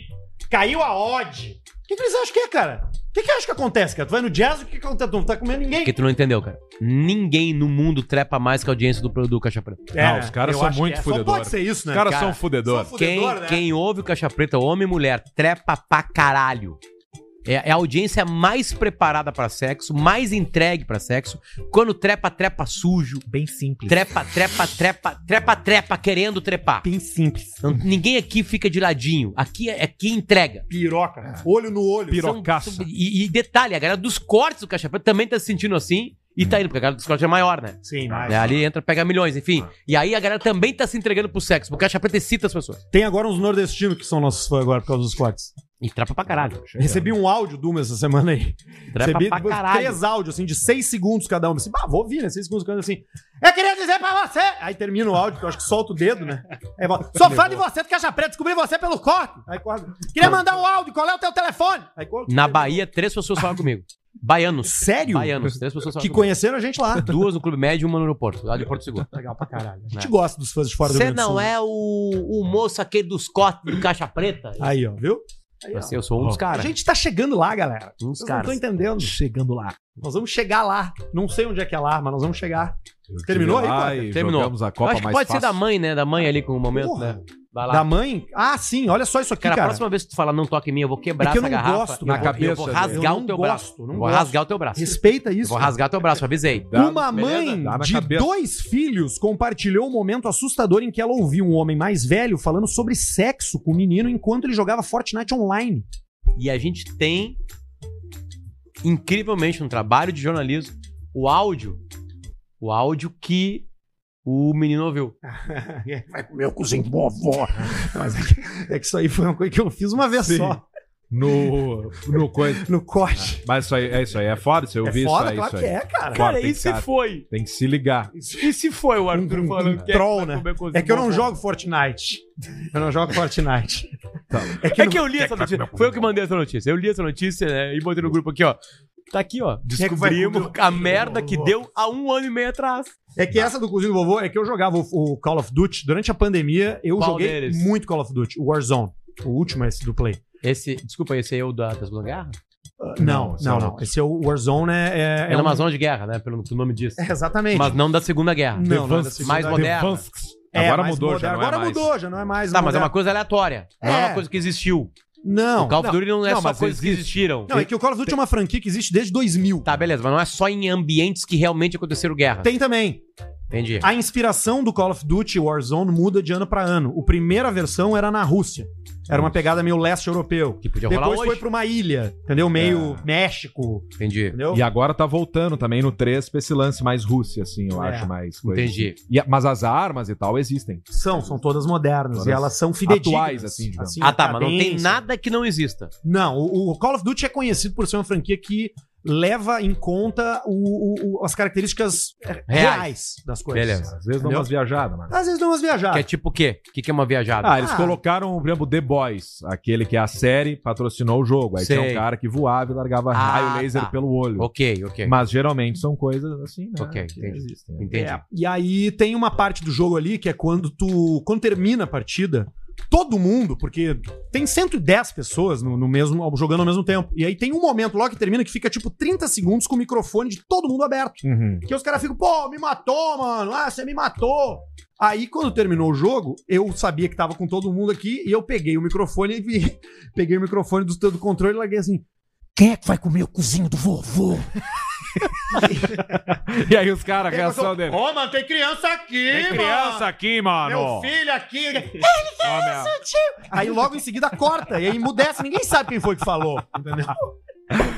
[SPEAKER 1] Caiu a odd. O que, que eles acham que é, cara? O que, que acha que acontece, cara? Tu vai no jazz, o que, que acontece? Tu não tá comendo ninguém.
[SPEAKER 3] Porque tu não entendeu, cara. Ninguém no mundo trepa mais que a audiência do, do Caixa Preta.
[SPEAKER 2] Ah, os caras
[SPEAKER 1] eu
[SPEAKER 2] são
[SPEAKER 1] acho
[SPEAKER 2] muito
[SPEAKER 1] que é. Só
[SPEAKER 2] fudedor.
[SPEAKER 1] pode ser isso, né?
[SPEAKER 2] Os caras
[SPEAKER 1] cara?
[SPEAKER 2] são fudedor.
[SPEAKER 1] Só
[SPEAKER 3] Quem,
[SPEAKER 1] fudedor, né?
[SPEAKER 3] quem ouve o Caixa Preta, homem e mulher, trepa pra caralho. É, é a audiência mais preparada pra sexo, mais entregue pra sexo. Quando trepa, trepa sujo.
[SPEAKER 4] Bem simples.
[SPEAKER 3] Trepa, trepa, trepa, trepa, trepa, querendo trepar.
[SPEAKER 4] Bem simples.
[SPEAKER 3] Não- ninguém aqui fica de ladinho. Aqui é aqui entrega.
[SPEAKER 1] Piroca.
[SPEAKER 2] É.
[SPEAKER 1] Olho no olho.
[SPEAKER 2] Pirocaça.
[SPEAKER 3] São- E, e detalhe, a galera dos cortes do Caixa Preta também tá se sentindo assim e tá indo, porque a galera dos cortes é maior, né?
[SPEAKER 1] Sim,
[SPEAKER 3] É, ali entra, pega milhões, enfim. E aí a galera também tá se entregando pro sexo, porque o Caixa Preta excita as pessoas.
[SPEAKER 1] Tem agora uns nordestinos que são nossos fãs agora por causa dos cortes.
[SPEAKER 3] E trepa pra caralho.
[SPEAKER 2] É.
[SPEAKER 1] Recebi um áudio do uma essa semana aí.
[SPEAKER 3] Trepa
[SPEAKER 1] Recebi
[SPEAKER 3] pra caralho.
[SPEAKER 1] três áudios, assim, de seis segundos cada um. Assim, ah, vou ouvir, né? Seis segundos cada um, assim. Eu queria dizer pra você... Aí termina o áudio, que eu acho que solta o dedo, né? Aí volta, Sou fã de você do Caixa Preta, descobri você pelo corte. Aí corta. Queria mandar um áudio, qual é o teu telefone? Aí corta.
[SPEAKER 3] Na Bahia, três pessoas falaram comigo. Baianos.
[SPEAKER 1] Sério?
[SPEAKER 3] Baianos, três pessoas
[SPEAKER 1] Que
[SPEAKER 3] falaram comigo.
[SPEAKER 1] conheceram a gente lá.
[SPEAKER 3] Duas no Clube Médio e uma no aeroporto, lá de Porto Seguro.
[SPEAKER 1] Legal pra caralho. A gente
[SPEAKER 3] É.
[SPEAKER 1] gosta dos fãs de fora do
[SPEAKER 3] Você
[SPEAKER 1] Rio Grande do Sul.
[SPEAKER 3] não é o, o moço aquele dos cortes do Caixa Preta?
[SPEAKER 1] Aí, ó, viu? Aí, ó.
[SPEAKER 3] Assim, Ah, eu sou um dos
[SPEAKER 1] A
[SPEAKER 3] caras.
[SPEAKER 1] gente tá chegando lá, galera.
[SPEAKER 3] Um
[SPEAKER 1] Vocês
[SPEAKER 3] dos
[SPEAKER 1] não
[SPEAKER 3] caras.
[SPEAKER 1] estão entendendo. Chegando lá. Nós vamos chegar lá. Não sei onde é que é lá, mas nós vamos chegar.
[SPEAKER 2] Eu tive
[SPEAKER 1] Terminou aí,
[SPEAKER 2] lá
[SPEAKER 1] Potter?
[SPEAKER 2] e
[SPEAKER 3] Terminou.
[SPEAKER 2] jogamos a
[SPEAKER 3] Eu
[SPEAKER 2] Copa
[SPEAKER 3] acho que
[SPEAKER 2] mais
[SPEAKER 3] pode ser
[SPEAKER 2] fácil.
[SPEAKER 3] da mãe, né? Da mãe ali com o momento,
[SPEAKER 1] Porra.
[SPEAKER 3] né? Vai lá.
[SPEAKER 1] Da mãe? Ah, sim. Olha só isso aqui,
[SPEAKER 3] Cara,
[SPEAKER 1] cara.
[SPEAKER 3] a próxima vez que tu falar não toque em mim, eu vou quebrar
[SPEAKER 1] É que eu
[SPEAKER 3] essa
[SPEAKER 1] não
[SPEAKER 3] garrafa.
[SPEAKER 1] gosto,
[SPEAKER 3] e
[SPEAKER 1] na
[SPEAKER 3] eu vou- e eu vou
[SPEAKER 2] cabeça,
[SPEAKER 1] Eu
[SPEAKER 3] rasgar o
[SPEAKER 1] não
[SPEAKER 3] teu braço.
[SPEAKER 1] gosto, não
[SPEAKER 3] Vou
[SPEAKER 1] gosto.
[SPEAKER 3] rasgar o teu braço.
[SPEAKER 1] Respeita isso.
[SPEAKER 3] Vou rasgar o teu braço, avisei.
[SPEAKER 2] Dá-
[SPEAKER 1] Uma
[SPEAKER 2] beleza,
[SPEAKER 1] mãe
[SPEAKER 2] dá na
[SPEAKER 1] de
[SPEAKER 2] cabeça.
[SPEAKER 1] dois filhos compartilhou um momento assustador em que ela ouviu um homem mais velho falando sobre sexo com o menino enquanto ele jogava Fortnite online.
[SPEAKER 3] E a gente tem, incrivelmente, um trabalho de jornalismo, o áudio, o áudio que o menino ouviu.
[SPEAKER 1] Vai comer o cozinho vovó. Mas é que, é que isso aí foi uma coisa que eu fiz uma vez
[SPEAKER 2] Sim.
[SPEAKER 1] só,
[SPEAKER 2] No, no coisa.
[SPEAKER 1] no corte.
[SPEAKER 2] Mas isso aí, é isso aí. É foda se eu vi
[SPEAKER 1] é foda,
[SPEAKER 2] isso aí.
[SPEAKER 1] claro
[SPEAKER 2] isso aí.
[SPEAKER 1] que é, cara.
[SPEAKER 2] Claro, tem, que se
[SPEAKER 3] foi?
[SPEAKER 2] tem que se ligar.
[SPEAKER 3] E se foi o
[SPEAKER 1] Arthur falando que é que vai comer É que eu não jogo Fortnite. Eu não jogo Fortnite.
[SPEAKER 3] É que, eu li essa notícia. Foi eu que mandei essa notícia. Eu li essa notícia né, e botei no grupo aqui, ó. Tá aqui, ó.
[SPEAKER 1] é que vai
[SPEAKER 3] Descobrimos
[SPEAKER 1] comer o
[SPEAKER 3] a merda que
[SPEAKER 1] vovô?
[SPEAKER 3] deu há um ano e meio atrás.
[SPEAKER 1] É que essa do Cozinho do Vovô é que eu jogava o, o Call of Duty durante a pandemia. Eu
[SPEAKER 3] Qual
[SPEAKER 1] joguei
[SPEAKER 3] deles?
[SPEAKER 1] muito Call of Duty, o Warzone. O último é esse do Play.
[SPEAKER 3] Esse, desculpa, esse aí é o da, da Segunda Guerra?
[SPEAKER 1] não,
[SPEAKER 2] esse é
[SPEAKER 1] não,
[SPEAKER 2] outro.
[SPEAKER 1] não. Esse é o Warzone é. é,
[SPEAKER 3] É,
[SPEAKER 1] é
[SPEAKER 3] na
[SPEAKER 1] um-
[SPEAKER 3] Amazon de Guerra, né? Pelo que o nome diz.
[SPEAKER 1] É, exatamente.
[SPEAKER 3] Mas não da Segunda Guerra.
[SPEAKER 1] não, não é da
[SPEAKER 2] Advanced-
[SPEAKER 1] Segunda
[SPEAKER 3] mais
[SPEAKER 1] Guerra.
[SPEAKER 3] moderna.
[SPEAKER 2] Advanced.
[SPEAKER 1] É,
[SPEAKER 2] agora
[SPEAKER 1] mais
[SPEAKER 2] mudou, já
[SPEAKER 1] moderna.
[SPEAKER 2] não
[SPEAKER 1] Agora
[SPEAKER 2] é mais.
[SPEAKER 1] mudou, já não é mais.
[SPEAKER 3] Tá, mas é uma
[SPEAKER 1] moderna.
[SPEAKER 3] coisa aleatória. Não é
[SPEAKER 1] É.
[SPEAKER 3] uma coisa que existiu.
[SPEAKER 1] Não.
[SPEAKER 3] o Call of Duty não, é
[SPEAKER 2] não,
[SPEAKER 3] só
[SPEAKER 2] mas
[SPEAKER 3] coisas que
[SPEAKER 2] existe.
[SPEAKER 3] existiram.
[SPEAKER 1] Não, é que o Call of Duty é uma franquia que existe desde 2000.
[SPEAKER 3] Tá, beleza, mas não é só em ambientes que realmente aconteceram guerra.
[SPEAKER 1] Tem também.
[SPEAKER 3] Entendi.
[SPEAKER 1] A inspiração do Call of Duty Warzone muda de ano pra ano. A primeira versão era na Rússia. Era uma pegada meio leste europeu.
[SPEAKER 3] Que podia rolar
[SPEAKER 1] Depois
[SPEAKER 3] hoje.
[SPEAKER 1] foi pra uma ilha, entendeu? Meio México,
[SPEAKER 3] Entendi.
[SPEAKER 1] entendeu?
[SPEAKER 2] E agora tá voltando também no 3 pra esse lance mais Rússia, assim, eu
[SPEAKER 1] É.
[SPEAKER 2] acho mais coisa. assim.
[SPEAKER 3] Entendi.
[SPEAKER 2] E a- mas as armas e tal existem.
[SPEAKER 1] São, são todas modernas.
[SPEAKER 2] Todas
[SPEAKER 1] e elas são fidedignas.
[SPEAKER 2] atuais, assim, digamos.
[SPEAKER 3] Ah,
[SPEAKER 1] a
[SPEAKER 3] tá, mas não tem
[SPEAKER 1] cadência.
[SPEAKER 3] nada que não exista.
[SPEAKER 1] Não, o, o Call of Duty é conhecido por ser uma franquia que leva em conta o- o- o- as características é, reais, das coisas.
[SPEAKER 3] Beleza.
[SPEAKER 2] Às vezes não
[SPEAKER 1] Entendeu?
[SPEAKER 2] umas viajadas, mano.
[SPEAKER 1] Às vezes não as
[SPEAKER 3] Que
[SPEAKER 1] viajadas.
[SPEAKER 3] é tipo o quê? O que, que é uma viajada?
[SPEAKER 2] Ah, eles
[SPEAKER 1] Ah.
[SPEAKER 2] colocaram, por exemplo, The Boys, aquele que é a série, patrocinou o jogo. Aí tinha
[SPEAKER 3] Sei.
[SPEAKER 2] um cara que voava e largava
[SPEAKER 3] Ah,
[SPEAKER 2] raio laser
[SPEAKER 3] tá.
[SPEAKER 2] pelo olho.
[SPEAKER 3] ok, ok.
[SPEAKER 2] Mas geralmente são coisas assim, né?
[SPEAKER 3] Ok,
[SPEAKER 2] que
[SPEAKER 3] entendi.
[SPEAKER 2] existem. né?
[SPEAKER 3] Entendi.
[SPEAKER 1] É, E aí tem uma parte do jogo ali que é quando tu. Quando termina a partida, todo mundo, porque tem 110 pessoas no, no mesmo, jogando ao mesmo tempo. E aí tem um momento logo que termina que fica tipo 30 segundos com o microfone de todo mundo aberto.
[SPEAKER 2] Uhum.
[SPEAKER 1] Que os caras ficam, pô, me matou, mano. Ah, você me matou. Aí, quando terminou o jogo, eu sabia que tava com todo mundo aqui e eu peguei o microfone e vi- peguei o microfone do, do controle e larguei assim. Quem é que vai comer o cozinho do vovô?
[SPEAKER 2] E aí os caras, a reação dele.
[SPEAKER 5] Ô, mano, tem criança aqui,
[SPEAKER 2] Tem criança aqui, mano.
[SPEAKER 5] filho aqui.
[SPEAKER 2] Ó, meu.
[SPEAKER 1] Aí logo em seguida corta, e aí emudece, ninguém sabe quem foi que falou. Entendeu?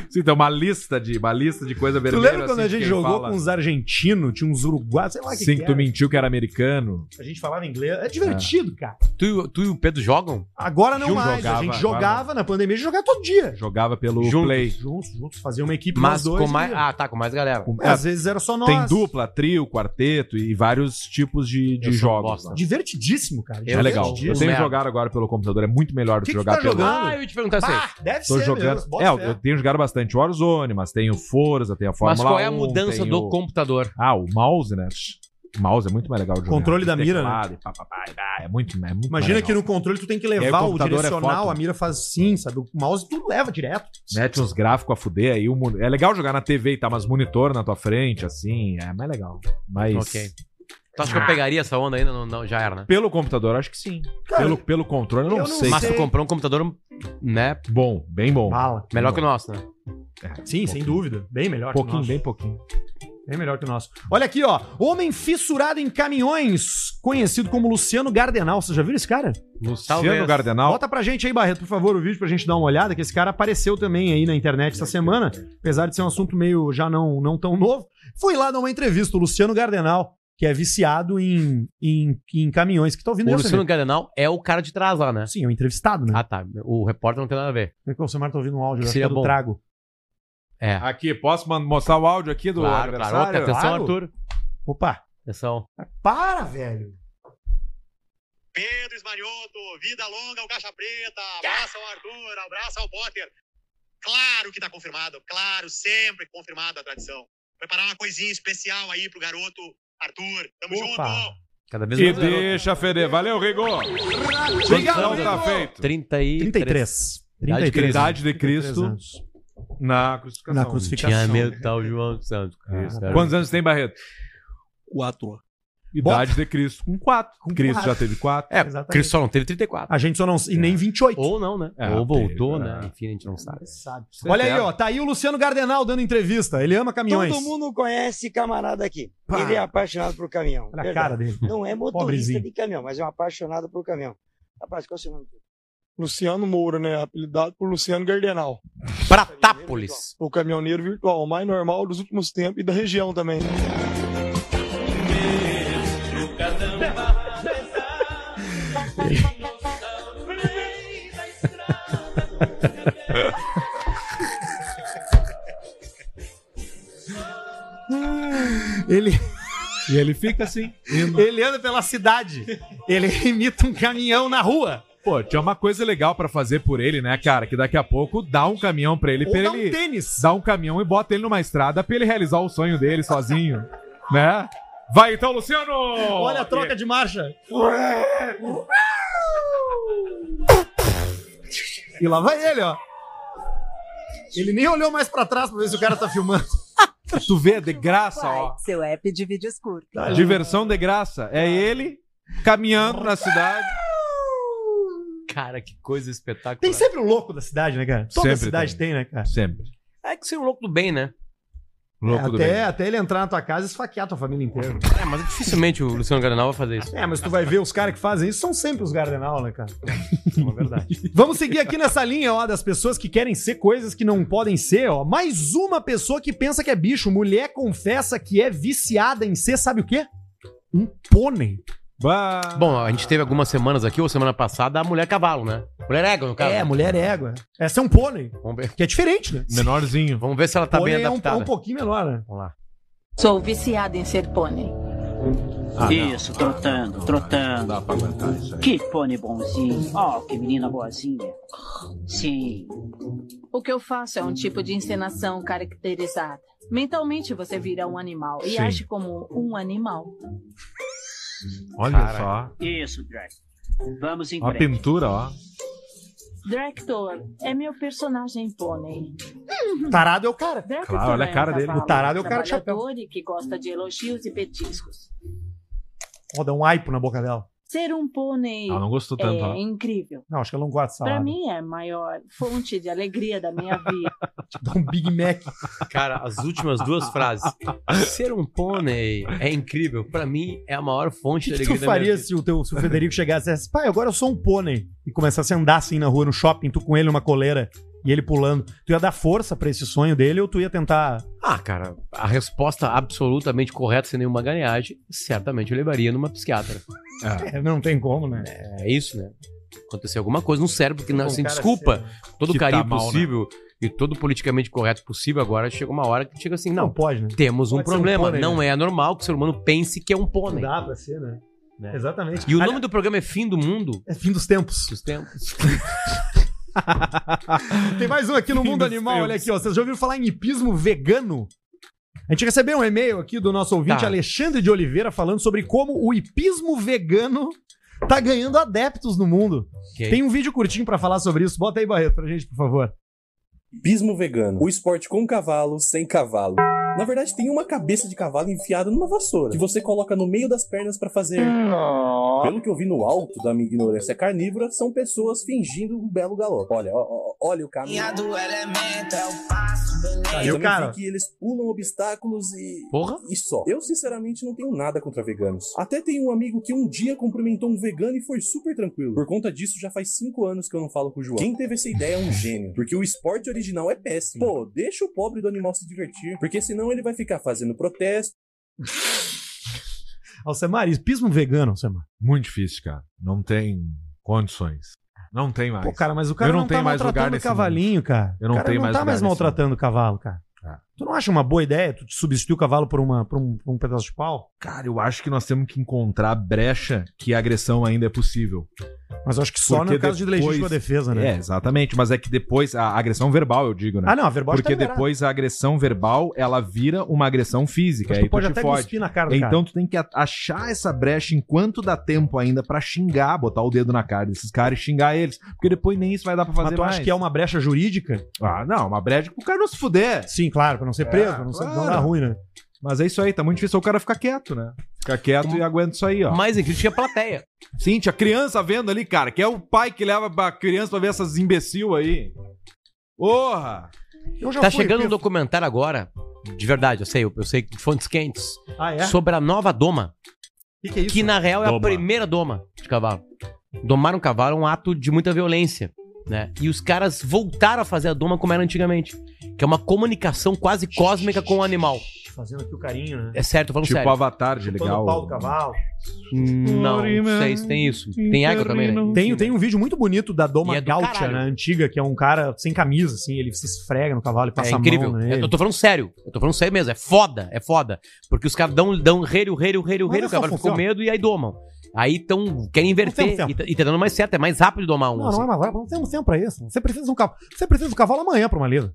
[SPEAKER 2] Sim, tem uma lista de, uma lista de coisa
[SPEAKER 1] Tu
[SPEAKER 2] vermelha.
[SPEAKER 1] lembra quando
[SPEAKER 2] assim,
[SPEAKER 1] a
[SPEAKER 2] de
[SPEAKER 1] gente
[SPEAKER 2] quem
[SPEAKER 1] jogou
[SPEAKER 2] fala-
[SPEAKER 1] com uns argentinos, tinha uns uruguaios, sei lá o que,
[SPEAKER 2] Sim,
[SPEAKER 1] que
[SPEAKER 2] que tu
[SPEAKER 1] era.
[SPEAKER 2] mentiu que era americano.
[SPEAKER 1] A gente falava inglês. É divertido, cara.
[SPEAKER 3] Tu, e o- tu e o Pedro jogam?
[SPEAKER 1] Agora não
[SPEAKER 2] Gil
[SPEAKER 1] mais. a
[SPEAKER 2] jogava,
[SPEAKER 1] gente
[SPEAKER 2] agora
[SPEAKER 1] jogava na pandemia, a gente jogava todo dia.
[SPEAKER 2] Jogava pelo
[SPEAKER 3] Juntos.
[SPEAKER 2] Play.
[SPEAKER 1] Juntos, juntos, fazia uma equipe
[SPEAKER 3] Mas
[SPEAKER 1] nós
[SPEAKER 3] com mais.
[SPEAKER 1] né?
[SPEAKER 3] Ah, tá, com mais galera.
[SPEAKER 2] Com-
[SPEAKER 1] Às vezes era só nós.
[SPEAKER 2] é Tem dupla, trio, quarteto e vários tipos de, de
[SPEAKER 3] Eu sou
[SPEAKER 2] jogos.
[SPEAKER 3] bosta.
[SPEAKER 2] lá.
[SPEAKER 1] Divertidíssimo, cara.
[SPEAKER 2] É legal.
[SPEAKER 1] Divertidíssimo.
[SPEAKER 2] Eu tenho
[SPEAKER 3] Merda.
[SPEAKER 2] jogado agora pelo computador, é muito melhor do
[SPEAKER 1] Que que
[SPEAKER 2] que, jogar
[SPEAKER 1] tá
[SPEAKER 2] pelo.
[SPEAKER 1] jogando?
[SPEAKER 3] Ah, eu ia te perguntar isso aí.
[SPEAKER 1] Bah, deve
[SPEAKER 2] Tô
[SPEAKER 1] ser
[SPEAKER 2] jogando.
[SPEAKER 1] mesmo, bota
[SPEAKER 2] É, eu,
[SPEAKER 1] fé.
[SPEAKER 2] eu tenho jogado bastante Warzone, mas tenho Forza, tenho a Fórmula
[SPEAKER 3] Mas
[SPEAKER 2] 1.
[SPEAKER 3] qual é a mudança
[SPEAKER 2] tenho-
[SPEAKER 3] do computador?
[SPEAKER 2] Ah, o mouse, né? O mouse é muito mais legal de jogar.
[SPEAKER 1] Controle da mira, né?
[SPEAKER 2] Teclado e pá, pá, pá, e pá, É muito, é muito
[SPEAKER 1] Imagina
[SPEAKER 2] mais
[SPEAKER 1] que no
[SPEAKER 2] legal.
[SPEAKER 1] controle tu tem que
[SPEAKER 2] E aí
[SPEAKER 1] levar
[SPEAKER 2] o
[SPEAKER 1] o,
[SPEAKER 2] computador é
[SPEAKER 1] direcional,
[SPEAKER 2] foto.
[SPEAKER 1] a mira faz assim, sabe? O mouse tu leva direto.
[SPEAKER 2] Mete uns gráficos a fuder aí. o mon- É legal jogar na TV e tá, mas monitor na tua frente, assim, é mais legal. Mas
[SPEAKER 3] Ok. Tu acha que eu pegaria essa onda ainda? Não, não, já era, né?
[SPEAKER 2] pelo computador, acho que sim.
[SPEAKER 1] Cara,
[SPEAKER 2] pelo, pelo controle, eu não,
[SPEAKER 1] eu não
[SPEAKER 2] sei.
[SPEAKER 3] Mas tu
[SPEAKER 1] sei.
[SPEAKER 3] comprou um computador, né?
[SPEAKER 2] Bom, bem bom.
[SPEAKER 1] bala.
[SPEAKER 3] Melhor que o nosso, né?
[SPEAKER 1] Sim, sem dúvida. Bem melhor
[SPEAKER 2] Um Pouquinho,
[SPEAKER 1] que o nosso.
[SPEAKER 2] bem pouquinho.
[SPEAKER 1] Bem melhor que o nosso. Olha aqui, ó. Homem fissurado em caminhões, conhecido como Luciano Gardenal. Você já viu esse cara?
[SPEAKER 2] Luciano
[SPEAKER 3] Talvez.
[SPEAKER 2] Gardenal.
[SPEAKER 1] Bota pra gente aí, Barreto, por favor, o vídeo pra gente dar uma olhada, que esse cara apareceu também aí na internet essa semana, apesar de ser um assunto meio já não, não tão novo. Foi lá dar uma entrevista, o Luciano Gardenal, que é viciado em, em, em caminhões, que tá ouvindo
[SPEAKER 3] O
[SPEAKER 1] eu
[SPEAKER 3] Luciano
[SPEAKER 1] também.
[SPEAKER 3] Gardenal é o cara de trás lá, né?
[SPEAKER 1] Sim, é um entrevistado, né?
[SPEAKER 3] Ah, tá. O repórter não tem nada a ver.
[SPEAKER 1] Como é que o Samar tá ouvindo um áudio? eu acho
[SPEAKER 3] Seria
[SPEAKER 1] que é do
[SPEAKER 3] bom.
[SPEAKER 1] trago.
[SPEAKER 3] É.
[SPEAKER 2] Aqui, posso man- mostrar o áudio aqui Ah, do
[SPEAKER 3] Claro, claro.
[SPEAKER 2] adversário?
[SPEAKER 3] Atenção,
[SPEAKER 1] claro.
[SPEAKER 3] Arthur.
[SPEAKER 1] Opa!
[SPEAKER 3] Atenção.
[SPEAKER 1] Para, velho!
[SPEAKER 5] Pedro Esmanioto, vida longa ao Caixa Preta, abraça ao Arthur, abraça ao Potter. Claro que tá confirmado, claro, sempre confirmado a tradição. Preparar uma coisinha especial aí pro garoto Arthur. Tamo
[SPEAKER 1] Opa.
[SPEAKER 5] junto!
[SPEAKER 3] Cada vez
[SPEAKER 2] E
[SPEAKER 3] mais. garoto.
[SPEAKER 2] deixa feder. Valeu, Rigor.
[SPEAKER 1] Obrigado,
[SPEAKER 2] Então tá feito.
[SPEAKER 3] 33.
[SPEAKER 1] 33. 33.
[SPEAKER 2] Idade de
[SPEAKER 1] 33
[SPEAKER 2] Cristo
[SPEAKER 1] anos.
[SPEAKER 2] na crucificação.
[SPEAKER 1] Na crucificação.
[SPEAKER 3] Tinha medo do tal João Santos. Isso, um- cara.
[SPEAKER 2] Ah. Quantos anos tem, Barreto?
[SPEAKER 10] Quatro.
[SPEAKER 2] Idade de Cristo. Com quatro. Cristo já teve quatro.
[SPEAKER 3] É,
[SPEAKER 1] Exatamente. Ah,
[SPEAKER 3] Cristo só não teve 34.
[SPEAKER 1] A gente só não. E nem 28.
[SPEAKER 3] Ou não, né?
[SPEAKER 2] É,
[SPEAKER 3] Ou voltou,
[SPEAKER 2] teve,
[SPEAKER 3] né?
[SPEAKER 2] é.
[SPEAKER 3] Enfim, a gente não sabe.
[SPEAKER 1] Sabe. Olha aí, ó. Tá aí o Luciano Gardenal dando entrevista. Ele ama caminhões.
[SPEAKER 10] Todo mundo conhece esse camarada aqui.
[SPEAKER 1] Pá.
[SPEAKER 10] Ele é apaixonado por caminhão.
[SPEAKER 1] Olha a
[SPEAKER 10] verdade.
[SPEAKER 1] cara dele.
[SPEAKER 10] Não é motorista
[SPEAKER 1] Pobrezinho.
[SPEAKER 10] de caminhão, mas é um apaixonado por caminhão. Rapaz, qual é o seu nome?
[SPEAKER 5] Luciano Moura, né? Apelidado por Luciano Gardenal.
[SPEAKER 3] Pratápolis.
[SPEAKER 5] O caminhoneiro virtual, o mais normal dos últimos tempos e da região também.
[SPEAKER 1] Ele,
[SPEAKER 2] E ele fica assim.
[SPEAKER 1] ele anda pela cidade. Ele imita um caminhão na rua.
[SPEAKER 2] Pô, tinha uma coisa legal pra fazer por ele, né, cara? Que daqui a pouco dá um caminhão pra ele.
[SPEAKER 1] Ou
[SPEAKER 2] pra
[SPEAKER 1] dá
[SPEAKER 2] ele
[SPEAKER 1] um tênis.
[SPEAKER 2] dá um caminhão e bota ele numa estrada pra ele realizar o sonho dele sozinho. né? Vai então, Luciano!
[SPEAKER 1] Olha a troca de marcha. E lá vai ele, ó. Ele nem olhou mais pra trás pra ver se o cara tá filmando.
[SPEAKER 2] Tu vê, de graça, ó.
[SPEAKER 9] Seu app de vídeos curtos.
[SPEAKER 2] Diversão de graça. É ele caminhando na cidade.
[SPEAKER 3] Cara, que coisa espetacular.
[SPEAKER 1] Tem sempre o louco da cidade, né, cara? Toda
[SPEAKER 2] Sempre
[SPEAKER 1] cidade
[SPEAKER 2] tem.
[SPEAKER 1] tem, né, cara?
[SPEAKER 2] Sempre.
[SPEAKER 3] É que você é um louco do bem, né?
[SPEAKER 2] Louco do
[SPEAKER 1] até, até ele entrar na tua casa e esfaquear tua família inteira.
[SPEAKER 3] É, mas dificilmente o Luciano Granal vai fazer isso.
[SPEAKER 1] É, mas tu vai ver os caras que fazem isso são sempre os Gardenal, né, cara? É verdade. Vamos seguir aqui nessa linha, ó, das pessoas que querem ser coisas que não podem ser, ó. Mais uma pessoa que pensa que é bicho. Mulher confessa que é viciada em ser, sabe o quê? Um pônei.
[SPEAKER 2] Bah.
[SPEAKER 3] Bom, a gente teve algumas semanas aqui, ou semana passada, a mulher cavalo, né? Mulher égua, no caso.
[SPEAKER 1] É, mulher égua. Essa é um pônei,
[SPEAKER 3] Vamos ver.
[SPEAKER 1] que é diferente, né?
[SPEAKER 2] Menorzinho.
[SPEAKER 3] Vamos ver se ela tá
[SPEAKER 1] pônei
[SPEAKER 3] bem
[SPEAKER 1] é um,
[SPEAKER 3] adaptada.
[SPEAKER 1] é um pouquinho menor, né?
[SPEAKER 3] Vamos lá.
[SPEAKER 11] Sou viciada em ser pônei.
[SPEAKER 1] Ah,
[SPEAKER 12] isso, trotando, trotando. Que pônei bonzinho. Ó, que menina boazinha. Sim.
[SPEAKER 11] O que eu faço é um tipo de encenação caracterizada. Mentalmente você vira um animal e
[SPEAKER 2] Sim.
[SPEAKER 11] age como um animal.
[SPEAKER 2] Olha
[SPEAKER 12] Cara. Isso, Drake. Vamos em
[SPEAKER 2] só. Ó a
[SPEAKER 12] frente.
[SPEAKER 2] pintura, ó.
[SPEAKER 11] Director é meu personagem pônei.
[SPEAKER 1] Tarado é o cara.
[SPEAKER 11] Dractor
[SPEAKER 2] Claro, olha a
[SPEAKER 11] é um
[SPEAKER 2] cara dele.
[SPEAKER 11] cavalo
[SPEAKER 1] O tarado é o cara de chapéu.
[SPEAKER 11] trabalhador e que gosta de elogios e petiscos.
[SPEAKER 1] Ó, dá um aipo na boca dela.
[SPEAKER 11] Ser um pônei
[SPEAKER 2] Ela não gostou tanto, ó.
[SPEAKER 11] é incrível.
[SPEAKER 1] Não, acho que ela não gosta de
[SPEAKER 11] Pra
[SPEAKER 1] salada.
[SPEAKER 11] mim é a maior fonte de alegria da minha vida.
[SPEAKER 1] Dá um Big Mac.
[SPEAKER 3] Cara, as últimas duas frases. Ser um pônei é incrível. Pra mim, é a maior fonte
[SPEAKER 1] O
[SPEAKER 3] de
[SPEAKER 1] que, que tu
[SPEAKER 3] alegria da minha
[SPEAKER 1] faria
[SPEAKER 3] vida.
[SPEAKER 1] se o, teu, se o Federico chegasse e dissesse, pai, agora eu sou um pônei, e começasse a andar assim na rua, no shopping, tu com ele numa coleira e ele pulando? Tu ia dar força pra esse sonho dele ou tu ia tentar.
[SPEAKER 3] Ah, cara, a resposta absolutamente correta, sem nenhuma ganeagem, certamente eu levaria numa psiquiatra.
[SPEAKER 1] É, não tem como, né?
[SPEAKER 3] É isso, né? Aconteceu alguma coisa no cérebro que, não,
[SPEAKER 1] Um
[SPEAKER 3] assim,
[SPEAKER 1] cara
[SPEAKER 3] desculpa, todo
[SPEAKER 2] que tá
[SPEAKER 3] carinho
[SPEAKER 2] mal, né?
[SPEAKER 3] possível e todo politicamente correto possível, agora chega uma hora que chega assim,
[SPEAKER 1] Não,
[SPEAKER 3] não,
[SPEAKER 1] pode, né?
[SPEAKER 3] temos um
[SPEAKER 1] Pode ser um
[SPEAKER 3] problema.
[SPEAKER 1] pônei,
[SPEAKER 3] não é normal que o ser humano pense que é um
[SPEAKER 1] Não
[SPEAKER 3] pônei.
[SPEAKER 1] dá pra ser, né?
[SPEAKER 3] Né?
[SPEAKER 1] Exatamente.
[SPEAKER 3] E o
[SPEAKER 1] Ali-
[SPEAKER 3] nome do programa é Fim do Mundo?
[SPEAKER 1] É fim dos tempos.
[SPEAKER 3] Dos tempos.
[SPEAKER 1] Tem mais um aqui no
[SPEAKER 2] Fim
[SPEAKER 1] Mundo
[SPEAKER 2] dos
[SPEAKER 1] Animal,
[SPEAKER 2] tempos.
[SPEAKER 1] olha aqui, ó. Vocês já ouviram falar em hipismo vegano? A gente recebeu um e-mail aqui do nosso ouvinte
[SPEAKER 3] Tá.
[SPEAKER 1] Alexandre de Oliveira falando sobre como o hipismo vegano tá ganhando adeptos no mundo.
[SPEAKER 3] Ok.
[SPEAKER 1] Tem um vídeo curtinho pra falar sobre isso. Bota aí, Barreto, pra gente, por favor.
[SPEAKER 13] Pismo vegano. O esporte com cavalo, sem cavalo. Na verdade, tem uma cabeça de cavalo enfiada numa vassoura, que você coloca no meio das pernas pra fazer. Pelo que eu vi no alto da minha ignorância carnívora, são pessoas fingindo um belo galope. Olha, ó, ó, olha o caminho.
[SPEAKER 1] Tá, e
[SPEAKER 13] Eu
[SPEAKER 1] o cara?
[SPEAKER 13] que eles pulam obstáculos e.
[SPEAKER 3] Porra.
[SPEAKER 13] E só. Eu, sinceramente, não tenho nada contra veganos. Até tenho um amigo que um dia cumprimentou um vegano e foi super tranquilo. Por conta disso, já faz cinco anos que eu não falo com o João. Quem teve essa ideia é um gênio. Porque o esporte original é péssimo. Pô, deixa o pobre do animal se divertir. Porque senão ele vai ficar fazendo protesto.
[SPEAKER 1] Alcemar, hipismo um vegano, Alcemar.
[SPEAKER 2] Muito difícil, cara. Não tem condições. Não tem mais.
[SPEAKER 1] Pô, cara, mas o cara
[SPEAKER 2] Eu
[SPEAKER 1] não,
[SPEAKER 2] não
[SPEAKER 1] tá
[SPEAKER 2] tenho mais lugar
[SPEAKER 1] maltratando o
[SPEAKER 2] nesse
[SPEAKER 1] cavalinho, cara.
[SPEAKER 2] Eu não
[SPEAKER 1] o cara
[SPEAKER 2] tenho
[SPEAKER 1] não
[SPEAKER 2] mais
[SPEAKER 1] tá
[SPEAKER 2] lugar
[SPEAKER 1] mais
[SPEAKER 2] nesse
[SPEAKER 1] maltratando o cavalo, cara.
[SPEAKER 2] Ah.
[SPEAKER 1] Tu não acha uma boa ideia tu substituir o cavalo por, uma, por, um, por um pedaço de pau?
[SPEAKER 2] Cara, eu acho que nós temos que encontrar a brecha que a agressão ainda é possível.
[SPEAKER 1] Mas eu acho que só
[SPEAKER 2] Porque
[SPEAKER 1] no caso de
[SPEAKER 2] depois-
[SPEAKER 1] legítima defesa, né?
[SPEAKER 2] É, exatamente. Mas é que depois, a agressão verbal, eu digo, né?
[SPEAKER 1] Ah, não, a verbal
[SPEAKER 2] Porque
[SPEAKER 1] liberada.
[SPEAKER 2] depois a agressão verbal, ela vira uma agressão física.
[SPEAKER 1] Mas
[SPEAKER 2] Aí
[SPEAKER 1] tu
[SPEAKER 2] tu
[SPEAKER 1] pode
[SPEAKER 2] te
[SPEAKER 1] até
[SPEAKER 2] fode.
[SPEAKER 1] cuspir na cara do cara.
[SPEAKER 2] Então tu tem que a- achar essa brecha enquanto dá tempo ainda pra xingar, botar o dedo na cara desses caras e xingar eles. Porque depois nem isso vai dar pra fazer
[SPEAKER 1] Mas tu
[SPEAKER 2] mais.
[SPEAKER 1] acha que é uma brecha jurídica?
[SPEAKER 2] Ah, não, uma brecha pro cara não se fuder.
[SPEAKER 1] Sim, claro, pra não ser preso,
[SPEAKER 2] É,
[SPEAKER 1] pra não, ser,
[SPEAKER 2] claro.
[SPEAKER 1] não dar ruim, né?
[SPEAKER 2] Mas é isso aí, tá muito difícil o cara ficar quieto, né? Ficar quieto e aguenta isso aí, ó.
[SPEAKER 3] Mais incrível que a plateia.
[SPEAKER 2] Sim, tinha criança vendo ali, cara, que é o pai que leva a criança pra ver essas imbecil aí. Porra!
[SPEAKER 1] Eu já
[SPEAKER 3] Tá
[SPEAKER 1] fui
[SPEAKER 3] chegando um
[SPEAKER 1] preso.
[SPEAKER 3] documentário agora, de verdade, eu sei, eu eu sei, de fontes quentes,
[SPEAKER 1] Ah, é? O
[SPEAKER 3] sobre a nova doma,
[SPEAKER 1] que, que é isso?
[SPEAKER 3] que na real é a
[SPEAKER 2] Doma.
[SPEAKER 3] primeira doma de cavalo. Domar um cavalo é um ato de muita violência, né? E os caras voltaram a fazer a doma como era antigamente, que é uma comunicação quase cósmica com o animal.
[SPEAKER 1] Fazendo aqui o carinho, né?
[SPEAKER 3] É certo, eu falo
[SPEAKER 2] tipo
[SPEAKER 3] sério.
[SPEAKER 2] Avatar de
[SPEAKER 1] Chupando
[SPEAKER 2] legal.
[SPEAKER 1] o pau do cavalo.
[SPEAKER 3] Não, não sei se tem isso. Tem água também, né?
[SPEAKER 1] Tem, tem um vídeo muito bonito da Doma
[SPEAKER 3] E é do
[SPEAKER 1] Gaúcha,
[SPEAKER 3] caralho.
[SPEAKER 1] né? Antiga, que é um cara sem camisa, assim, ele se esfrega no cavalo e passa
[SPEAKER 3] É incrível.
[SPEAKER 1] a mão nele.
[SPEAKER 3] eu tô falando sério. Eu tô falando sério mesmo. É foda, é foda. Porque os caras dão, dão reiro, reiro, reiro,
[SPEAKER 1] Mas
[SPEAKER 3] reiro, o
[SPEAKER 1] essa
[SPEAKER 3] cavalo ficou com
[SPEAKER 1] funciona?
[SPEAKER 3] medo e aí domam. Aí tão, querem inverter
[SPEAKER 1] Não tem um
[SPEAKER 3] e, tá- e tá dando mais certo, é mais rápido domar um.
[SPEAKER 1] Não,
[SPEAKER 3] assim.
[SPEAKER 1] não é mais rápido, não temos tempo pra isso. Você precisa de um cavalo. Você precisa de um cavalo amanhã pra uma lida.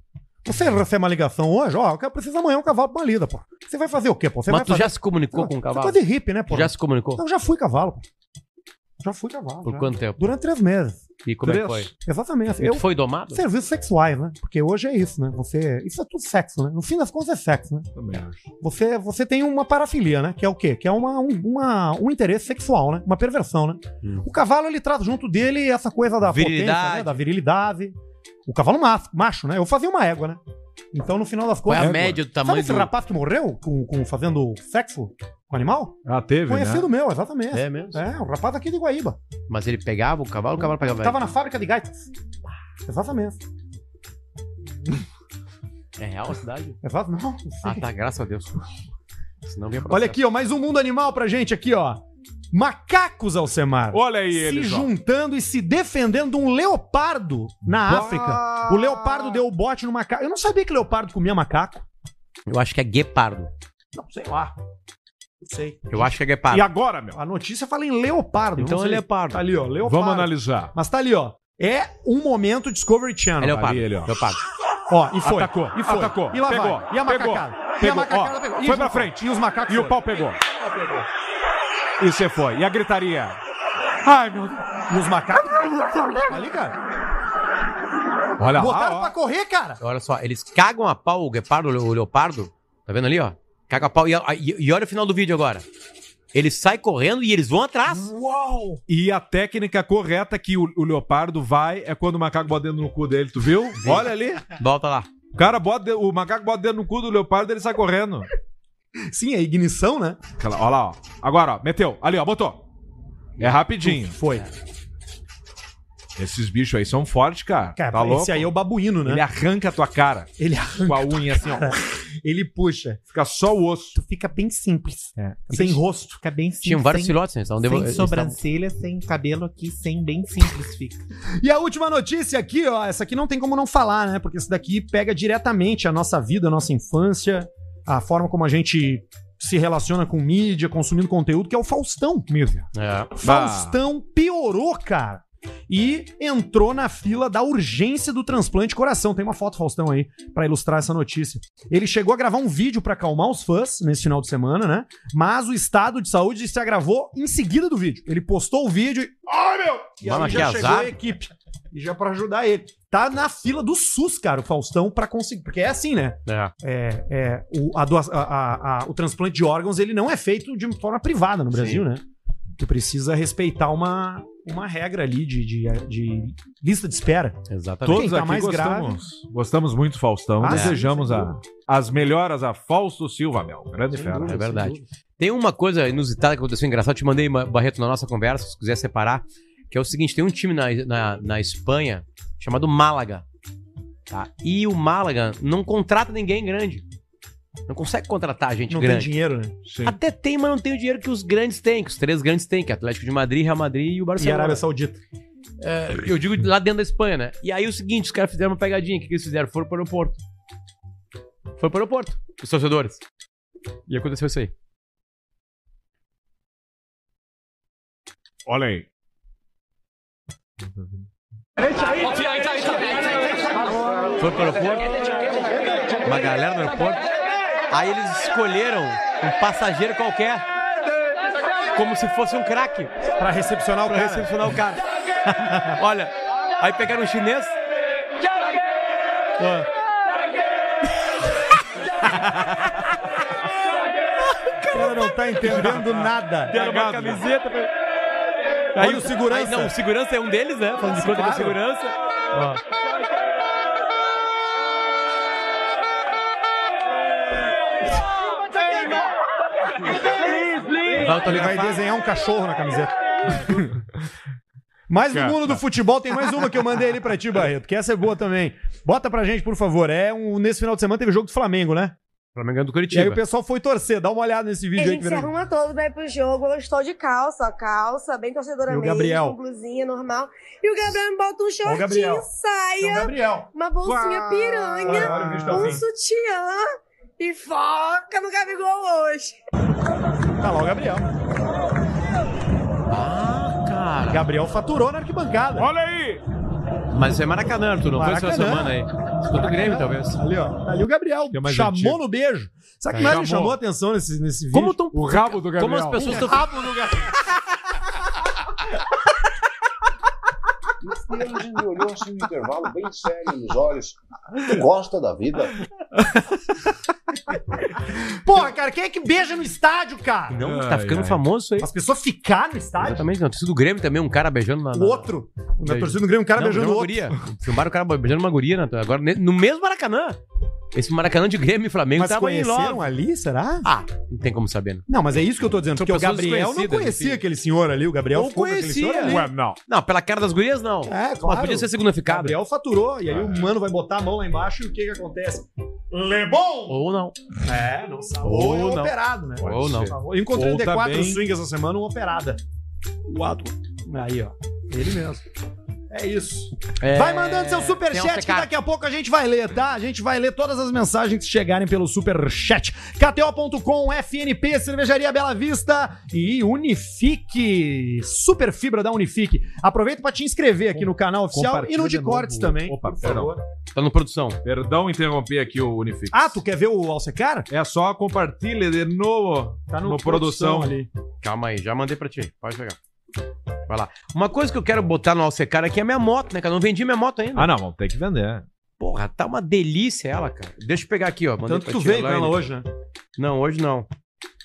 [SPEAKER 1] Você recebe uma ligação hoje, ó, eu quero- preciso amanhã um cavalo pra uma lida, pô. Você vai fazer o quê, pô? Você
[SPEAKER 3] Mas
[SPEAKER 1] vai
[SPEAKER 3] tu
[SPEAKER 1] fazer...
[SPEAKER 3] já se comunicou com o cavalo?
[SPEAKER 1] Você é coisa de hippie, né, pô?
[SPEAKER 3] Tu já se comunicou?
[SPEAKER 1] Eu já fui cavalo, pô. Já fui cavalo.
[SPEAKER 3] Por
[SPEAKER 1] já.
[SPEAKER 3] quanto tempo?
[SPEAKER 1] Durante três meses.
[SPEAKER 3] E como é que foi?
[SPEAKER 2] Três.
[SPEAKER 1] Exatamente. assim,
[SPEAKER 3] E
[SPEAKER 1] Eu
[SPEAKER 3] tu foi domado?
[SPEAKER 1] Serviços sexuais, né? Porque hoje é isso, né? Você. Isso é tudo sexo, né? No fim das contas é sexo, né?
[SPEAKER 2] Também acho.
[SPEAKER 1] Você, você tem uma parafilia, né? Que é o quê? Que é uma, um, uma- um interesse sexual, né? Uma perversão, né?
[SPEAKER 3] Hum.
[SPEAKER 1] O cavalo, ele traz junto dele essa coisa da
[SPEAKER 3] Virilidade.
[SPEAKER 1] potência, né? Da virilidade. O cavalo macho, macho, né? Eu fazia uma égua, né? Então, no final das
[SPEAKER 3] Qual é
[SPEAKER 1] contas.
[SPEAKER 3] a média do tamanho
[SPEAKER 1] Sabe esse
[SPEAKER 3] do-
[SPEAKER 1] rapaz que morreu com, com- fazendo sexo com animal?
[SPEAKER 2] Ah, teve,
[SPEAKER 1] Conhecido meu, exatamente.
[SPEAKER 3] É mesmo?
[SPEAKER 1] É, o rapaz aqui de Guaíba.
[SPEAKER 3] Mas ele pegava o cavalo, o cavalo pegava
[SPEAKER 1] Tava na fábrica de gaitas. Exatamente.
[SPEAKER 3] É real a cidade?
[SPEAKER 1] Exato, não. sim.
[SPEAKER 3] Ah, tá, graças a Deus. Senão vem
[SPEAKER 1] Olha aqui, ó, mais um mundo animal pra gente aqui, ó. Macacos, Alcemar.
[SPEAKER 2] Olha aí
[SPEAKER 1] Se
[SPEAKER 2] eles, ó.
[SPEAKER 1] juntando e se defendendo de um leopardo na África. O leopardo deu o bote no macaco. Eu não sabia que leopardo comia macaco.
[SPEAKER 3] Eu acho que é guepardo.
[SPEAKER 1] Não, sei lá. Não sei.
[SPEAKER 3] Eu acho que é guepardo.
[SPEAKER 1] E agora, meu? A notícia fala em leopardo.
[SPEAKER 3] Então
[SPEAKER 1] não sei.
[SPEAKER 3] é leopardo.
[SPEAKER 1] Tá ali, ó. Leopardo.
[SPEAKER 2] Vamos analisar.
[SPEAKER 1] Mas tá ali, ó. É um momento Discovery Channel.
[SPEAKER 2] É leopardo.
[SPEAKER 1] Ah, Ali, ele, ó.
[SPEAKER 3] leopardo.
[SPEAKER 1] Ó, e foi.
[SPEAKER 2] Atacou,
[SPEAKER 1] E foi.
[SPEAKER 2] atacou,
[SPEAKER 1] E lá
[SPEAKER 2] pegou,
[SPEAKER 1] vai. E a
[SPEAKER 2] pegou,
[SPEAKER 1] macacada. e a
[SPEAKER 2] pegou,
[SPEAKER 1] macacada
[SPEAKER 2] ó,
[SPEAKER 1] pegou. E
[SPEAKER 2] foi
[SPEAKER 1] os
[SPEAKER 2] pra
[SPEAKER 1] macacos.
[SPEAKER 2] frente.
[SPEAKER 1] E os macacos.
[SPEAKER 2] E o
[SPEAKER 1] foram.
[SPEAKER 2] pau pegou.
[SPEAKER 1] pegou.
[SPEAKER 2] E você foi. E a gritaria?
[SPEAKER 1] Ai, meu Deus. E os macacos? Ali, cara.
[SPEAKER 2] Tá,
[SPEAKER 3] Olha
[SPEAKER 1] Botaram pra correr, cara.
[SPEAKER 3] Olha só, eles cagam a pau o guepardo, o leopardo. Tá vendo ali, ó? Caga a pau. E, e- e olha o final do vídeo agora. Ele sai correndo e eles vão atrás.
[SPEAKER 1] Uau!
[SPEAKER 2] E a técnica correta que o, o leopardo vai é quando o macaco bota dentro no cu dele, tu viu? Olha ali.
[SPEAKER 3] Volta lá.
[SPEAKER 2] O cara bota, de- o macaco bota dentro no cu do leopardo, ele sai correndo.
[SPEAKER 1] Sim, é ignição, né?
[SPEAKER 2] Aquela, olha lá, ó. Agora, ó, meteu. Ali, ó, botou. É rapidinho.
[SPEAKER 1] Foi.
[SPEAKER 2] Esses bichos aí são fortes, cara.
[SPEAKER 1] Cara,
[SPEAKER 2] tá
[SPEAKER 1] esse
[SPEAKER 2] louco?
[SPEAKER 1] aí é o babuíno, né?
[SPEAKER 2] Ele arranca a tua cara.
[SPEAKER 1] Ele arranca
[SPEAKER 2] Com a unha assim, ó.
[SPEAKER 1] Ele puxa.
[SPEAKER 2] Fica só o osso.
[SPEAKER 1] Tu fica bem simples.
[SPEAKER 2] É.
[SPEAKER 1] Sem rosto.
[SPEAKER 4] Fica bem simples.
[SPEAKER 3] Tinham vários
[SPEAKER 4] sem-
[SPEAKER 3] filhotes, né? Então, devo-
[SPEAKER 4] Sem
[SPEAKER 3] eles
[SPEAKER 4] sobrancelha, sem cabelo aqui, sem bem simples fica.
[SPEAKER 1] E a última notícia aqui, ó, essa aqui não tem como não falar, né? Porque isso daqui pega diretamente a nossa vida, a nossa infância, a forma como a gente se relaciona com mídia, consumindo conteúdo, que é o Faustão.
[SPEAKER 2] Mídia.
[SPEAKER 3] É.
[SPEAKER 1] Faustão piorou, cara. E entrou na fila da urgência do transplante de coração. Tem uma foto, Faustão, aí, pra ilustrar essa notícia. Ele chegou a gravar um vídeo pra acalmar os fãs nesse final de semana, né? Mas o estado de saúde se agravou em seguida do vídeo. Ele postou o vídeo e. Ai, meu! E
[SPEAKER 3] Mano,
[SPEAKER 1] aí
[SPEAKER 3] que
[SPEAKER 1] já chegou a
[SPEAKER 3] azar.
[SPEAKER 1] equipe. E já pra ajudar ele. Tá na fila do SUS, cara, o Faustão, pra conseguir. Porque é assim, né?
[SPEAKER 3] É.
[SPEAKER 1] É, é, o, a doa- a- a- a- o transplante de órgãos ele não é feito de forma privada no Brasil, né? Tu precisa respeitar uma, uma regra ali de, de- de lista de espera.
[SPEAKER 3] Exatamente.
[SPEAKER 2] Todos
[SPEAKER 1] Quem tá
[SPEAKER 2] aqui
[SPEAKER 1] mais
[SPEAKER 2] gostamos. Gostamos muito, do Faustão.
[SPEAKER 1] Ah,
[SPEAKER 2] Desejamos
[SPEAKER 1] sim, sem
[SPEAKER 2] a- as melhoras a Fausto Silva Mel. Grande
[SPEAKER 1] Sem
[SPEAKER 2] fera.
[SPEAKER 1] dúvida.
[SPEAKER 3] É verdade. Tem uma coisa inusitada que aconteceu engraçada. Eu te mandei, Ma- Barreto, na nossa conversa, se quiser separar, que é o seguinte: tem um time na, na, na Espanha chamado Málaga. Tá? E o Málaga não contrata ninguém grande. Não consegue contratar gente
[SPEAKER 1] Não tem
[SPEAKER 3] grande.
[SPEAKER 1] dinheiro, né?
[SPEAKER 2] Sim.
[SPEAKER 3] Até tem, mas não tem o dinheiro que os grandes têm, que os três grandes têm, que é Atlético de Madrid, Real Madrid e o
[SPEAKER 1] E a
[SPEAKER 3] Barcelona.
[SPEAKER 1] Arábia Saudita.
[SPEAKER 3] É, eu digo lá dentro da Espanha, né? E aí o seguinte, os caras fizeram uma pegadinha. O que, que eles fizeram? Foram pro aeroporto. Foram pro aeroporto, os torcedores. E aconteceu isso aí.
[SPEAKER 2] Olha aí.
[SPEAKER 3] Foram pro aeroporto. Uma galera no aeroporto. Aí eles escolheram um passageiro qualquer. Como se fosse um craque.
[SPEAKER 1] Pra recepcionar o
[SPEAKER 3] Pra
[SPEAKER 1] cara.
[SPEAKER 3] recepcionar o cara. Olha, aí pegaram um chinês. Ó,
[SPEAKER 1] O cara não tá entendendo nada.
[SPEAKER 3] Deram uma
[SPEAKER 1] Cagado.
[SPEAKER 3] camiseta. pra-
[SPEAKER 1] Olha o segurança.
[SPEAKER 3] Aí, não, o segurança é um deles, né? Falando de conta que é o segurança. Ó. Vai
[SPEAKER 1] Ele vai
[SPEAKER 3] autografar.
[SPEAKER 1] desenhar um cachorro na camiseta. Mas no
[SPEAKER 2] Cara.
[SPEAKER 1] mundo do futebol tem mais uma que eu mandei ali pra ti, Barreto, que essa é boa também. Bota pra gente, por favor. É um, nesse final de semana teve jogo do Flamengo, né?
[SPEAKER 3] Flamengo é
[SPEAKER 1] E
[SPEAKER 3] do
[SPEAKER 1] aí
[SPEAKER 3] Curitiba.
[SPEAKER 1] o pessoal foi torcer. Dá uma olhada nesse
[SPEAKER 14] A
[SPEAKER 1] vídeo aí
[SPEAKER 14] gente
[SPEAKER 1] que
[SPEAKER 14] se
[SPEAKER 1] virou.
[SPEAKER 14] arruma todo pra ir pro jogo. Eu estou de calça, calça, bem torcedora
[SPEAKER 1] E o
[SPEAKER 14] mesmo,
[SPEAKER 1] Gabriel?
[SPEAKER 14] com blusinha normal. E o Gabriel me bota um
[SPEAKER 1] Ó o Gabriel.
[SPEAKER 14] shortinho, saia,
[SPEAKER 1] Gabriel.
[SPEAKER 14] uma bolsinha
[SPEAKER 1] Uau.
[SPEAKER 14] piranha,
[SPEAKER 1] Olha, olha o bicho tá
[SPEAKER 14] um
[SPEAKER 1] vindo.
[SPEAKER 14] sutiã e foca no Gabigol hoje.
[SPEAKER 1] Tá lá o Gabriel.
[SPEAKER 3] Ah, cara.
[SPEAKER 1] Gabriel faturou na arquibancada.
[SPEAKER 2] Olha aí!
[SPEAKER 3] Mas isso é Maracanã, Arthur. Não foi essa
[SPEAKER 1] Maracanã.
[SPEAKER 3] semana aí. Isso foi do Grêmio, talvez.
[SPEAKER 1] Ali, ó. Tá ali o Gabriel.
[SPEAKER 2] Que é mais
[SPEAKER 1] Chamou
[SPEAKER 2] antigo.
[SPEAKER 1] no beijo. Sabe o que
[SPEAKER 2] Tá.
[SPEAKER 1] mais me
[SPEAKER 2] Chamou.
[SPEAKER 1] chamou a atenção nesse, nesse vídeo?
[SPEAKER 3] Como tão...
[SPEAKER 2] O rabo do
[SPEAKER 3] Como
[SPEAKER 2] Gabriel.
[SPEAKER 3] as pessoas estão...
[SPEAKER 15] E ele me olhou assim no intervalo, bem sério nos olhos. Tu gosta da vida?
[SPEAKER 1] Porra, cara, quem é que beija no estádio, cara?
[SPEAKER 3] Não, tá
[SPEAKER 2] Ai,
[SPEAKER 3] ficando
[SPEAKER 2] ai.
[SPEAKER 3] famoso isso aí.
[SPEAKER 1] As pessoas ficar no estádio?
[SPEAKER 3] Exatamente, não. Torcida do Grêmio também, um cara beijando na... na-
[SPEAKER 1] O outro. Na
[SPEAKER 3] Beijo.
[SPEAKER 1] torcida do Grêmio, um cara
[SPEAKER 3] Não,
[SPEAKER 1] beijando o
[SPEAKER 3] uma
[SPEAKER 1] outro.
[SPEAKER 3] guria. Filmaram o cara beijando uma guria, né? Agora, ne- no mesmo Maracanã. Esse Maracanã de Grêmio e Flamengo
[SPEAKER 1] Mas
[SPEAKER 3] tava em
[SPEAKER 1] conheceram
[SPEAKER 3] Love.
[SPEAKER 1] ali, será?
[SPEAKER 3] Ah, não tem como saber. né?
[SPEAKER 1] Não, mas é isso que eu tô dizendo,
[SPEAKER 3] São
[SPEAKER 1] porque o
[SPEAKER 3] pessoas
[SPEAKER 1] Gabriel não
[SPEAKER 3] desconhecidas,
[SPEAKER 1] conhecia
[SPEAKER 3] enfim.
[SPEAKER 1] aquele senhor ali, o Gabriel
[SPEAKER 3] Não
[SPEAKER 1] ficou com aquele senhor
[SPEAKER 3] conhecia.
[SPEAKER 1] ali.
[SPEAKER 3] Ué, não. Não, pela cara das gurias, não.
[SPEAKER 1] É, claro.
[SPEAKER 3] Mas podia ser segunda ficada.
[SPEAKER 1] Gabriel faturou, e aí o mano vai botar a mão lá embaixo e o que que acontece? Lebon!
[SPEAKER 3] Ou não.
[SPEAKER 1] É, não sabe. Ou, é um
[SPEAKER 3] não.
[SPEAKER 1] operado, né?
[SPEAKER 3] Ou não.
[SPEAKER 1] Eu encontrei
[SPEAKER 3] Ou tá
[SPEAKER 1] o D4
[SPEAKER 3] também-
[SPEAKER 1] Swing essa semana, uma operada. O Adwa. Aí, ó. Ele mesmo. É isso.
[SPEAKER 3] É,
[SPEAKER 1] Vai mandando seu
[SPEAKER 3] tem um
[SPEAKER 1] superchat que
[SPEAKER 3] recado.
[SPEAKER 1] daqui a pouco a gente vai ler, tá? A gente vai ler todas as mensagens que chegarem pelo superchat. KTO.com, FNP, Cervejaria Bela Vista e Unifique. Super fibra da Unifique. Aproveita pra te inscrever aqui no canal oficial e no de, cortes também.
[SPEAKER 2] Opa,
[SPEAKER 1] por
[SPEAKER 2] perdão.
[SPEAKER 1] favor.
[SPEAKER 3] Tá no produção.
[SPEAKER 2] Perdão interromper aqui o Unifique.
[SPEAKER 1] Ah, tu quer ver o Alcecar?
[SPEAKER 2] É só compartilha de novo
[SPEAKER 1] Tá
[SPEAKER 2] no, produção.
[SPEAKER 1] ali.
[SPEAKER 3] Calma aí, já mandei pra ti. Pode pegar. Vai lá. Uma coisa que eu quero botar no Alcecar aqui é a minha moto, né, cara? Eu não vendi minha moto ainda.
[SPEAKER 2] Ah, não, vamos ter que vender.
[SPEAKER 3] Porra, tá uma delícia ela, cara. Deixa eu pegar aqui, ó. Mandei
[SPEAKER 1] Tanto que
[SPEAKER 3] pra
[SPEAKER 1] tu
[SPEAKER 3] ti,
[SPEAKER 1] veio com
[SPEAKER 3] Elaine.
[SPEAKER 1] ela hoje, né?
[SPEAKER 3] Não, hoje não.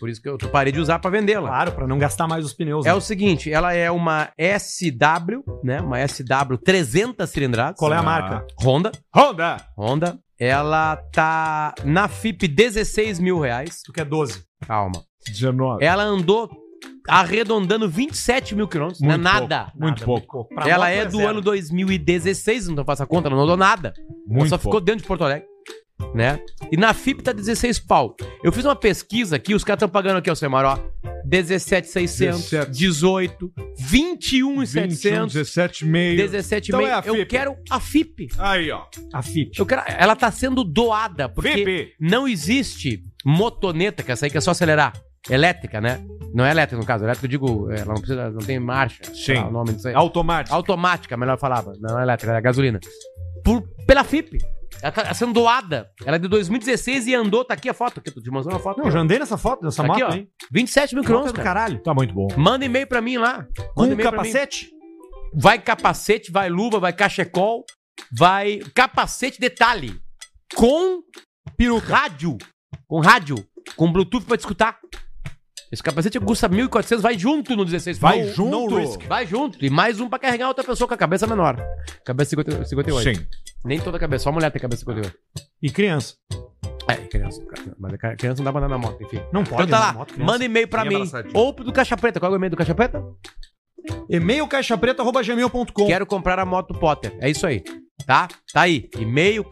[SPEAKER 3] Por isso que eu parei de usar pra vendê-la.
[SPEAKER 1] Claro, pra não gastar mais os pneus.
[SPEAKER 3] É
[SPEAKER 1] né?
[SPEAKER 3] o seguinte, ela é uma SW, né? Uma SW 300 cilindradas.
[SPEAKER 1] Qual é a marca?
[SPEAKER 3] Honda.
[SPEAKER 2] Honda!
[SPEAKER 3] Honda. Ela tá na FIP 16 mil reais.
[SPEAKER 1] Tu quer 12.
[SPEAKER 3] Calma.
[SPEAKER 2] 19.
[SPEAKER 3] Ela andou arredondando 27 mil quilômetros. Não é
[SPEAKER 2] Muito pouco,
[SPEAKER 3] nada.
[SPEAKER 2] muito
[SPEAKER 1] Nada,
[SPEAKER 2] pouco.
[SPEAKER 1] Pra
[SPEAKER 3] ela
[SPEAKER 1] moto
[SPEAKER 3] é do
[SPEAKER 1] zero.
[SPEAKER 3] ano 2016, não faço a conta, ela não andou nada.
[SPEAKER 2] Muito
[SPEAKER 3] ela só ficou
[SPEAKER 2] pouco.
[SPEAKER 3] dentro de Porto Alegre. Né? E na FIP tá 16 pau. Eu fiz uma pesquisa aqui, os caras estão pagando aqui, ó, Semar, ó. 17,600,
[SPEAKER 2] 17.
[SPEAKER 3] 18,
[SPEAKER 2] 21,
[SPEAKER 3] 21,700,
[SPEAKER 2] 17,5.
[SPEAKER 3] 17,5.
[SPEAKER 2] Então é a
[SPEAKER 3] eu
[SPEAKER 2] FIP.
[SPEAKER 3] quero a FIP.
[SPEAKER 2] Aí, ó.
[SPEAKER 1] A Fit.
[SPEAKER 3] Eu quero, ela tá sendo doada, porque
[SPEAKER 2] FIP.
[SPEAKER 3] não existe motoneta, que é essa aí que é só acelerar. Elétrica, né? Não é elétrica, no caso. Elétrica, eu digo, é, ela não, precisa, não tem marcha. sei
[SPEAKER 2] Sim.
[SPEAKER 3] lá O nome disso aí.
[SPEAKER 2] Automático.
[SPEAKER 3] Automática, melhor falava. Não é elétrica, é gasolina. Por, pela FIP. Ela tá sendo doada. Ela é de 2016 e andou. Tá aqui a foto. Aqui, tu te mostrou uma foto.
[SPEAKER 1] Não, já andei nessa foto, nessa
[SPEAKER 3] Tá aqui,
[SPEAKER 1] moto,
[SPEAKER 3] ó.
[SPEAKER 1] hein?
[SPEAKER 3] 27 mil
[SPEAKER 1] Moto é
[SPEAKER 3] quilômetros,
[SPEAKER 1] do
[SPEAKER 3] cara.
[SPEAKER 1] caralho.
[SPEAKER 2] Tá muito bom.
[SPEAKER 3] Manda e-mail pra mim lá. Manda
[SPEAKER 1] Com
[SPEAKER 3] e-mail pra mim.
[SPEAKER 1] capacete?
[SPEAKER 3] Vai capacete, vai luva, vai cachecol, vai capacete, detalhe. Com peruca. rádio. Com rádio. Com Bluetooth pra te escutar. Esse capacete custa 1.400, vai junto no 16.
[SPEAKER 2] Vai
[SPEAKER 3] No-
[SPEAKER 2] junto.
[SPEAKER 3] no risk. Vai junto. E mais um pra carregar outra pessoa com a cabeça menor. Cabeça 50, 58.
[SPEAKER 2] Sim.
[SPEAKER 3] Nem toda cabeça, só mulher tem cabeça 58.
[SPEAKER 1] E criança.
[SPEAKER 3] É, criança. Mas a criança não dá pra andar na moto, enfim.
[SPEAKER 1] Não
[SPEAKER 3] Então
[SPEAKER 1] pode
[SPEAKER 3] tá
[SPEAKER 1] andar
[SPEAKER 3] lá,
[SPEAKER 1] na moto, criança.
[SPEAKER 3] manda e-mail pra
[SPEAKER 2] Bem
[SPEAKER 3] mim.
[SPEAKER 2] abraçadinho.
[SPEAKER 3] Ou pro do Caixa Preta. Qual é o e-mail do Caixa Preta?
[SPEAKER 1] E-mail caixapreta.gmail.com.
[SPEAKER 3] Quero comprar a moto Potter. É isso aí. Tá? Tá aí. E-mail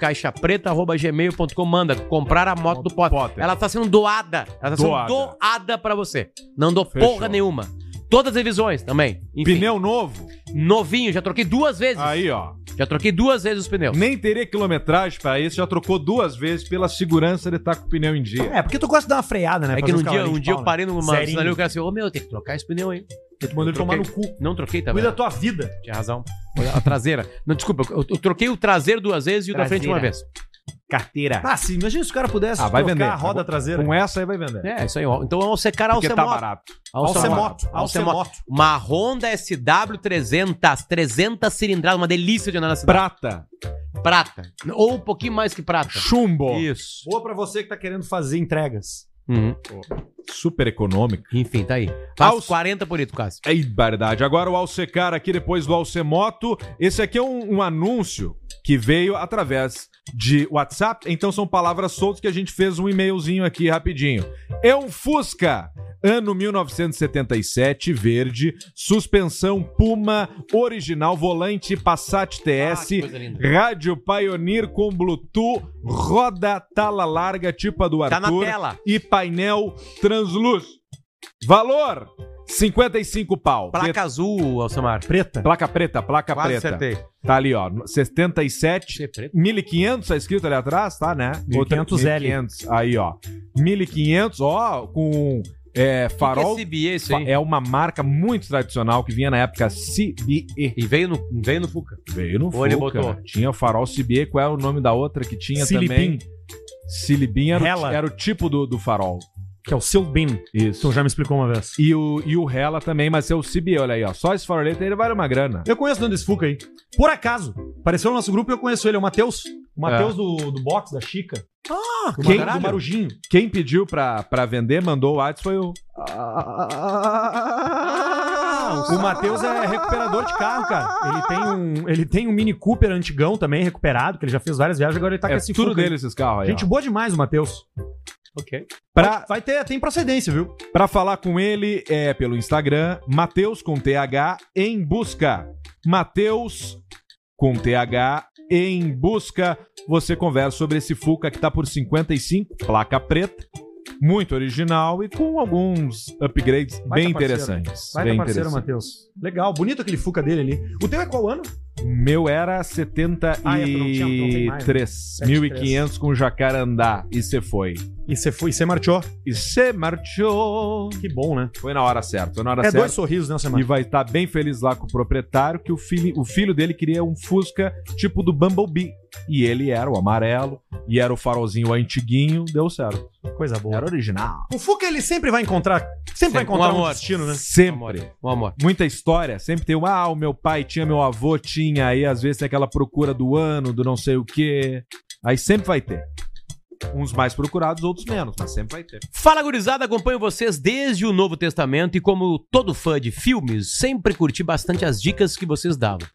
[SPEAKER 3] caixapreta.gmail.com. Manda comprar a moto do Potter.
[SPEAKER 2] Potter.
[SPEAKER 3] Ela tá sendo doada. Ela tá
[SPEAKER 2] Doada.
[SPEAKER 3] sendo doada pra você. Não dou
[SPEAKER 2] Fechou.
[SPEAKER 3] porra nenhuma. Todas as revisões também. Enfim,
[SPEAKER 2] Pneu novo.
[SPEAKER 3] novinho. Já troquei duas vezes.
[SPEAKER 2] Aí, ó.
[SPEAKER 3] Já troquei duas vezes os pneus.
[SPEAKER 2] Nem teria quilometragem pra isso. Já trocou duas vezes pela segurança de estar com o pneu em dia.
[SPEAKER 1] É, porque tu gosta de dar uma freada, né?
[SPEAKER 3] É que
[SPEAKER 1] Fazer
[SPEAKER 3] um
[SPEAKER 1] uns
[SPEAKER 3] dia,
[SPEAKER 1] cavalinhos
[SPEAKER 3] um
[SPEAKER 1] de
[SPEAKER 3] dia eu
[SPEAKER 1] pau,
[SPEAKER 3] parei numa
[SPEAKER 1] Serinho.
[SPEAKER 3] sinaleira e o cara assim, ô meu, tem que trocar esse pneu aí.
[SPEAKER 1] né? Tu mandou ele tomar no
[SPEAKER 3] Troquei.
[SPEAKER 1] cu.
[SPEAKER 3] Não troquei, tá
[SPEAKER 1] Cuida da
[SPEAKER 3] vendo?
[SPEAKER 1] tua vida.
[SPEAKER 3] Tinha razão. A traseira. Não, desculpa, eu, eu troquei o traseiro duas vezes e o da frente uma vez.
[SPEAKER 4] Carteira.
[SPEAKER 1] Ah, sim, imagina se o cara pudesse
[SPEAKER 2] Ah, vai vender.
[SPEAKER 1] a roda
[SPEAKER 2] Agora,
[SPEAKER 1] traseira.
[SPEAKER 2] Com essa aí vai vender.
[SPEAKER 3] É, isso aí. ó. Então é o Alcecar
[SPEAKER 2] Porque tá
[SPEAKER 3] Alcemoto.
[SPEAKER 2] barato.
[SPEAKER 1] Alcemoto.
[SPEAKER 3] Alcemoto.
[SPEAKER 1] Alcemoto.
[SPEAKER 3] Uma Honda SW300, 300 cilindradas, uma delícia de andar na cidade.
[SPEAKER 2] Prata.
[SPEAKER 3] Prata. Ou um pouquinho mais que prata.
[SPEAKER 2] Chumbo.
[SPEAKER 3] Isso.
[SPEAKER 1] Boa pra você que tá querendo fazer entregas.
[SPEAKER 3] Uhum.
[SPEAKER 2] Super econômico.
[SPEAKER 3] Enfim, tá aí. Faz
[SPEAKER 2] Alce-
[SPEAKER 3] 40 por isso, quase.
[SPEAKER 2] É verdade. Agora o Alcecar aqui depois do Alcemoto. Esse aqui é um, um anúncio que veio através de WhatsApp. Então são palavras soltas que a gente fez um e-mailzinho aqui rapidinho. É um Fusca. Ano 1977, verde, suspensão Puma, original, volante Passat
[SPEAKER 3] Ah,
[SPEAKER 2] TS,
[SPEAKER 3] que coisa linda.
[SPEAKER 2] rádio Pioneer com Bluetooth, roda tala larga, tipo a do
[SPEAKER 3] Tá na
[SPEAKER 2] Arthur
[SPEAKER 3] tela.
[SPEAKER 2] e painel transluz. Valor: 55 pau.
[SPEAKER 3] Placa
[SPEAKER 2] Pet-
[SPEAKER 3] azul, Alcemar.
[SPEAKER 1] Preta.
[SPEAKER 2] placa preta, placa
[SPEAKER 3] Quase
[SPEAKER 2] preta.
[SPEAKER 3] acertei.
[SPEAKER 2] Tá ali, ó, no- 77.
[SPEAKER 3] Você é preto?
[SPEAKER 2] 1500 tá escrito ali atrás, tá, né?
[SPEAKER 1] 1500 L.
[SPEAKER 2] 1500. Aí, ó. 1500, ó, com é, farol.
[SPEAKER 3] Que que é CBA isso
[SPEAKER 2] Fa-
[SPEAKER 3] aí?
[SPEAKER 2] é uma marca muito tradicional que vinha na época CBE.
[SPEAKER 3] E veio no, veio no Fuca.
[SPEAKER 2] Veio no
[SPEAKER 3] Ou ele
[SPEAKER 2] Fuca.
[SPEAKER 3] botou?
[SPEAKER 2] Tinha farol CBE, qual era o nome da outra que tinha
[SPEAKER 1] Silibim,
[SPEAKER 2] também? Silibim era, o-
[SPEAKER 1] Hella.
[SPEAKER 2] era o tipo do, do farol.
[SPEAKER 1] que é o seu bin.
[SPEAKER 2] Isso.
[SPEAKER 1] Então já me explicou uma vez.
[SPEAKER 2] E o, e o Hela também, mas é o CB, olha aí, ó. Só esse farolete aí ele vale uma grana.
[SPEAKER 1] Eu conheço o Nandes Fuca aí. Por acaso, apareceu no nosso grupo e eu conheço ele. É o Matheus. O Matheus do, do box, da Chica. Ah,
[SPEAKER 2] quem?
[SPEAKER 1] Do Marujinho.
[SPEAKER 2] Quem pediu pra, pra vender, mandou o WhatsApp foi o.
[SPEAKER 1] Matheus. O Matheus é recuperador de carro, cara. Ele tem um, ele tem um Mini Cooper antigão também, recuperado, que ele já fez várias viagens, agora ele tá
[SPEAKER 2] É
[SPEAKER 1] com esse
[SPEAKER 2] tudo
[SPEAKER 1] Fuca aí.
[SPEAKER 2] dele esses carros aí,
[SPEAKER 1] Gente
[SPEAKER 2] ó.
[SPEAKER 1] boa demais o Matheus.
[SPEAKER 3] Ok.
[SPEAKER 1] Pra... Vai ter, tem procedência, viu?
[SPEAKER 2] Pra falar com ele é pelo Instagram, Mateus com TH em busca. Mateus com TH em busca. Você conversa sobre esse Fuca que tá por 55, placa preta, muito original e com alguns upgrades bem interessantes.
[SPEAKER 1] Vai
[SPEAKER 2] bem
[SPEAKER 1] parceiro,
[SPEAKER 2] interessantes.
[SPEAKER 1] Matheus. Legal, bonito aquele Fuca dele ali. O teu é qual ano?
[SPEAKER 2] O meu era
[SPEAKER 1] Ah, é, não tinha- não tem mais, né?
[SPEAKER 2] 73,
[SPEAKER 1] 73.
[SPEAKER 2] 1.500 com jacarandá e você foi.
[SPEAKER 1] E você foi, você marchou.
[SPEAKER 2] E você marchou.
[SPEAKER 1] Que bom, né?
[SPEAKER 2] Foi na hora certa, foi na hora
[SPEAKER 1] É
[SPEAKER 2] certa.
[SPEAKER 1] dois sorrisos nessa semana.
[SPEAKER 2] E vai estar bem feliz lá com o proprietário, que o filho, o filho dele queria um Fusca tipo do Bumblebee. E ele era o amarelo, e era o farolzinho antiguinho, deu certo.
[SPEAKER 1] Coisa boa.
[SPEAKER 2] Era original.
[SPEAKER 1] O Fuca, ele sempre vai encontrar. Sempre, vai
[SPEAKER 2] com
[SPEAKER 1] encontrar um,
[SPEAKER 2] amor.
[SPEAKER 1] destino, né?
[SPEAKER 2] Sempre.
[SPEAKER 3] O amor.
[SPEAKER 2] Muita história, sempre tem um, ah, o meu pai tinha, meu avô tinha, aí às vezes tem aquela procura do ano, do não sei o quê. Aí sempre vai ter. Uns mais procurados, outros menos, mas sempre vai ter.
[SPEAKER 3] Fala gurizada, acompanho vocês desde o Novo Testamento e como todo fã de filmes, sempre curti bastante as dicas que vocês davam.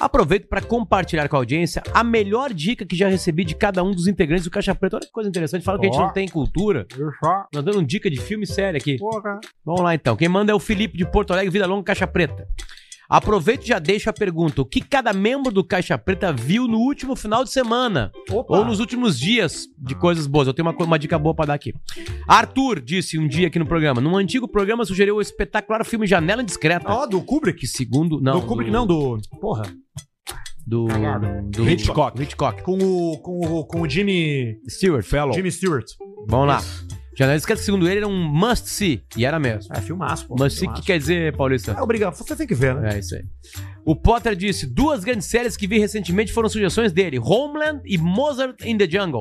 [SPEAKER 3] Aproveito para compartilhar com a audiência a melhor dica que já recebi de cada um dos integrantes do Caixa Preta. Olha que coisa interessante, fala que a gente
[SPEAKER 2] Ó.
[SPEAKER 3] não tem cultura. Nós dando dica de filme sério aqui. Vamos lá então. Quem manda é o Felipe de Porto Alegre, Vida Longa, Caixa Preta. Aproveito e já deixo a pergunta: o que cada membro do Caixa Preta viu no último final de semana?
[SPEAKER 1] Opa.
[SPEAKER 3] Ou nos últimos dias de coisas boas? Eu tenho uma, co- uma dica boa pra dar aqui. Arthur disse um dia aqui no programa: num antigo programa sugeriu o espetacular filme Janela Discreta.
[SPEAKER 1] Ó, Ah, do Kubrick?
[SPEAKER 3] Segundo. Não.
[SPEAKER 1] do Kubrick, não, do. Porra.
[SPEAKER 3] Do. do
[SPEAKER 1] Hitchcock.
[SPEAKER 3] Hitchcock.
[SPEAKER 1] Com o, com o, com o Jimmy.
[SPEAKER 3] Stewart, fellow.
[SPEAKER 1] Jimmy Stewart.
[SPEAKER 3] Vamos lá. Janela Discreta, segundo ele, era um must-see. E era mesmo.
[SPEAKER 1] É, filmaço, pô.
[SPEAKER 3] Must-see, o que
[SPEAKER 1] filmaço.
[SPEAKER 3] quer dizer, Paulista?
[SPEAKER 1] É, obrigado. Você tem que ver, né?
[SPEAKER 3] É isso aí. O Potter disse: duas grandes séries que vi recentemente foram sugestões dele: Homeland e Mozart in the Jungle.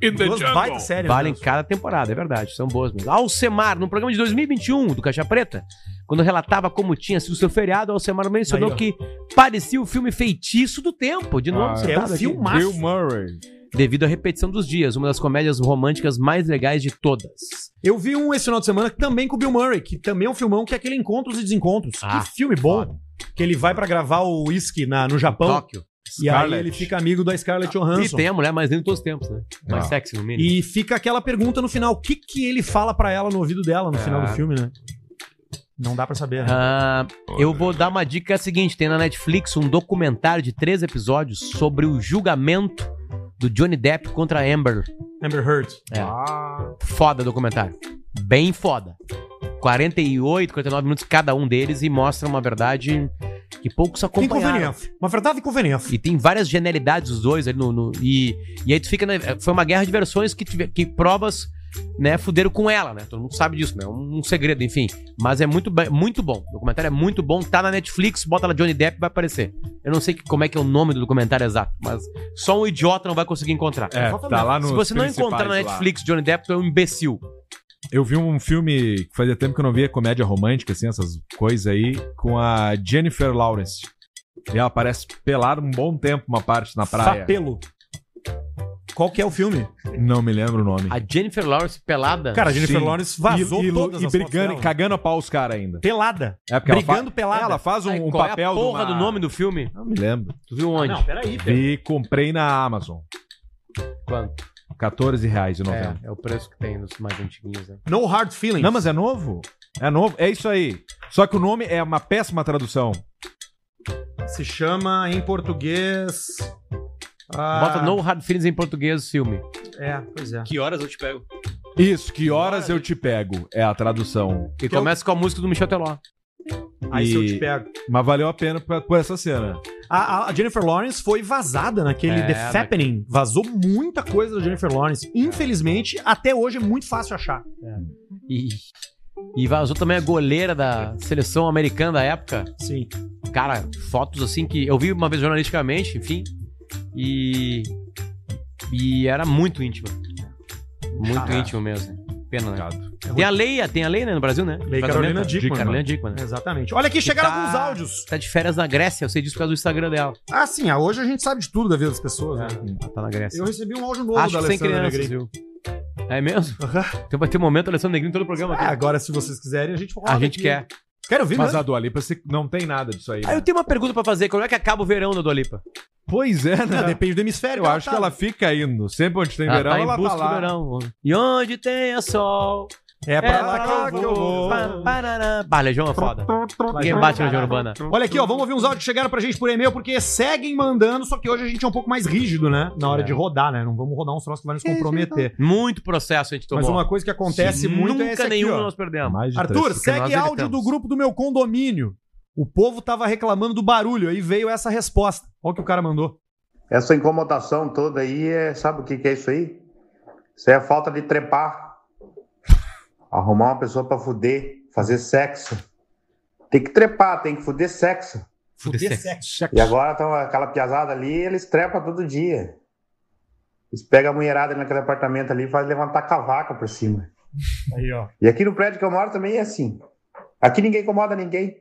[SPEAKER 1] In the Duas Jungle. baitas séries né?
[SPEAKER 3] Valem
[SPEAKER 1] mesmo.
[SPEAKER 3] cada temporada, é verdade, são boas mesmo. Alcemar, no programa de 2021 do Caixa Preta, quando relatava como tinha sido o seu feriado, Alcemar mencionou
[SPEAKER 2] Aí, ó.
[SPEAKER 3] que parecia o filme Feitiço do Tempo, de novo.
[SPEAKER 2] Ah,
[SPEAKER 3] citado
[SPEAKER 2] é um
[SPEAKER 3] aqui.
[SPEAKER 2] filmaço. Bill Murray.
[SPEAKER 3] Devido à repetição dos dias, uma das comédias românticas mais legais de todas.
[SPEAKER 1] Eu vi um esse final de semana também com o Bill Murray, que também é um filmão que é aquele Encontros e Desencontros.
[SPEAKER 3] Ah,
[SPEAKER 1] que filme bom. Que ele vai pra gravar o Whisky na, no Japão.
[SPEAKER 3] Tóquio.
[SPEAKER 1] E
[SPEAKER 3] Scarlett.
[SPEAKER 1] aí ele fica amigo da Scarlett Johansson.
[SPEAKER 3] E tem a mulher mais linda de todos os tempos, né? Mais
[SPEAKER 1] Ah.
[SPEAKER 3] sexy, no mínimo.
[SPEAKER 1] E fica aquela pergunta no final: o que, que ele fala pra ela no ouvido dela no
[SPEAKER 3] É.
[SPEAKER 1] final do filme, né? Não dá pra saber. né?
[SPEAKER 3] Ah, eu vou dar uma dica é seguinte: tem na Netflix um documentário de três episódios sobre o julgamento do Johnny Depp contra a Amber.
[SPEAKER 1] Amber Heard.
[SPEAKER 3] É. Foda documentário. Bem foda. 48, 49 minutos cada um deles e mostra uma verdade que poucos acompanharam.
[SPEAKER 1] Inconveniente. Uma verdade inconveniente.
[SPEAKER 3] E tem várias genialidades os dois ali no. no- e, e aí tu fica. na- foi uma guerra de versões que, tive- que provas, né, fuderam com ela, né? Todo mundo sabe disso, né? Um, um segredo, enfim. Mas é muito, ba- muito bom. O documentário é muito bom. Tá na Netflix, bota lá Johnny Depp vai aparecer. Eu não sei que- como é que é o nome do documentário exato, mas só um idiota não vai conseguir encontrar.
[SPEAKER 2] É, tá lá nos
[SPEAKER 3] Se você não encontrar na
[SPEAKER 2] principais lá.
[SPEAKER 3] Netflix Johnny Depp, tu é um imbecil.
[SPEAKER 2] Eu vi um filme que fazia tempo que eu não via comédia romântica, assim, essas coisas aí, com a Jennifer Lawrence. E ela aparece pelada um bom tempo, uma parte na praia.
[SPEAKER 1] Sapelo. Qual que é o filme?
[SPEAKER 2] Não me lembro o nome.
[SPEAKER 3] A Jennifer Lawrence pelada.
[SPEAKER 1] Cara, a Jennifer Lawrence vazou
[SPEAKER 2] e, e,
[SPEAKER 1] todas
[SPEAKER 2] e
[SPEAKER 1] as fotos
[SPEAKER 2] brigando,
[SPEAKER 1] dela.
[SPEAKER 2] e cagando a pau os caras ainda.
[SPEAKER 1] Pelada.
[SPEAKER 2] É porque ela
[SPEAKER 1] Brigando
[SPEAKER 2] fa-
[SPEAKER 1] pelada.
[SPEAKER 2] Ela faz um,
[SPEAKER 1] Ai,
[SPEAKER 2] um
[SPEAKER 1] qual é a
[SPEAKER 2] papel de
[SPEAKER 3] Porra
[SPEAKER 2] uma-
[SPEAKER 3] do nome do filme.
[SPEAKER 2] Não me lembro.
[SPEAKER 3] Tu viu
[SPEAKER 16] Ah,
[SPEAKER 3] onde?
[SPEAKER 1] Não, peraí, peraí.
[SPEAKER 2] E comprei na Amazon.
[SPEAKER 3] Quanto?
[SPEAKER 2] R$ 14 reais de novembro.
[SPEAKER 3] É, é o preço que tem nos mais antiguinhos, né?
[SPEAKER 1] No Hard Feelings.
[SPEAKER 2] Não, mas é novo? É novo, é isso aí. Só que o nome é uma péssima tradução.
[SPEAKER 1] Se chama em português. ah,
[SPEAKER 3] Bota No Hard Feelings em português o filme.
[SPEAKER 1] É, pois é.
[SPEAKER 16] Que horas eu te pego?
[SPEAKER 2] Isso, que horas eu te pego? É a tradução.
[SPEAKER 3] E começa com a música do Michel Teló.
[SPEAKER 1] Aí se eu te
[SPEAKER 2] E-
[SPEAKER 1] pego.
[SPEAKER 2] Mas valeu a pena por, por essa cena.
[SPEAKER 1] A, a- a Jennifer Lawrence foi vazada naquele
[SPEAKER 2] É,
[SPEAKER 1] The Fappening. Vazou muita coisa da Jennifer Lawrence. Infelizmente, até hoje é muito fácil achar.
[SPEAKER 3] E, e vazou também a goleira da seleção americana da época.
[SPEAKER 1] Sim.
[SPEAKER 3] Cara, fotos assim que eu vi uma vez jornalisticamente, enfim. E. E era muito íntima. Muito
[SPEAKER 1] Caraca.
[SPEAKER 3] íntimo mesmo. Pena, né?
[SPEAKER 1] É
[SPEAKER 3] Tem a Leia, tem a Lei, né, no Brasil, né?
[SPEAKER 1] Lei
[SPEAKER 3] Casamento,
[SPEAKER 1] Carolina
[SPEAKER 3] né?
[SPEAKER 1] Dickman.
[SPEAKER 3] Carolina Dickman. né?
[SPEAKER 1] Exatamente. Olha aqui, chegaram
[SPEAKER 3] Que tá-
[SPEAKER 1] alguns áudios.
[SPEAKER 3] Tá de férias na Grécia, eu sei disso por causa do Instagram dela.
[SPEAKER 1] Ah, sim, ah, hoje a gente sabe de tudo da vida das pessoas. né?
[SPEAKER 3] Ela tá na Grécia.
[SPEAKER 1] Eu recebi um áudio novo
[SPEAKER 3] Acho
[SPEAKER 1] da
[SPEAKER 3] que sem
[SPEAKER 1] Alessandra
[SPEAKER 3] crianças,
[SPEAKER 1] Negrini.
[SPEAKER 3] viu? É mesmo? Então vai ter momento Alessandro Negrini em todo o programa.
[SPEAKER 1] É,
[SPEAKER 3] aqui.
[SPEAKER 1] agora, se vocês quiserem, a gente rola
[SPEAKER 3] A gente
[SPEAKER 1] Ah, aqui.
[SPEAKER 3] quer.
[SPEAKER 1] Quero ouvir né?
[SPEAKER 2] Mas
[SPEAKER 1] mesmo.
[SPEAKER 2] a Dua Lipa se- não tem nada disso aí.
[SPEAKER 3] Ah,
[SPEAKER 2] né?
[SPEAKER 3] eu tenho uma pergunta pra fazer. Como é que acaba o verão da Dua Lipa?
[SPEAKER 2] Pois é, né?
[SPEAKER 1] Não, depende do hemisfério. tá?
[SPEAKER 2] Eu acho que ela fica indo. Sempre onde tem
[SPEAKER 3] Ela
[SPEAKER 2] verão,
[SPEAKER 3] tá em
[SPEAKER 2] ela
[SPEAKER 3] busca
[SPEAKER 2] tá
[SPEAKER 3] do
[SPEAKER 2] lá.
[SPEAKER 3] verão. E onde tem a sol.
[SPEAKER 1] É pra lá que eu vou.
[SPEAKER 3] Pa- parará. Bah, Legião é foda. Ninguém bate
[SPEAKER 1] é
[SPEAKER 3] na Legião Urbana.
[SPEAKER 1] Olha aqui, ó, vamos ouvir uns áudios que chegaram pra gente por e-mail, porque seguem mandando, só que hoje a gente é um pouco mais rígido, né? Na hora
[SPEAKER 3] É.
[SPEAKER 1] de rodar, né? Não vamos rodar uns troços que vai nos comprometer.
[SPEAKER 3] Muito processo a gente tomou.
[SPEAKER 1] Mas uma coisa que acontece
[SPEAKER 3] Sim,
[SPEAKER 1] muito
[SPEAKER 3] Nunca
[SPEAKER 1] é esse aqui,
[SPEAKER 3] nenhum
[SPEAKER 1] ó.
[SPEAKER 3] nós perdemos.
[SPEAKER 2] Mais de
[SPEAKER 1] Arthur,
[SPEAKER 2] três.
[SPEAKER 16] é
[SPEAKER 1] segue áudio do grupo do meu condomínio. O povo tava reclamando do barulho, aí veio essa resposta. Olha o que o cara mandou.
[SPEAKER 16] Essa incomodação toda aí é, sabe o que, que é isso aí? Isso é a falta de trepar. Arrumar uma pessoa pra fuder, fazer sexo. Tem que trepar, tem que fuder sexo.
[SPEAKER 1] Fuder sexo.
[SPEAKER 16] E agora tão aquela piazada ali, eles trepam todo dia. Eles pegam a mulherada né, ali naquele apartamento ali e fazem levantar cavaca por cima.
[SPEAKER 1] Aí, ó.
[SPEAKER 16] E aqui no prédio que eu moro também é assim. Aqui ninguém incomoda ninguém.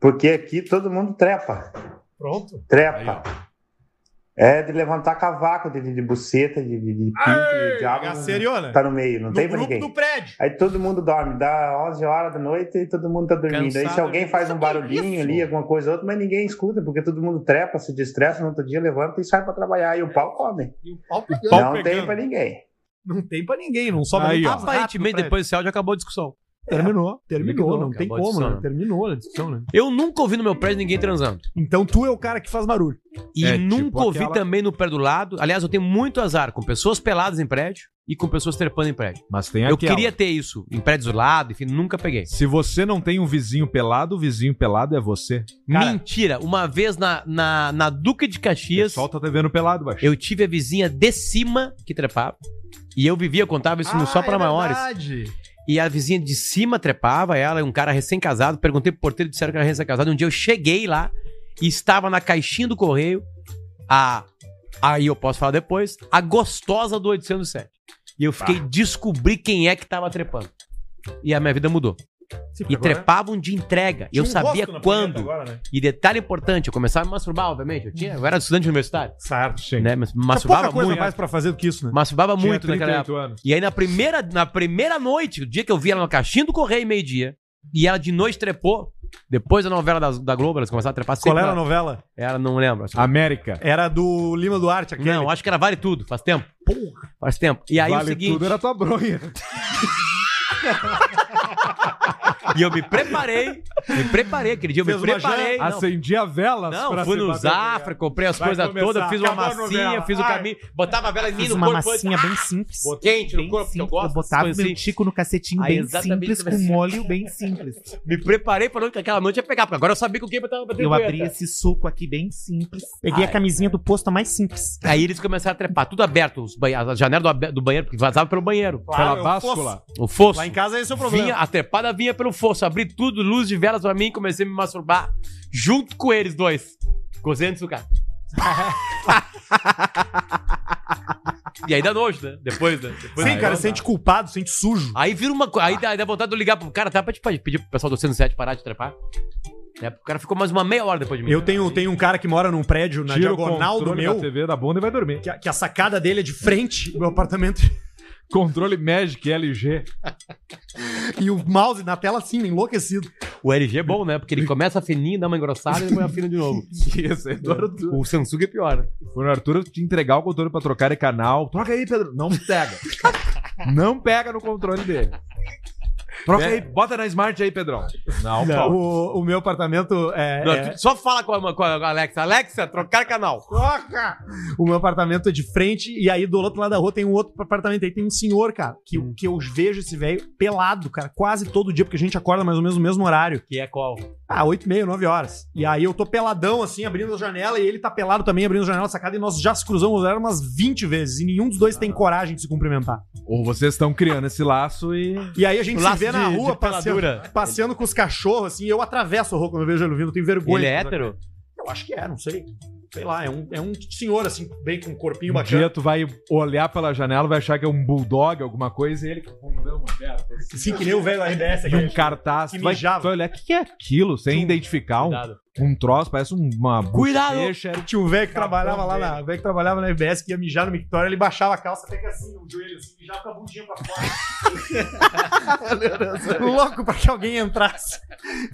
[SPEAKER 16] Porque aqui todo mundo trepa.
[SPEAKER 1] Pronto.
[SPEAKER 16] Trepa. é de levantar cavaco, de, de, de buceta, de, de, de pinto, de diabo.
[SPEAKER 1] né? gaceriona.
[SPEAKER 16] Tá no meio, não
[SPEAKER 1] É No
[SPEAKER 16] tem pra
[SPEAKER 1] grupo
[SPEAKER 16] ninguém.
[SPEAKER 1] do prédio.
[SPEAKER 16] Aí todo mundo dorme, dá 11 horas da noite e todo mundo tá dormindo. Aí se
[SPEAKER 1] Cansado,
[SPEAKER 16] alguém
[SPEAKER 1] né?
[SPEAKER 16] faz um barulhinho ali, alguma coisa ou outra, mas ninguém escuta, porque todo mundo trepa, se destressa, no outro dia levanta e sai pra trabalhar. E o pau come.
[SPEAKER 1] E o pau
[SPEAKER 16] não tem pra ninguém.
[SPEAKER 1] Não tem pra ninguém, não sobra
[SPEAKER 3] Aí,
[SPEAKER 1] nem pra
[SPEAKER 3] ó.
[SPEAKER 1] rato no
[SPEAKER 3] Aparentemente,
[SPEAKER 1] prédio.
[SPEAKER 3] depois desse áudio, acabou a discussão.
[SPEAKER 1] Terminou, terminou,
[SPEAKER 3] Liquidou,
[SPEAKER 1] não tem
[SPEAKER 3] acabou a
[SPEAKER 1] como,
[SPEAKER 3] discussão,
[SPEAKER 1] né?
[SPEAKER 3] né?
[SPEAKER 1] Terminou a discussão, né?
[SPEAKER 3] Eu nunca ouvi no meu prédio ninguém transando.
[SPEAKER 1] Então tu é o cara que faz barulho.
[SPEAKER 3] E
[SPEAKER 1] É, tipo
[SPEAKER 3] nunca ouvi
[SPEAKER 1] aquela-
[SPEAKER 3] também no pé do lado. Aliás, eu tenho muito azar com pessoas peladas em prédio e com pessoas trepando em prédio.
[SPEAKER 2] Mas tem
[SPEAKER 3] eu
[SPEAKER 2] aquela.
[SPEAKER 3] queria ter isso em prédios do lado, enfim, nunca peguei.
[SPEAKER 2] Se você não tem um vizinho pelado, o vizinho pelado é você.
[SPEAKER 3] Mentira, uma vez na, na, na Duca de Caxias.
[SPEAKER 2] Solta a TV no tá pelado, baixo.
[SPEAKER 3] Eu tive a vizinha de cima que trepava. E eu vivia, eu contava isso no só
[SPEAKER 1] Ah, é
[SPEAKER 3] pra maiores. E a vizinha de cima trepava, ela é um cara recém-casado. Perguntei pro porteiro, disseram que era recém-casado. Um dia eu cheguei lá e estava na caixinha do correio a. Aí eu posso falar depois, a gostosa do 807. E eu fiquei descobri quem é que tava trepando. E a minha vida mudou. E trepavam de entrega. E
[SPEAKER 1] Tinha
[SPEAKER 3] eu
[SPEAKER 1] um
[SPEAKER 3] sabia
[SPEAKER 1] gosto na
[SPEAKER 3] quando.
[SPEAKER 1] punheta agora, né?
[SPEAKER 3] E detalhe importante, eu começava a me masturbar, obviamente. Eu, tinha, eu era estudante universitário.
[SPEAKER 1] Certo, sim.
[SPEAKER 3] Né? Mas
[SPEAKER 1] pouca
[SPEAKER 3] masturbava
[SPEAKER 1] coisa
[SPEAKER 3] muito.
[SPEAKER 1] mais pra fazer do que isso, né?
[SPEAKER 3] Masturbava
[SPEAKER 1] Tinha
[SPEAKER 3] muito naquela
[SPEAKER 1] 38
[SPEAKER 3] época.
[SPEAKER 1] anos.
[SPEAKER 3] E aí na primeira, na primeira noite, o dia que eu vi ela na caixinha do correio, meio-dia, e ela de noite trepou, depois da novela das- da Globo, elas começaram a trepar
[SPEAKER 1] Qual era
[SPEAKER 3] na-
[SPEAKER 1] a novela?
[SPEAKER 3] Ela não lembra.
[SPEAKER 2] América.
[SPEAKER 1] Era do Lima Duarte, aquele.
[SPEAKER 3] Não, acho que era Vale Tudo, faz tempo. Faz tempo. E aí
[SPEAKER 2] Vale
[SPEAKER 3] o seguinte...
[SPEAKER 2] tudo era tua bronha.
[SPEAKER 3] E eu me preparei, me preparei aquele dia, eu me
[SPEAKER 2] Fez uma
[SPEAKER 3] preparei.
[SPEAKER 2] jan-
[SPEAKER 3] Ah, não.
[SPEAKER 2] Acendi a vela.
[SPEAKER 3] Não, fui no Zafra, comprei as
[SPEAKER 2] Vai
[SPEAKER 3] coisas
[SPEAKER 2] começar,
[SPEAKER 3] todas, fiz uma
[SPEAKER 2] acabou a
[SPEAKER 3] massinha,
[SPEAKER 2] novela.
[SPEAKER 3] fiz o
[SPEAKER 2] Ai.
[SPEAKER 3] caminho, botava a vela em mim
[SPEAKER 4] Fiz
[SPEAKER 3] no
[SPEAKER 4] uma
[SPEAKER 3] corpo.
[SPEAKER 4] massinha bem simples.
[SPEAKER 3] Botei Quente no corpo, que eu
[SPEAKER 4] simples.
[SPEAKER 3] gosto.
[SPEAKER 4] Eu botava
[SPEAKER 3] coisas
[SPEAKER 4] meu
[SPEAKER 3] assim.
[SPEAKER 4] tico no cacetinho
[SPEAKER 3] Aí,
[SPEAKER 4] bem
[SPEAKER 3] exatamente
[SPEAKER 4] simples,
[SPEAKER 3] como é
[SPEAKER 4] com
[SPEAKER 3] assim.
[SPEAKER 4] molho bem simples.
[SPEAKER 3] Me preparei pra noite que aquela noite ia pegar, porque agora eu sabia com quem eu tava batendo
[SPEAKER 4] Eu
[SPEAKER 3] punheta.
[SPEAKER 4] abri esse suco aqui bem simples. Peguei
[SPEAKER 3] Ai.
[SPEAKER 4] a camisinha do posto a mais simples.
[SPEAKER 3] Aí eles começaram a trepar, tudo aberto, os banhe- a janela do, abe- do banheiro, porque vazava pelo banheiro.
[SPEAKER 1] Claro,
[SPEAKER 3] pela
[SPEAKER 1] é o
[SPEAKER 3] báscula.
[SPEAKER 1] fosso.
[SPEAKER 3] O fosso.
[SPEAKER 1] Lá em casa esse é o problema.
[SPEAKER 3] Vinha, a trepada vinha pelo fosso. Abri tudo, luz de velas pra mim, comecei a me masturbar junto com eles dois. Gozei antes do cara. e aí dá nojo, né? Depois, né? Depois
[SPEAKER 1] Sim,
[SPEAKER 3] Aí
[SPEAKER 1] cara,
[SPEAKER 3] não dá.
[SPEAKER 1] sente culpado, sente sujo.
[SPEAKER 3] Aí vira uma coisa. Aí dá, dá vontade de eu ligar pro cara, tá? Pra te pra pedir pro pessoal do 107 parar de trepar. É, o cara ficou mais uma meia hora depois de mim.
[SPEAKER 1] Eu tenho, tenho um cara que mora num prédio na
[SPEAKER 2] Tira o
[SPEAKER 1] diagonal do
[SPEAKER 2] controle
[SPEAKER 1] meu,
[SPEAKER 2] da TV da bunda e vai dormir.
[SPEAKER 1] que a, que a sacada dele é de frente do meu apartamento.
[SPEAKER 2] Controle Magic LG.
[SPEAKER 1] e o mouse na tela assim, enlouquecido.
[SPEAKER 3] O LG é bom, né? Porque ele começa fininho, dá uma engrossada e depois afina de novo.
[SPEAKER 2] Isso, eu adoro tudo.
[SPEAKER 3] O Samsung é pior.
[SPEAKER 2] Quando o Arthur te entregar o controle pra trocar de canal, troca aí, Pedro. Não pega.
[SPEAKER 3] Tá.
[SPEAKER 2] não pega no controle dele. Troca aí, bota na Smart aí, Pedrão. Não,
[SPEAKER 1] Não,
[SPEAKER 2] pau.
[SPEAKER 1] o, o meu apartamento é,
[SPEAKER 3] Não,
[SPEAKER 1] é-
[SPEAKER 3] tu Só fala com a, com a Alexa. Alexa, trocar canal.
[SPEAKER 1] Troca! O meu apartamento é de frente e aí do outro lado da rua tem um outro apartamento. Aí tem um senhor, cara, que,
[SPEAKER 3] Hum.
[SPEAKER 1] que eu vejo esse velho pelado, cara, quase todo dia, porque a gente acorda mais ou menos no mesmo horário.
[SPEAKER 3] Que é qual? Hum.
[SPEAKER 1] Ah, 8 e meia, 9 horas. E aí eu tô peladão, assim, abrindo a janela, e ele tá pelado também, abrindo a janela, sacada, e nós já se cruzamos o horário umas 20 vezes, e nenhum dos dois
[SPEAKER 3] Ah.
[SPEAKER 1] tem coragem de se cumprimentar.
[SPEAKER 2] Ou vocês estão criando esse laço e.
[SPEAKER 1] E aí a gente se
[SPEAKER 2] Laço
[SPEAKER 1] vê na
[SPEAKER 2] de-
[SPEAKER 1] rua
[SPEAKER 2] de
[SPEAKER 3] assim,
[SPEAKER 2] peladura.
[SPEAKER 1] passeando, passeando com os cachorros, assim, e eu atravesso a rua quando eu vejo ele vindo, eu tenho vergonha.
[SPEAKER 3] Ele é
[SPEAKER 1] de cruzar.
[SPEAKER 3] hétero?
[SPEAKER 2] um
[SPEAKER 1] Eu acho que é, não sei. Sei lá, é um, é um senhor, assim, bem com um corpinho
[SPEAKER 2] Um
[SPEAKER 1] bacana.
[SPEAKER 2] dia tu vai olhar pela janela, vai achar que é um bulldog, alguma coisa, e ele com o bundão
[SPEAKER 1] Sim, que é nem o velho da RBS aqui.
[SPEAKER 2] Num cartaz.
[SPEAKER 1] Que
[SPEAKER 2] tu vai,
[SPEAKER 1] mijava.
[SPEAKER 2] tu vai olhar, o que, que é aquilo? Sem identificar um, um troço, parece uma
[SPEAKER 1] Cuidado!
[SPEAKER 2] bochecha.
[SPEAKER 1] Tinha um velho que trabalhava lá na. velho que trabalhava na RBS que ia mijar no Victoria, ele baixava a calça, pega assim, o joelho assim, mijava com a bundinha pra fora. Louco pra que alguém entrasse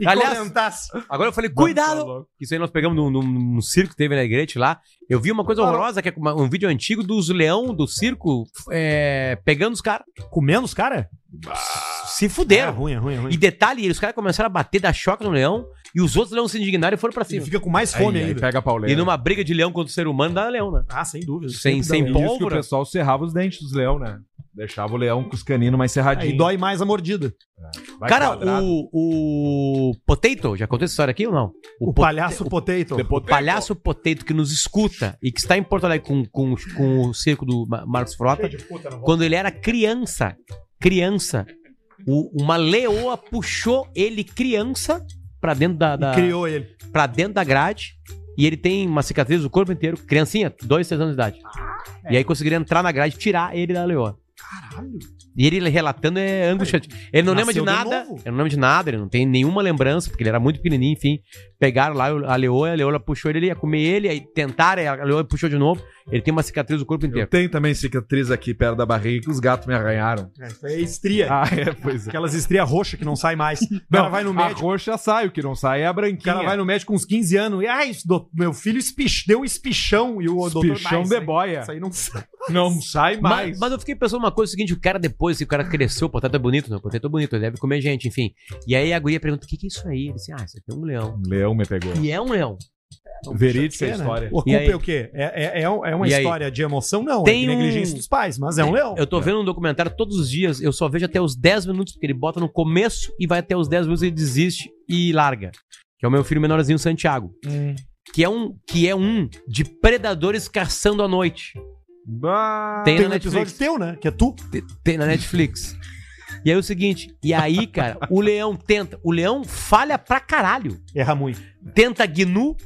[SPEAKER 1] e
[SPEAKER 3] Aliás,
[SPEAKER 1] comentasse.
[SPEAKER 3] Agora eu falei, cuidado! tá Isso aí nós pegamos num, num- num circo que teve na igreja lá. Eu vi uma coisa horrorosa, que é uma- um vídeo antigo dos leão do circo é, pegando os caras.
[SPEAKER 1] Comendo os caras?
[SPEAKER 3] Se
[SPEAKER 1] Ah,
[SPEAKER 3] fuderam.
[SPEAKER 1] É ruim, é ruim, é ruim.
[SPEAKER 3] E detalhe, os caras começaram a bater da choque no leão e os outros leões se indignaram e foram pra cima.
[SPEAKER 1] Ele fica com mais fome
[SPEAKER 3] Aí, tá aí
[SPEAKER 1] ainda.
[SPEAKER 3] pega a pauleira. E numa briga de leão contra o ser humano, dá leão, né?
[SPEAKER 1] Ah, sem dúvida.
[SPEAKER 3] Sem, sem
[SPEAKER 2] Por Então, isso que o
[SPEAKER 3] pólvora.
[SPEAKER 2] pessoal serrava os dentes dos leão, né? Deixava o leão com os caninos mais serradinhos.
[SPEAKER 1] Aí dói mais a mordida.
[SPEAKER 2] Vai
[SPEAKER 3] Cara,
[SPEAKER 2] quadrado.
[SPEAKER 3] o, o Potato, já contei essa história aqui ou não?
[SPEAKER 1] O palhaço potato.
[SPEAKER 3] O palhaço Potato que nos escuta e que está em Porto Alegre com, com, com o circo do Ma- Marcos Frota,
[SPEAKER 1] Cheio de puta na volta.
[SPEAKER 3] quando ele era criança, criança, o- uma leoa puxou ele criança pra dentro da, da
[SPEAKER 1] criou ele
[SPEAKER 3] para dentro da grade e ele tem uma cicatriz do corpo inteiro, criancinha, dois, três anos de idade. E aí conseguiram entrar na grade e tirar ele da leoa. E ele relatando é angustiante. Ele não lembra de
[SPEAKER 1] Nasceu de
[SPEAKER 3] nada.
[SPEAKER 1] novo?
[SPEAKER 3] ele não lembra de nada, ele não tem nenhuma lembrança, porque ele era muito pequenininho, enfim. Pegaram lá a leoa, a leoa puxou ele, ele ia comer ele, aí tentaram, aí a leoa puxou de novo. Ele tem uma cicatriz do corpo inteiro.
[SPEAKER 2] Tem também cicatriz aqui perto da barriga que os gatos me arranharam.
[SPEAKER 1] É, isso aí é estria.
[SPEAKER 2] Ah, é, pois é.
[SPEAKER 1] Aquelas estrias roxas que não sai mais. O
[SPEAKER 2] Não,
[SPEAKER 1] cara vai no
[SPEAKER 2] A
[SPEAKER 1] médico.
[SPEAKER 2] roxa sai, o que não sai é a
[SPEAKER 1] O
[SPEAKER 2] branquinha.
[SPEAKER 1] cara vai no médico com uns 15 anos e, ah, isso, do- meu filho espich- deu um espichão e o doutor...
[SPEAKER 2] Espichão
[SPEAKER 1] "Ah, isso
[SPEAKER 2] de
[SPEAKER 1] aí-
[SPEAKER 2] boia."
[SPEAKER 1] Isso aí não sai.
[SPEAKER 2] Não sai mais.
[SPEAKER 3] Mas, mas eu fiquei pensando uma coisa, é o seguinte, o cara depois, que o cara cresceu, o potato é bonito, né? O potato é bonito, ele deve comer gente, enfim. E aí a guria pergunta, o que que é isso aí? Ele disse, ah, isso aqui é um leão.
[SPEAKER 2] Um leão me pegou.
[SPEAKER 3] E é um leão.
[SPEAKER 2] Verídica a
[SPEAKER 1] É, né?
[SPEAKER 2] história.
[SPEAKER 1] O
[SPEAKER 3] E
[SPEAKER 1] culpa
[SPEAKER 3] aí?
[SPEAKER 1] é o quê? É, é- é um- é uma
[SPEAKER 3] E aí?
[SPEAKER 1] história de emoção? Não,
[SPEAKER 3] Tem
[SPEAKER 1] é de negligência
[SPEAKER 3] um-
[SPEAKER 1] dos pais, mas é um leão.
[SPEAKER 3] Eu tô vendo um documentário todos os dias, eu só vejo até os 10 minutos, porque ele bota no começo e vai até os 10 minutos e desiste e larga. Que é o meu filho menorzinho, Santiago. Que é um, que é um de predadores caçando à noite.
[SPEAKER 4] Ah.
[SPEAKER 3] Tem,
[SPEAKER 1] Tem
[SPEAKER 3] na
[SPEAKER 1] um episódio
[SPEAKER 3] Netflix.
[SPEAKER 1] teu, né? Que é tu.
[SPEAKER 3] Te- Tem na Netflix. E aí é o seguinte, e aí, cara, o leão tenta. O leão falha pra caralho.
[SPEAKER 1] Erra muito.
[SPEAKER 3] Tenta gnu,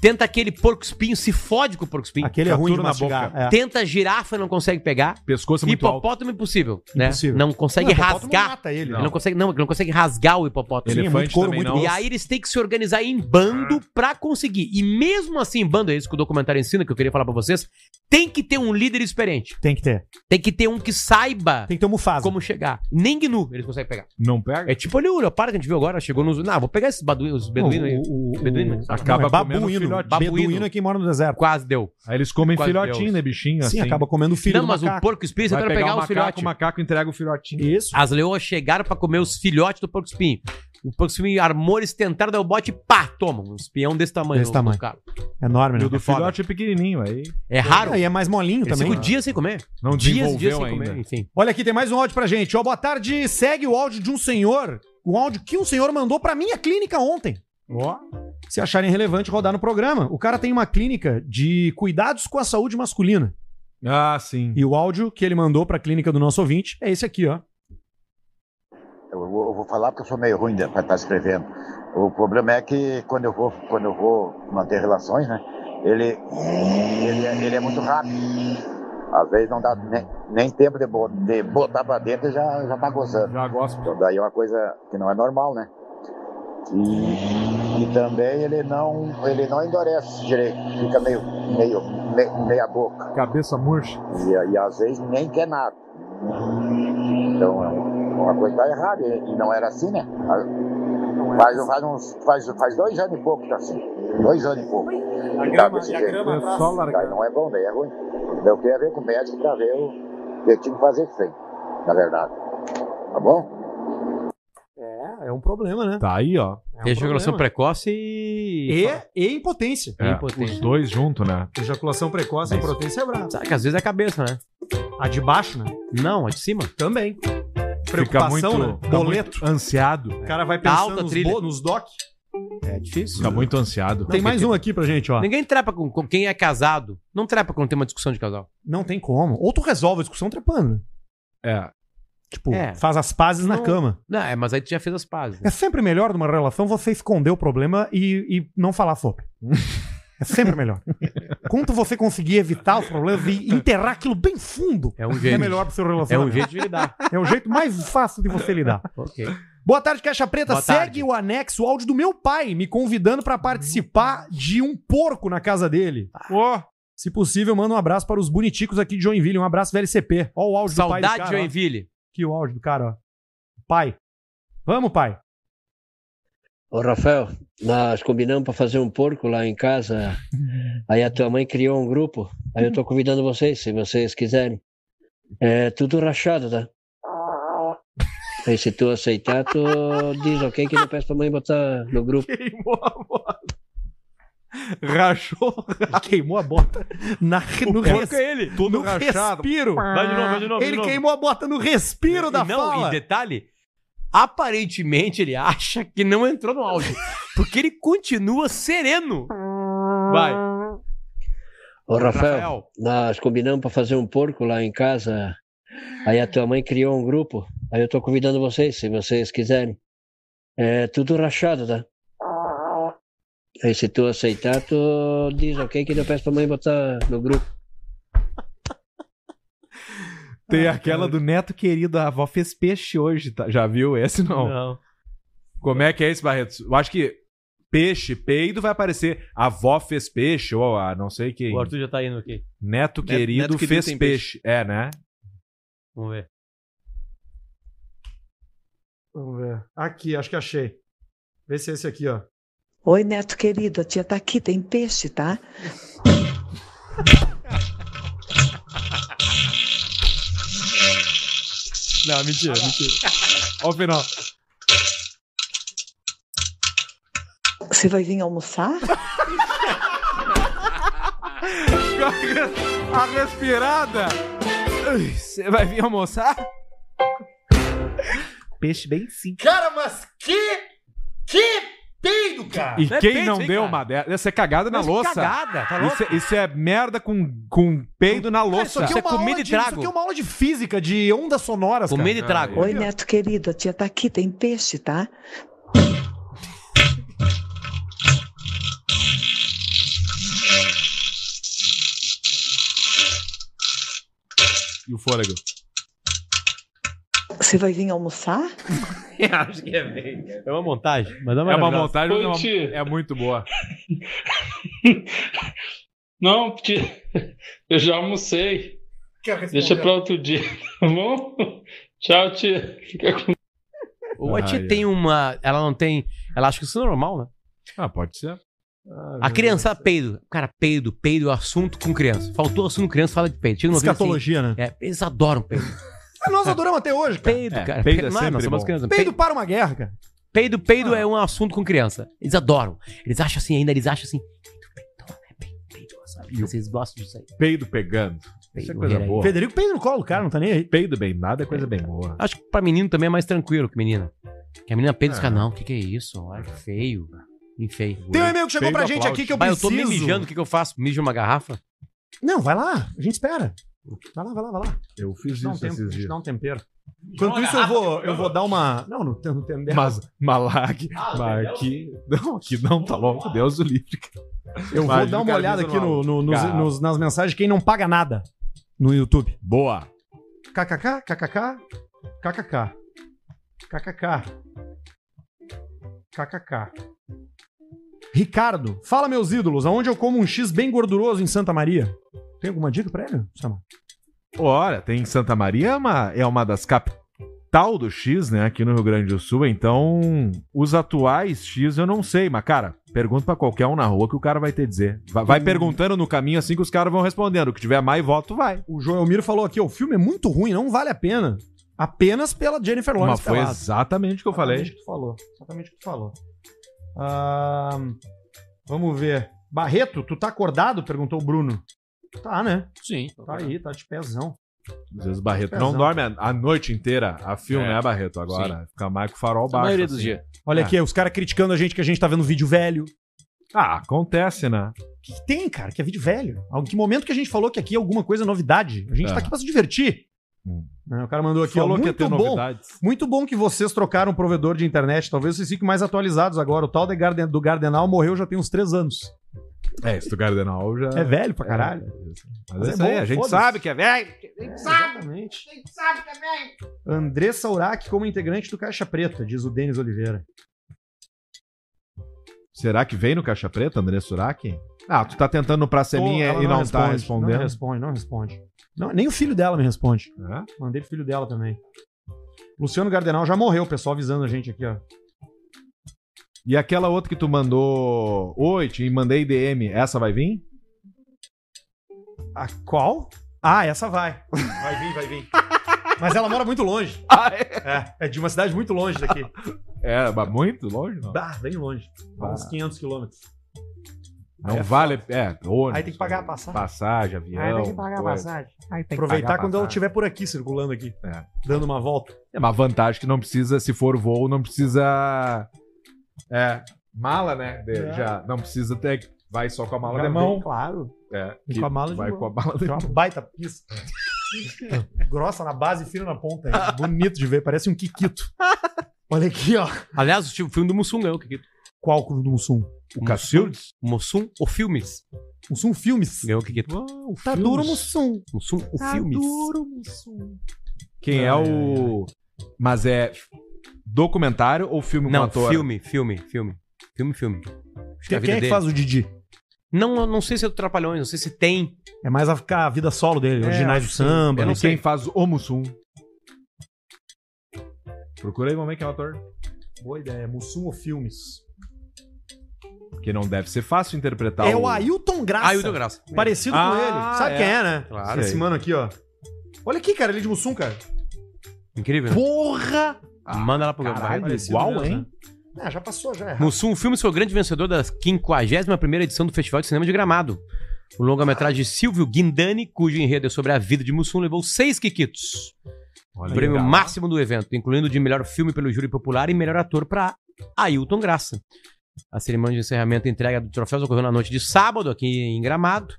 [SPEAKER 3] tenta aquele porco espinho, se fode com o porco espinho.
[SPEAKER 1] Aquele é ruim de
[SPEAKER 2] na
[SPEAKER 1] mastigar.
[SPEAKER 2] boca.
[SPEAKER 1] É.
[SPEAKER 3] Tenta girafa, não consegue pegar.
[SPEAKER 2] Pescoço muito alto.
[SPEAKER 3] Hipopótamo impossível, né?
[SPEAKER 1] Impossível.
[SPEAKER 3] Não consegue
[SPEAKER 1] Não, o hipopótamo
[SPEAKER 3] rasgar.
[SPEAKER 1] mata ele,
[SPEAKER 3] ele
[SPEAKER 1] né?
[SPEAKER 3] não consegue, não, ele não consegue rasgar o hipopótamo.
[SPEAKER 1] Ele-
[SPEAKER 2] Elefante
[SPEAKER 1] muito couro,
[SPEAKER 2] também
[SPEAKER 1] muito
[SPEAKER 2] não.
[SPEAKER 3] E aí eles têm que se organizar em bando pra conseguir. E mesmo assim, em bando, é isso que o documentário ensina, que eu queria falar pra vocês, tem que ter um líder experiente.
[SPEAKER 1] Tem que ter.
[SPEAKER 3] Tem que ter um que saiba
[SPEAKER 1] Tem que ter um Mufasa.
[SPEAKER 3] como chegar. Nem Gnu eles conseguem pegar.
[SPEAKER 2] Não pega?
[SPEAKER 3] É tipo ali o para que a gente viu agora, chegou nos... Não, vou pegar esses badui, os beduínos aí.
[SPEAKER 1] O, o, o,
[SPEAKER 3] Beduíno,
[SPEAKER 1] o-
[SPEAKER 3] sei lá.
[SPEAKER 2] Acaba
[SPEAKER 1] não, é
[SPEAKER 2] comendo
[SPEAKER 1] babuíno.
[SPEAKER 2] filhote.
[SPEAKER 1] Babuíno.
[SPEAKER 3] Babuíno.
[SPEAKER 1] é quem mora no deserto.
[SPEAKER 3] Quase deu.
[SPEAKER 2] Aí eles comem
[SPEAKER 3] Quase
[SPEAKER 2] filhotinho,
[SPEAKER 3] Deus.
[SPEAKER 2] né, bichinho?
[SPEAKER 1] Sim,
[SPEAKER 2] assim.
[SPEAKER 1] acaba comendo o filho
[SPEAKER 3] Não,
[SPEAKER 1] do
[SPEAKER 3] mas o
[SPEAKER 1] macaco.
[SPEAKER 3] porco espinho, você
[SPEAKER 2] Vai
[SPEAKER 3] vai
[SPEAKER 2] pegar,
[SPEAKER 3] pegar,
[SPEAKER 2] o
[SPEAKER 3] o
[SPEAKER 2] macaco,
[SPEAKER 3] filhote.
[SPEAKER 2] o macaco entrega o filhotinho.
[SPEAKER 1] Isso.
[SPEAKER 3] As leoas chegaram pra comer os filhotes do porco espinho. O porco espinho armou, eles tentaram dar o bote e pá, toma. Um espião desse tamanho.
[SPEAKER 1] Desse
[SPEAKER 3] no-
[SPEAKER 1] tamanho.
[SPEAKER 3] no cara.
[SPEAKER 1] Enorme,
[SPEAKER 2] E
[SPEAKER 1] né?
[SPEAKER 2] o do filhote é pequenininho, aí
[SPEAKER 3] É raro.
[SPEAKER 1] Ah, e é mais molinho
[SPEAKER 3] Eles
[SPEAKER 1] também.
[SPEAKER 3] ficam dias sem comer.
[SPEAKER 2] não
[SPEAKER 3] dias,
[SPEAKER 2] desenvolveu
[SPEAKER 3] e dias sem
[SPEAKER 2] ainda.
[SPEAKER 3] comer, enfim.
[SPEAKER 1] Olha aqui, tem mais um áudio pra gente. Ó, boa tarde. Segue o áudio de um senhor. O áudio que um senhor mandou pra minha clínica ontem. Ó. Se acharem relevante rodar no programa. O cara tem uma clínica de cuidados com a saúde masculina.
[SPEAKER 2] Ah, sim.
[SPEAKER 1] E o áudio que ele mandou pra clínica do nosso ouvinte é esse aqui, ó.
[SPEAKER 15] Eu vou, eu vou falar porque eu sou meio ruim de- pra estar escrevendo. O problema é que quando eu vou, quando eu vou manter relações, né? Ele, ele, é- ele é muito rápido. Às vezes não dá nem, nem tempo de, bo- de botar pra dentro e já, já tá gozando.
[SPEAKER 2] Já gosto.
[SPEAKER 15] Então daí é uma coisa que não é normal, né?
[SPEAKER 12] Hum.
[SPEAKER 15] E, e também ele não, ele não endurece direito, fica meio, meio, me- meia boca.
[SPEAKER 2] Cabeça murcha.
[SPEAKER 15] E, aí, às vezes nem quer nada. Então é uma uma coisa que tá errada, e e não era assim, né? Faz- Faz, faz, uns, faz, faz dois anos e pouco que tá assim. Dois anos e pouco. E tá desse jeito.
[SPEAKER 2] É só largar.
[SPEAKER 15] Daí não é bom, daí é ruim. Eu queria ver com o médico pra ver o que eu tinha que fazer sem, na verdade. Tá bom?
[SPEAKER 1] É, é um problema, né?
[SPEAKER 2] Tá aí, ó.
[SPEAKER 1] É um
[SPEAKER 3] Tem ejaculação
[SPEAKER 1] problema.
[SPEAKER 3] precoce e.
[SPEAKER 1] E, e impotência.
[SPEAKER 3] É.
[SPEAKER 2] Os dois junto, né?
[SPEAKER 1] Ejaculação precoce e impotência é brava.
[SPEAKER 3] Sabe que às vezes é a cabeça, né?
[SPEAKER 1] A de baixo, né?
[SPEAKER 3] Não, é de cima.
[SPEAKER 1] Também.
[SPEAKER 2] Fica
[SPEAKER 1] Preocupação,
[SPEAKER 2] muito,
[SPEAKER 1] né?
[SPEAKER 2] fica
[SPEAKER 1] Boleto.
[SPEAKER 2] muito ansiado.
[SPEAKER 1] O cara vai
[SPEAKER 3] Tá
[SPEAKER 1] pensando
[SPEAKER 3] alta
[SPEAKER 1] nos,
[SPEAKER 3] trilha.
[SPEAKER 1] bo- nos doc.
[SPEAKER 3] É difícil.
[SPEAKER 2] Hum.
[SPEAKER 1] né?
[SPEAKER 2] Fica muito ansiado.
[SPEAKER 1] Tem mais um aqui pra gente, ó.
[SPEAKER 3] Ninguém trepa com, com quem é casado. Não trepa quando tem uma discussão de casal.
[SPEAKER 1] Não tem como. Ou tu resolve a discussão trepando. né?
[SPEAKER 2] É.
[SPEAKER 1] Tipo,
[SPEAKER 3] É.
[SPEAKER 1] faz as pazes na
[SPEAKER 3] Não-
[SPEAKER 1] cama.
[SPEAKER 3] Não, é, mas aí tu já fez as pazes.
[SPEAKER 1] É
[SPEAKER 3] né?
[SPEAKER 1] sempre melhor numa relação você esconder o problema e, e não falar sobre. É sempre melhor. Quanto você conseguir evitar os problemas e enterrar aquilo bem fundo, é,
[SPEAKER 3] um jeito.
[SPEAKER 1] melhor pro seu relacionamento.
[SPEAKER 3] É um jeito de lidar.
[SPEAKER 1] É o jeito mais fácil de você lidar.
[SPEAKER 3] Ok.
[SPEAKER 1] Boa tarde, Caixa Preta.
[SPEAKER 3] Boa
[SPEAKER 1] Segue
[SPEAKER 3] tarde.
[SPEAKER 1] o anexo, o áudio do meu pai, me convidando pra participar de um porco na casa dele. Ó, Se possível, manda um abraço para os boniticos aqui de Joinville. Um abraço, VLCP. Ó o áudio do pai do
[SPEAKER 3] Saudade
[SPEAKER 1] cara,
[SPEAKER 3] de Joinville.
[SPEAKER 1] Ó. Aqui o áudio do cara, ó. Pai. Vamos, pai. um?
[SPEAKER 17] Ô Rafael, nós combinamos para fazer um porco lá em casa. Aí a tua mãe criou um grupo. Aí eu tô convidando vocês, se vocês quiserem. É tudo rachado, tá? Aí se tu aceitar, tu diz ok que não peço pra mãe botar no grupo.
[SPEAKER 1] Rachou. Queimou a bota. Na, no
[SPEAKER 3] porco
[SPEAKER 1] res-
[SPEAKER 3] é ele, todo
[SPEAKER 1] no
[SPEAKER 3] rachado.
[SPEAKER 1] respiro.
[SPEAKER 3] Vai de novo, vai de novo,
[SPEAKER 1] Ele
[SPEAKER 3] de novo.
[SPEAKER 1] queimou a bota no respiro da
[SPEAKER 3] não,
[SPEAKER 1] fala.
[SPEAKER 3] e detalhe, aparentemente ele acha que não entrou no áudio, porque ele continua sereno. Vai.
[SPEAKER 17] Ô Rafael,
[SPEAKER 3] Rafael.
[SPEAKER 17] nós combinamos para fazer um porco lá em casa. Aí a tua mãe criou um grupo. Aí eu tô convidando vocês, se vocês quiserem. É tudo rachado, tá? Aí se tu aceitar, tu diz ok que eu peço pra mãe botar no grupo.
[SPEAKER 2] Tem
[SPEAKER 3] Ah,
[SPEAKER 2] aquela do neto querido, a avó fez peixe hoje, tá? Já viu? Esse não. Como é que é esse, Barreto? Eu acho que peixe, peido vai aparecer. A avó fez peixe, ou a não sei quem.
[SPEAKER 3] O Arthur já tá indo aqui.
[SPEAKER 2] Neto,
[SPEAKER 3] Neto-
[SPEAKER 2] querido
[SPEAKER 3] Neto querido
[SPEAKER 2] fez
[SPEAKER 3] tem
[SPEAKER 2] peixe.
[SPEAKER 3] peixe.
[SPEAKER 2] É, né?
[SPEAKER 3] Vamos ver.
[SPEAKER 1] Vamos ver. Aqui, acho que achei. Vê se é esse aqui, ó.
[SPEAKER 18] Oi, neto querido, a tia tá aqui, tem peixe, tá?
[SPEAKER 1] Não, mentira, mentira. Ó o final.
[SPEAKER 18] Você vai vir almoçar?
[SPEAKER 2] A respirada! Você vai vir almoçar?
[SPEAKER 4] Peixe bem simples.
[SPEAKER 1] Cara, mas que. Que peido, cara!
[SPEAKER 2] E quem não deu uma dessa? Isso é cagada na
[SPEAKER 1] Mas
[SPEAKER 2] louça.
[SPEAKER 1] cagada, tá
[SPEAKER 2] isso, é, isso é merda com, com peido na louça.
[SPEAKER 1] Isso aqui é, uma aula de, isso aqui é uma aula de física, de ondas sonoras.
[SPEAKER 2] Comida e trago.
[SPEAKER 18] Oi, neto querido, a tia tá aqui, tem peixe, tá?
[SPEAKER 2] E o fôlego.
[SPEAKER 18] Você vai vir almoçar?
[SPEAKER 3] Acho que é bem. É uma montagem, mas é
[SPEAKER 2] É uma montagem, mas é uma-
[SPEAKER 19] Ponte.
[SPEAKER 2] é muito boa.
[SPEAKER 19] Não, porque eu já almocei. Deixa pra outro dia, tá bom? Tchau, tia. Fica com
[SPEAKER 3] Ou a tia
[SPEAKER 19] Ai,
[SPEAKER 3] tem uma. Ela não tem. Ela acha que isso é normal, né?
[SPEAKER 1] um-
[SPEAKER 2] Ah, pode ser.
[SPEAKER 3] a criança peido. Cara, peido, peido é assunto com criança. Faltou assunto criança, fala de peido. Chega no ouvido assim-
[SPEAKER 1] Escatologia, né? Ah,
[SPEAKER 3] É, eles adoram peido.
[SPEAKER 1] Nós adoramos até hoje, cara.
[SPEAKER 3] Peido,
[SPEAKER 1] É,
[SPEAKER 3] cara.
[SPEAKER 1] peido é
[SPEAKER 3] Não nós
[SPEAKER 1] sempre
[SPEAKER 3] somos
[SPEAKER 1] bom.
[SPEAKER 3] crianças.
[SPEAKER 1] Peido para uma guerra, cara.
[SPEAKER 3] Peido, peido é um assunto com criança. Eles adoram. Eles acham assim, ainda eles acham assim. é Vocês gostam disso aí.
[SPEAKER 2] Peido pegando. Isso é coisa
[SPEAKER 3] Reira aí.
[SPEAKER 2] boa.
[SPEAKER 1] Federico peido no colo, cara, não tá nem aí.
[SPEAKER 2] Peido bem nada é coisa bem boa.
[SPEAKER 3] Acho que pra menino também é mais tranquilo que menina. Que a menina peida e
[SPEAKER 2] É.
[SPEAKER 3] fica, não, o que, que é isso? Olha, que feio. Bem feio.
[SPEAKER 1] Tem um e-mail que chegou
[SPEAKER 3] Feio
[SPEAKER 1] pra
[SPEAKER 3] do
[SPEAKER 1] gente
[SPEAKER 3] aplaude.
[SPEAKER 1] aqui que eu
[SPEAKER 3] Bah, Eu tô me
[SPEAKER 1] preciso.
[SPEAKER 3] mijando, o que, que eu faço? Mijo uma garrafa?
[SPEAKER 1] Não, vai lá, a gente espera. Vai lá, vai lá, vai lá.
[SPEAKER 2] Eu fiz
[SPEAKER 1] Dá um
[SPEAKER 2] isso
[SPEAKER 1] tempo,
[SPEAKER 2] esses
[SPEAKER 1] a gente
[SPEAKER 2] dias.
[SPEAKER 1] dá um tempero. Enquanto isso, eu vou, eu vou dar uma. Não, não tem não tem tempo.
[SPEAKER 2] Mas, Malag,
[SPEAKER 1] Ah,
[SPEAKER 2] mas aqui. Não, aqui não, tá louco. Deus o livre. cara.
[SPEAKER 1] Eu vou
[SPEAKER 2] Imagina
[SPEAKER 1] dar
[SPEAKER 2] o
[SPEAKER 1] uma
[SPEAKER 2] cara
[SPEAKER 1] olhada
[SPEAKER 2] dizendo
[SPEAKER 1] aqui no-
[SPEAKER 2] lá,
[SPEAKER 1] no- nos-
[SPEAKER 2] cara,
[SPEAKER 1] nos- nas mensagens de quem não paga nada no YouTube.
[SPEAKER 2] Boa.
[SPEAKER 1] KKK, KKK, KKK. KKK. KKK. Ricardo, fala meus ídolos, aonde eu como um X bem gorduroso em Santa Maria? Tem alguma dica pra ele, Samuel?
[SPEAKER 2] Ora, tem Santa Maria, é uma, é uma das capital do X, né, aqui no Rio Grande do Sul. Então, os atuais X eu não sei, mas cara, pergunta pra qualquer um na rua que o cara vai ter dizer. Vai, vai perguntando no caminho assim que os caras vão respondendo. O que tiver mais voto vai.
[SPEAKER 1] O Joelmiro falou aqui, ó, o filme é muito ruim, não vale a pena. Apenas pela Jennifer Lawrence.
[SPEAKER 2] Mas foi
[SPEAKER 1] pelada.
[SPEAKER 2] exatamente o que eu
[SPEAKER 1] Exatamente
[SPEAKER 2] falei.
[SPEAKER 1] o que tu falou. Exatamente o que tu falou. Ahn, vamos ver. Barreto, tu tá acordado? Perguntou o Bruno. Tá, né?
[SPEAKER 3] Sim.
[SPEAKER 1] Tá aí, tá de pezão.
[SPEAKER 2] Às vezes o Barreto não
[SPEAKER 1] Pezão.
[SPEAKER 2] dorme a, a noite inteira a fio,
[SPEAKER 1] É.
[SPEAKER 2] né, Barreto? Agora.
[SPEAKER 1] Sim.
[SPEAKER 2] Fica mais com o farol baixo.
[SPEAKER 1] maioria
[SPEAKER 2] assim.
[SPEAKER 1] dos dias. Olha
[SPEAKER 2] É.
[SPEAKER 1] aqui, os caras criticando a gente que a gente tá vendo vídeo velho.
[SPEAKER 2] Ah, acontece, né?
[SPEAKER 1] O que, que tem, cara? Que é vídeo velho. Ao que momento que a gente falou que aqui é alguma coisa novidade? A gente
[SPEAKER 2] É.
[SPEAKER 1] tá aqui pra se divertir. Né, O cara mandou aqui,
[SPEAKER 2] Hum.
[SPEAKER 1] ó,
[SPEAKER 2] Falou que ia
[SPEAKER 1] muito
[SPEAKER 2] ter
[SPEAKER 1] bom,
[SPEAKER 2] novidades.
[SPEAKER 1] muito bom que vocês trocaram o provedor de internet. Talvez vocês fiquem mais atualizados agora. O tal de Garden- do Gardenal morreu já tem uns três anos.
[SPEAKER 2] É, isso do Gardenal já.
[SPEAKER 1] É velho pra caralho.
[SPEAKER 2] Mas é
[SPEAKER 1] é
[SPEAKER 2] isso aí,
[SPEAKER 1] bom,
[SPEAKER 2] a gente
[SPEAKER 1] foda-se.
[SPEAKER 2] sabe que é velho.
[SPEAKER 1] Exatamente.
[SPEAKER 2] é
[SPEAKER 1] Andressa Urac como integrante do Caixa Preta, diz o Denis Oliveira.
[SPEAKER 2] Será que vem no Caixa Preta, André Suraki? Ah, tu tá tentando pra Seminha
[SPEAKER 1] Ela
[SPEAKER 2] e não, tá
[SPEAKER 1] responde,
[SPEAKER 2] respondendo.
[SPEAKER 1] Não responde, não responde. Não, nem o filho dela me responde. Mandei pro filho dela também. Luciano Gardenal já morreu, o pessoal avisando a gente aqui, ó.
[SPEAKER 2] E aquela outra que tu mandou oito e mandei DM, essa vai vir?
[SPEAKER 1] A qual? Ah, essa vai. Vai vir, vai vir. Mas ela mora muito longe. é? é? de uma cidade muito longe daqui.
[SPEAKER 2] É, mas muito longe, não.
[SPEAKER 1] Bah, bem longe.
[SPEAKER 2] Bah.
[SPEAKER 1] Uns 500 quilômetros.
[SPEAKER 2] Não vale. É, ônibus,
[SPEAKER 1] Aí tem que pagar a passagem.
[SPEAKER 2] Passagem, avião.
[SPEAKER 1] Aí tem que pagar a
[SPEAKER 2] coisa.
[SPEAKER 1] passagem.
[SPEAKER 4] Aí tem que
[SPEAKER 1] Aproveitar
[SPEAKER 2] pagar
[SPEAKER 1] quando ela
[SPEAKER 2] passagem.
[SPEAKER 1] estiver por aqui, circulando aqui.
[SPEAKER 2] É.
[SPEAKER 1] Dando uma volta.
[SPEAKER 2] É uma vantagem que não precisa, se for voo, não precisa. É, mala, né? De-
[SPEAKER 1] É.
[SPEAKER 2] Já, não precisa ter. Vai só com a mala
[SPEAKER 1] Já
[SPEAKER 2] de
[SPEAKER 1] vem,
[SPEAKER 2] mão.
[SPEAKER 1] Claro.
[SPEAKER 2] É,
[SPEAKER 1] E
[SPEAKER 2] que
[SPEAKER 1] com a mala de
[SPEAKER 2] Vai
[SPEAKER 1] mão.
[SPEAKER 2] com a mala de
[SPEAKER 1] Tem uma
[SPEAKER 2] mão.
[SPEAKER 1] baita pista. Grossa na base e fina na ponta. hein? Bonito de ver, parece um Kikito. Olha aqui, ó.
[SPEAKER 3] Aliás, o filme um do Mussum ganhou, Kikito.
[SPEAKER 1] Qual o clube do Mussum?
[SPEAKER 3] O Cacildes? Mussum, o Filmes.
[SPEAKER 1] Mussum Filmes.
[SPEAKER 3] Ganhou o Kikito.
[SPEAKER 1] Tá duro Mussum.
[SPEAKER 3] Mussum, o
[SPEAKER 1] Tá
[SPEAKER 3] Filmes.
[SPEAKER 1] duro Mussum.
[SPEAKER 2] Quem é o. Mas é documentário ou filme com
[SPEAKER 3] Não,
[SPEAKER 2] ator?
[SPEAKER 3] filme, filme, filme. Filme, filme. Acho
[SPEAKER 1] Quem, quem é
[SPEAKER 3] a vida
[SPEAKER 1] que
[SPEAKER 3] dele-
[SPEAKER 1] faz o Didi?
[SPEAKER 3] Não, eu não sei se é do Trapalhões, não sei se tem.
[SPEAKER 1] É mais a, a vida solo dele,
[SPEAKER 3] É,
[SPEAKER 1] originais
[SPEAKER 3] acho
[SPEAKER 1] do
[SPEAKER 3] que sim.
[SPEAKER 1] samba.
[SPEAKER 3] Eu não
[SPEAKER 1] né?
[SPEAKER 3] sei.
[SPEAKER 2] Quem faz o Mussum? Procura aí, vamos ver quem é o ator.
[SPEAKER 1] Boa ideia, Mussum ou Filmes.
[SPEAKER 2] Porque não deve ser fácil interpretar
[SPEAKER 1] é o Ailton Graça.
[SPEAKER 3] Tá Ailton Graça.
[SPEAKER 1] Parecido com
[SPEAKER 2] Ah,
[SPEAKER 1] ele. Sabe
[SPEAKER 2] é.
[SPEAKER 1] quem é, né?
[SPEAKER 2] Claro.
[SPEAKER 1] Esse
[SPEAKER 2] Sei.
[SPEAKER 1] mano aqui, ó. Olha aqui, cara, ele é de Mussum, cara.
[SPEAKER 3] Incrível. né?
[SPEAKER 1] Porra!
[SPEAKER 3] Manda lá pro
[SPEAKER 1] Caralho,
[SPEAKER 3] Gabriel.
[SPEAKER 1] parecido mesmo, né? Ah, já passou, já é. rápido.
[SPEAKER 3] Mussum, o filme foi o grande vencedor da 51ª edição do Festival de Cinema de Gramado. O longa-metragem de Silvio Guindani, cujo enredo é sobre a vida de Mussum, levou seis Kikitos.
[SPEAKER 2] Olha
[SPEAKER 3] o prêmio
[SPEAKER 2] aí, cara.
[SPEAKER 3] máximo do evento, incluindo o de melhor filme pelo júri popular e melhor ator para Ailton Graça. A cerimônia de encerramento e entrega do troféu ocorreu na noite de sábado, aqui em Gramado.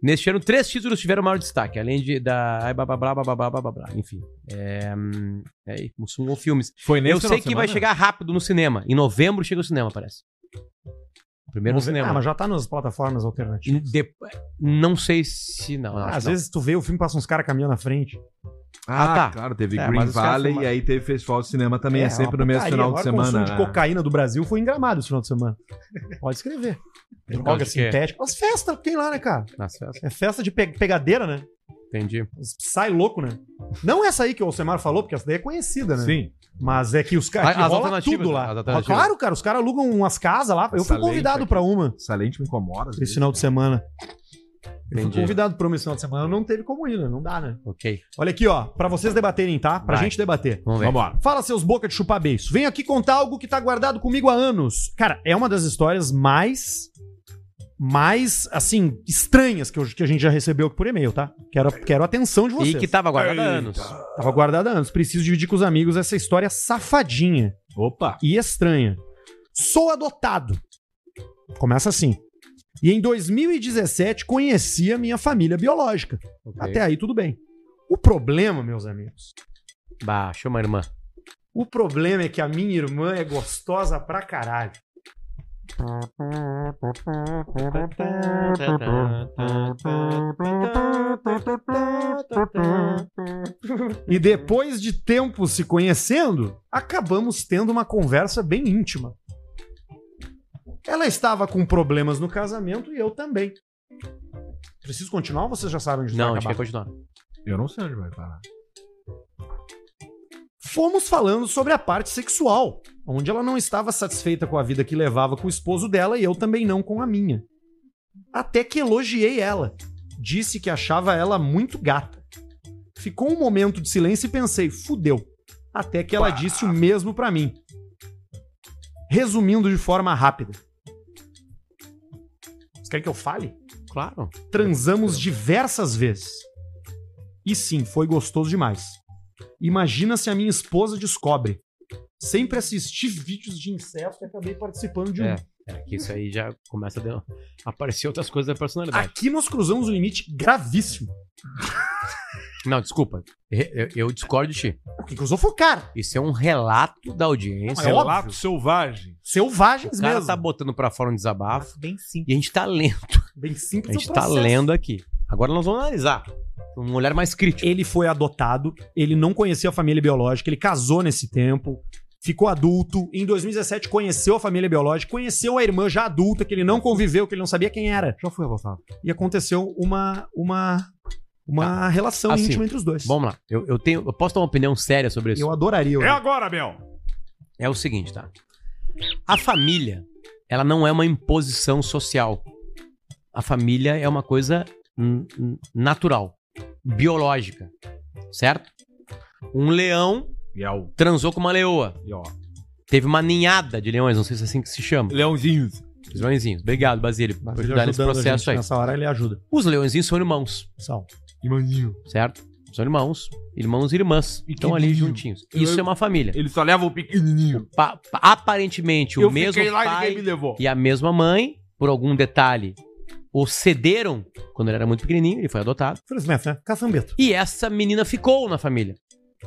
[SPEAKER 3] Neste ano, três títulos tiveram maior destaque, além de da. ai, Blá, blá, blá, blá, blá, blá, blá, blá. Enfim. É, hum, é aí, Mussum ou filmes.
[SPEAKER 2] Foi nesse
[SPEAKER 3] Eu sei
[SPEAKER 2] final
[SPEAKER 3] que
[SPEAKER 2] de
[SPEAKER 3] vai
[SPEAKER 2] semana?
[SPEAKER 3] chegar rápido no cinema. Em novembro chega o cinema, parece. Primeiro no
[SPEAKER 1] Vamos ver.
[SPEAKER 3] cinema.
[SPEAKER 1] Ah, mas já tá nas plataformas alternativas.
[SPEAKER 3] E de- Não sei se. Não,
[SPEAKER 1] Ah,
[SPEAKER 3] acho
[SPEAKER 1] às
[SPEAKER 3] que não.
[SPEAKER 1] vezes tu vê o filme, passa uns caras caminhando na frente.
[SPEAKER 2] Ah,
[SPEAKER 3] Ah, tá.
[SPEAKER 2] claro, teve
[SPEAKER 1] É,
[SPEAKER 2] Green
[SPEAKER 1] mas os caras
[SPEAKER 2] Valley
[SPEAKER 1] filmaram.
[SPEAKER 2] e aí teve Festival de Cinema também, é,
[SPEAKER 1] uma
[SPEAKER 2] sempre no mesmo
[SPEAKER 1] putaria.
[SPEAKER 2] final de
[SPEAKER 1] Agora
[SPEAKER 2] semana.
[SPEAKER 1] O consumo
[SPEAKER 2] né?
[SPEAKER 1] de cocaína do Brasil foi engramado esse final de semana. Pode escrever. Droga
[SPEAKER 3] de quê?
[SPEAKER 1] sintética. As festas que tem lá, né, cara?
[SPEAKER 3] Nas festas.
[SPEAKER 1] É festa de pe- pegadeira, né?
[SPEAKER 3] assim. Entendi.
[SPEAKER 1] Sai louco, né? Não essa aí que o Alcemar falou, porque essa daí é conhecida, né?
[SPEAKER 2] Sim.
[SPEAKER 1] Mas é que os
[SPEAKER 3] As
[SPEAKER 1] caras que rola
[SPEAKER 3] alternativas,
[SPEAKER 1] tudo
[SPEAKER 3] né? As
[SPEAKER 1] lá.
[SPEAKER 3] alternativas.
[SPEAKER 1] Claro, cara, os caras alugam umas casas lá. Eu
[SPEAKER 2] Essa
[SPEAKER 1] fui
[SPEAKER 2] lente
[SPEAKER 1] convidado
[SPEAKER 2] aqui.
[SPEAKER 1] pra uma
[SPEAKER 2] Essa lente me incomoda. às
[SPEAKER 1] esse
[SPEAKER 2] vezes.
[SPEAKER 1] final de semana. Eu fui
[SPEAKER 2] Entendi.
[SPEAKER 1] convidado pra uma esse final de semana. Não teve como ir, né? Não dá, né?
[SPEAKER 3] Ok.
[SPEAKER 1] Olha aqui, ó, pra vocês debaterem, tá? Pra
[SPEAKER 3] Vai.
[SPEAKER 1] gente debater.
[SPEAKER 3] Vamos ver.
[SPEAKER 2] Vambora.
[SPEAKER 1] Fala seus boca de chupar beiço. Venho aqui contar algo que tá guardado comigo há anos. Cara, é uma das histórias mais mais assim estranhas que, eu- que a gente já recebeu por e-mail, tá? Quero quero a atenção de vocês.
[SPEAKER 3] E que tá- tava guardada há anos.
[SPEAKER 1] Tava guardada há anos. Preciso dividir com os amigos essa história safadinha
[SPEAKER 2] Opa.
[SPEAKER 1] e estranha. Sou adotado. Começa assim. E em 2017 conheci a minha família biológica. Até aí tudo bem. O problema, meus amigos,
[SPEAKER 3] Bah, chama a irmã.
[SPEAKER 1] o problema é que a minha irmã é gostosa pra caralho. E depois de tempo se conhecendo, acabamos tendo uma conversa bem íntima. Ela estava com problemas no casamento e eu também. Preciso continuar ou vocês já sabem onde isso
[SPEAKER 3] Não,
[SPEAKER 1] vai
[SPEAKER 3] a gente
[SPEAKER 1] acabar?
[SPEAKER 3] quer continuar.
[SPEAKER 2] Eu não sei onde vai parar.
[SPEAKER 1] fomos falando sobre a parte sexual, onde ela não estava satisfeita com a vida que levava com o esposo dela e eu também não com a minha. Até que elogiei ela. Disse que achava ela muito gata. Ficou um momento de silêncio e pensei, fudeu. Até que ela disse o mesmo pra mim. Resumindo de forma rápida. Vocês querem que eu fale?
[SPEAKER 3] Claro.
[SPEAKER 1] Transamos diversas vezes. E sim, foi gostoso demais. Imagina se a minha esposa descobre. Sempre assisti vídeos de incesto e acabei participando de um.
[SPEAKER 3] É, é que isso aí já começa a de- aparecer outras coisas da personalidade.
[SPEAKER 1] Aqui nós cruzamos um limite gravíssimo.
[SPEAKER 3] Não, desculpa. Re- Eu, eu discordo de ti.
[SPEAKER 1] O que, que usou foi o cara.
[SPEAKER 3] Isso é um relato da audiência.
[SPEAKER 2] Não, é óbvio. Relato selvagem.
[SPEAKER 1] Selvagens
[SPEAKER 3] o cara
[SPEAKER 1] mesmo.
[SPEAKER 3] tá botando pra fora um desabafo.
[SPEAKER 4] Bem simples.
[SPEAKER 3] E a gente tá lento.
[SPEAKER 1] Bem
[SPEAKER 3] A
[SPEAKER 1] simples
[SPEAKER 3] gente tá lendo aqui. Agora nós vamos analisar. Um olhar mais crítico.
[SPEAKER 1] Ele foi adotado, ele não conhecia a família biológica, ele casou nesse tempo, ficou adulto. Em 2017, conheceu a família biológica, conheceu a irmã já adulta, que ele não conviveu, que ele não sabia quem era.
[SPEAKER 2] Já fui avotado.
[SPEAKER 1] E aconteceu uma, uma, uma relação
[SPEAKER 3] Assim,
[SPEAKER 1] íntima entre os dois.
[SPEAKER 3] Vamos lá. Eu, eu tenho, eu posso dar uma opinião séria sobre isso?
[SPEAKER 1] eu adoraria.
[SPEAKER 2] É
[SPEAKER 1] ouvir.
[SPEAKER 2] agora, Bel.
[SPEAKER 3] É o seguinte, tá? A família, ela não é uma imposição social. A família é uma coisa hum, hum, natural, biológica, certo? Um leão
[SPEAKER 2] Biel.
[SPEAKER 3] transou com uma leoa.
[SPEAKER 2] Biel.
[SPEAKER 3] Teve uma ninhada de leões, não sei se é assim que se chama.
[SPEAKER 2] Leãozinhos.
[SPEAKER 3] Os leõezinhos. Obrigado, Basílio, por
[SPEAKER 1] Ele
[SPEAKER 3] ajudar nesse
[SPEAKER 1] ajudando a
[SPEAKER 3] processo
[SPEAKER 1] gente né?
[SPEAKER 3] aí.
[SPEAKER 1] Nessa hora ele ajuda.
[SPEAKER 3] Os leõezinhos são irmãos,
[SPEAKER 1] Sal.
[SPEAKER 2] Irmãzinho.
[SPEAKER 3] certo? São irmãos, irmãos e irmãs. Estão ali
[SPEAKER 2] querido.
[SPEAKER 3] juntinhos. Isso
[SPEAKER 2] Eu-
[SPEAKER 3] é uma família.
[SPEAKER 2] Ele só leva o pequenininho.
[SPEAKER 3] Pa- pa- aparentemente, o
[SPEAKER 2] eu
[SPEAKER 3] mesmo
[SPEAKER 2] fiquei lá e
[SPEAKER 3] pai
[SPEAKER 2] ninguém me levou.
[SPEAKER 3] e a mesma mãe, por algum detalhe, o cederam quando ele era muito pequenininho, ele foi adotado.
[SPEAKER 1] Felizmente, né? Caçambeto.
[SPEAKER 3] E essa menina ficou na família.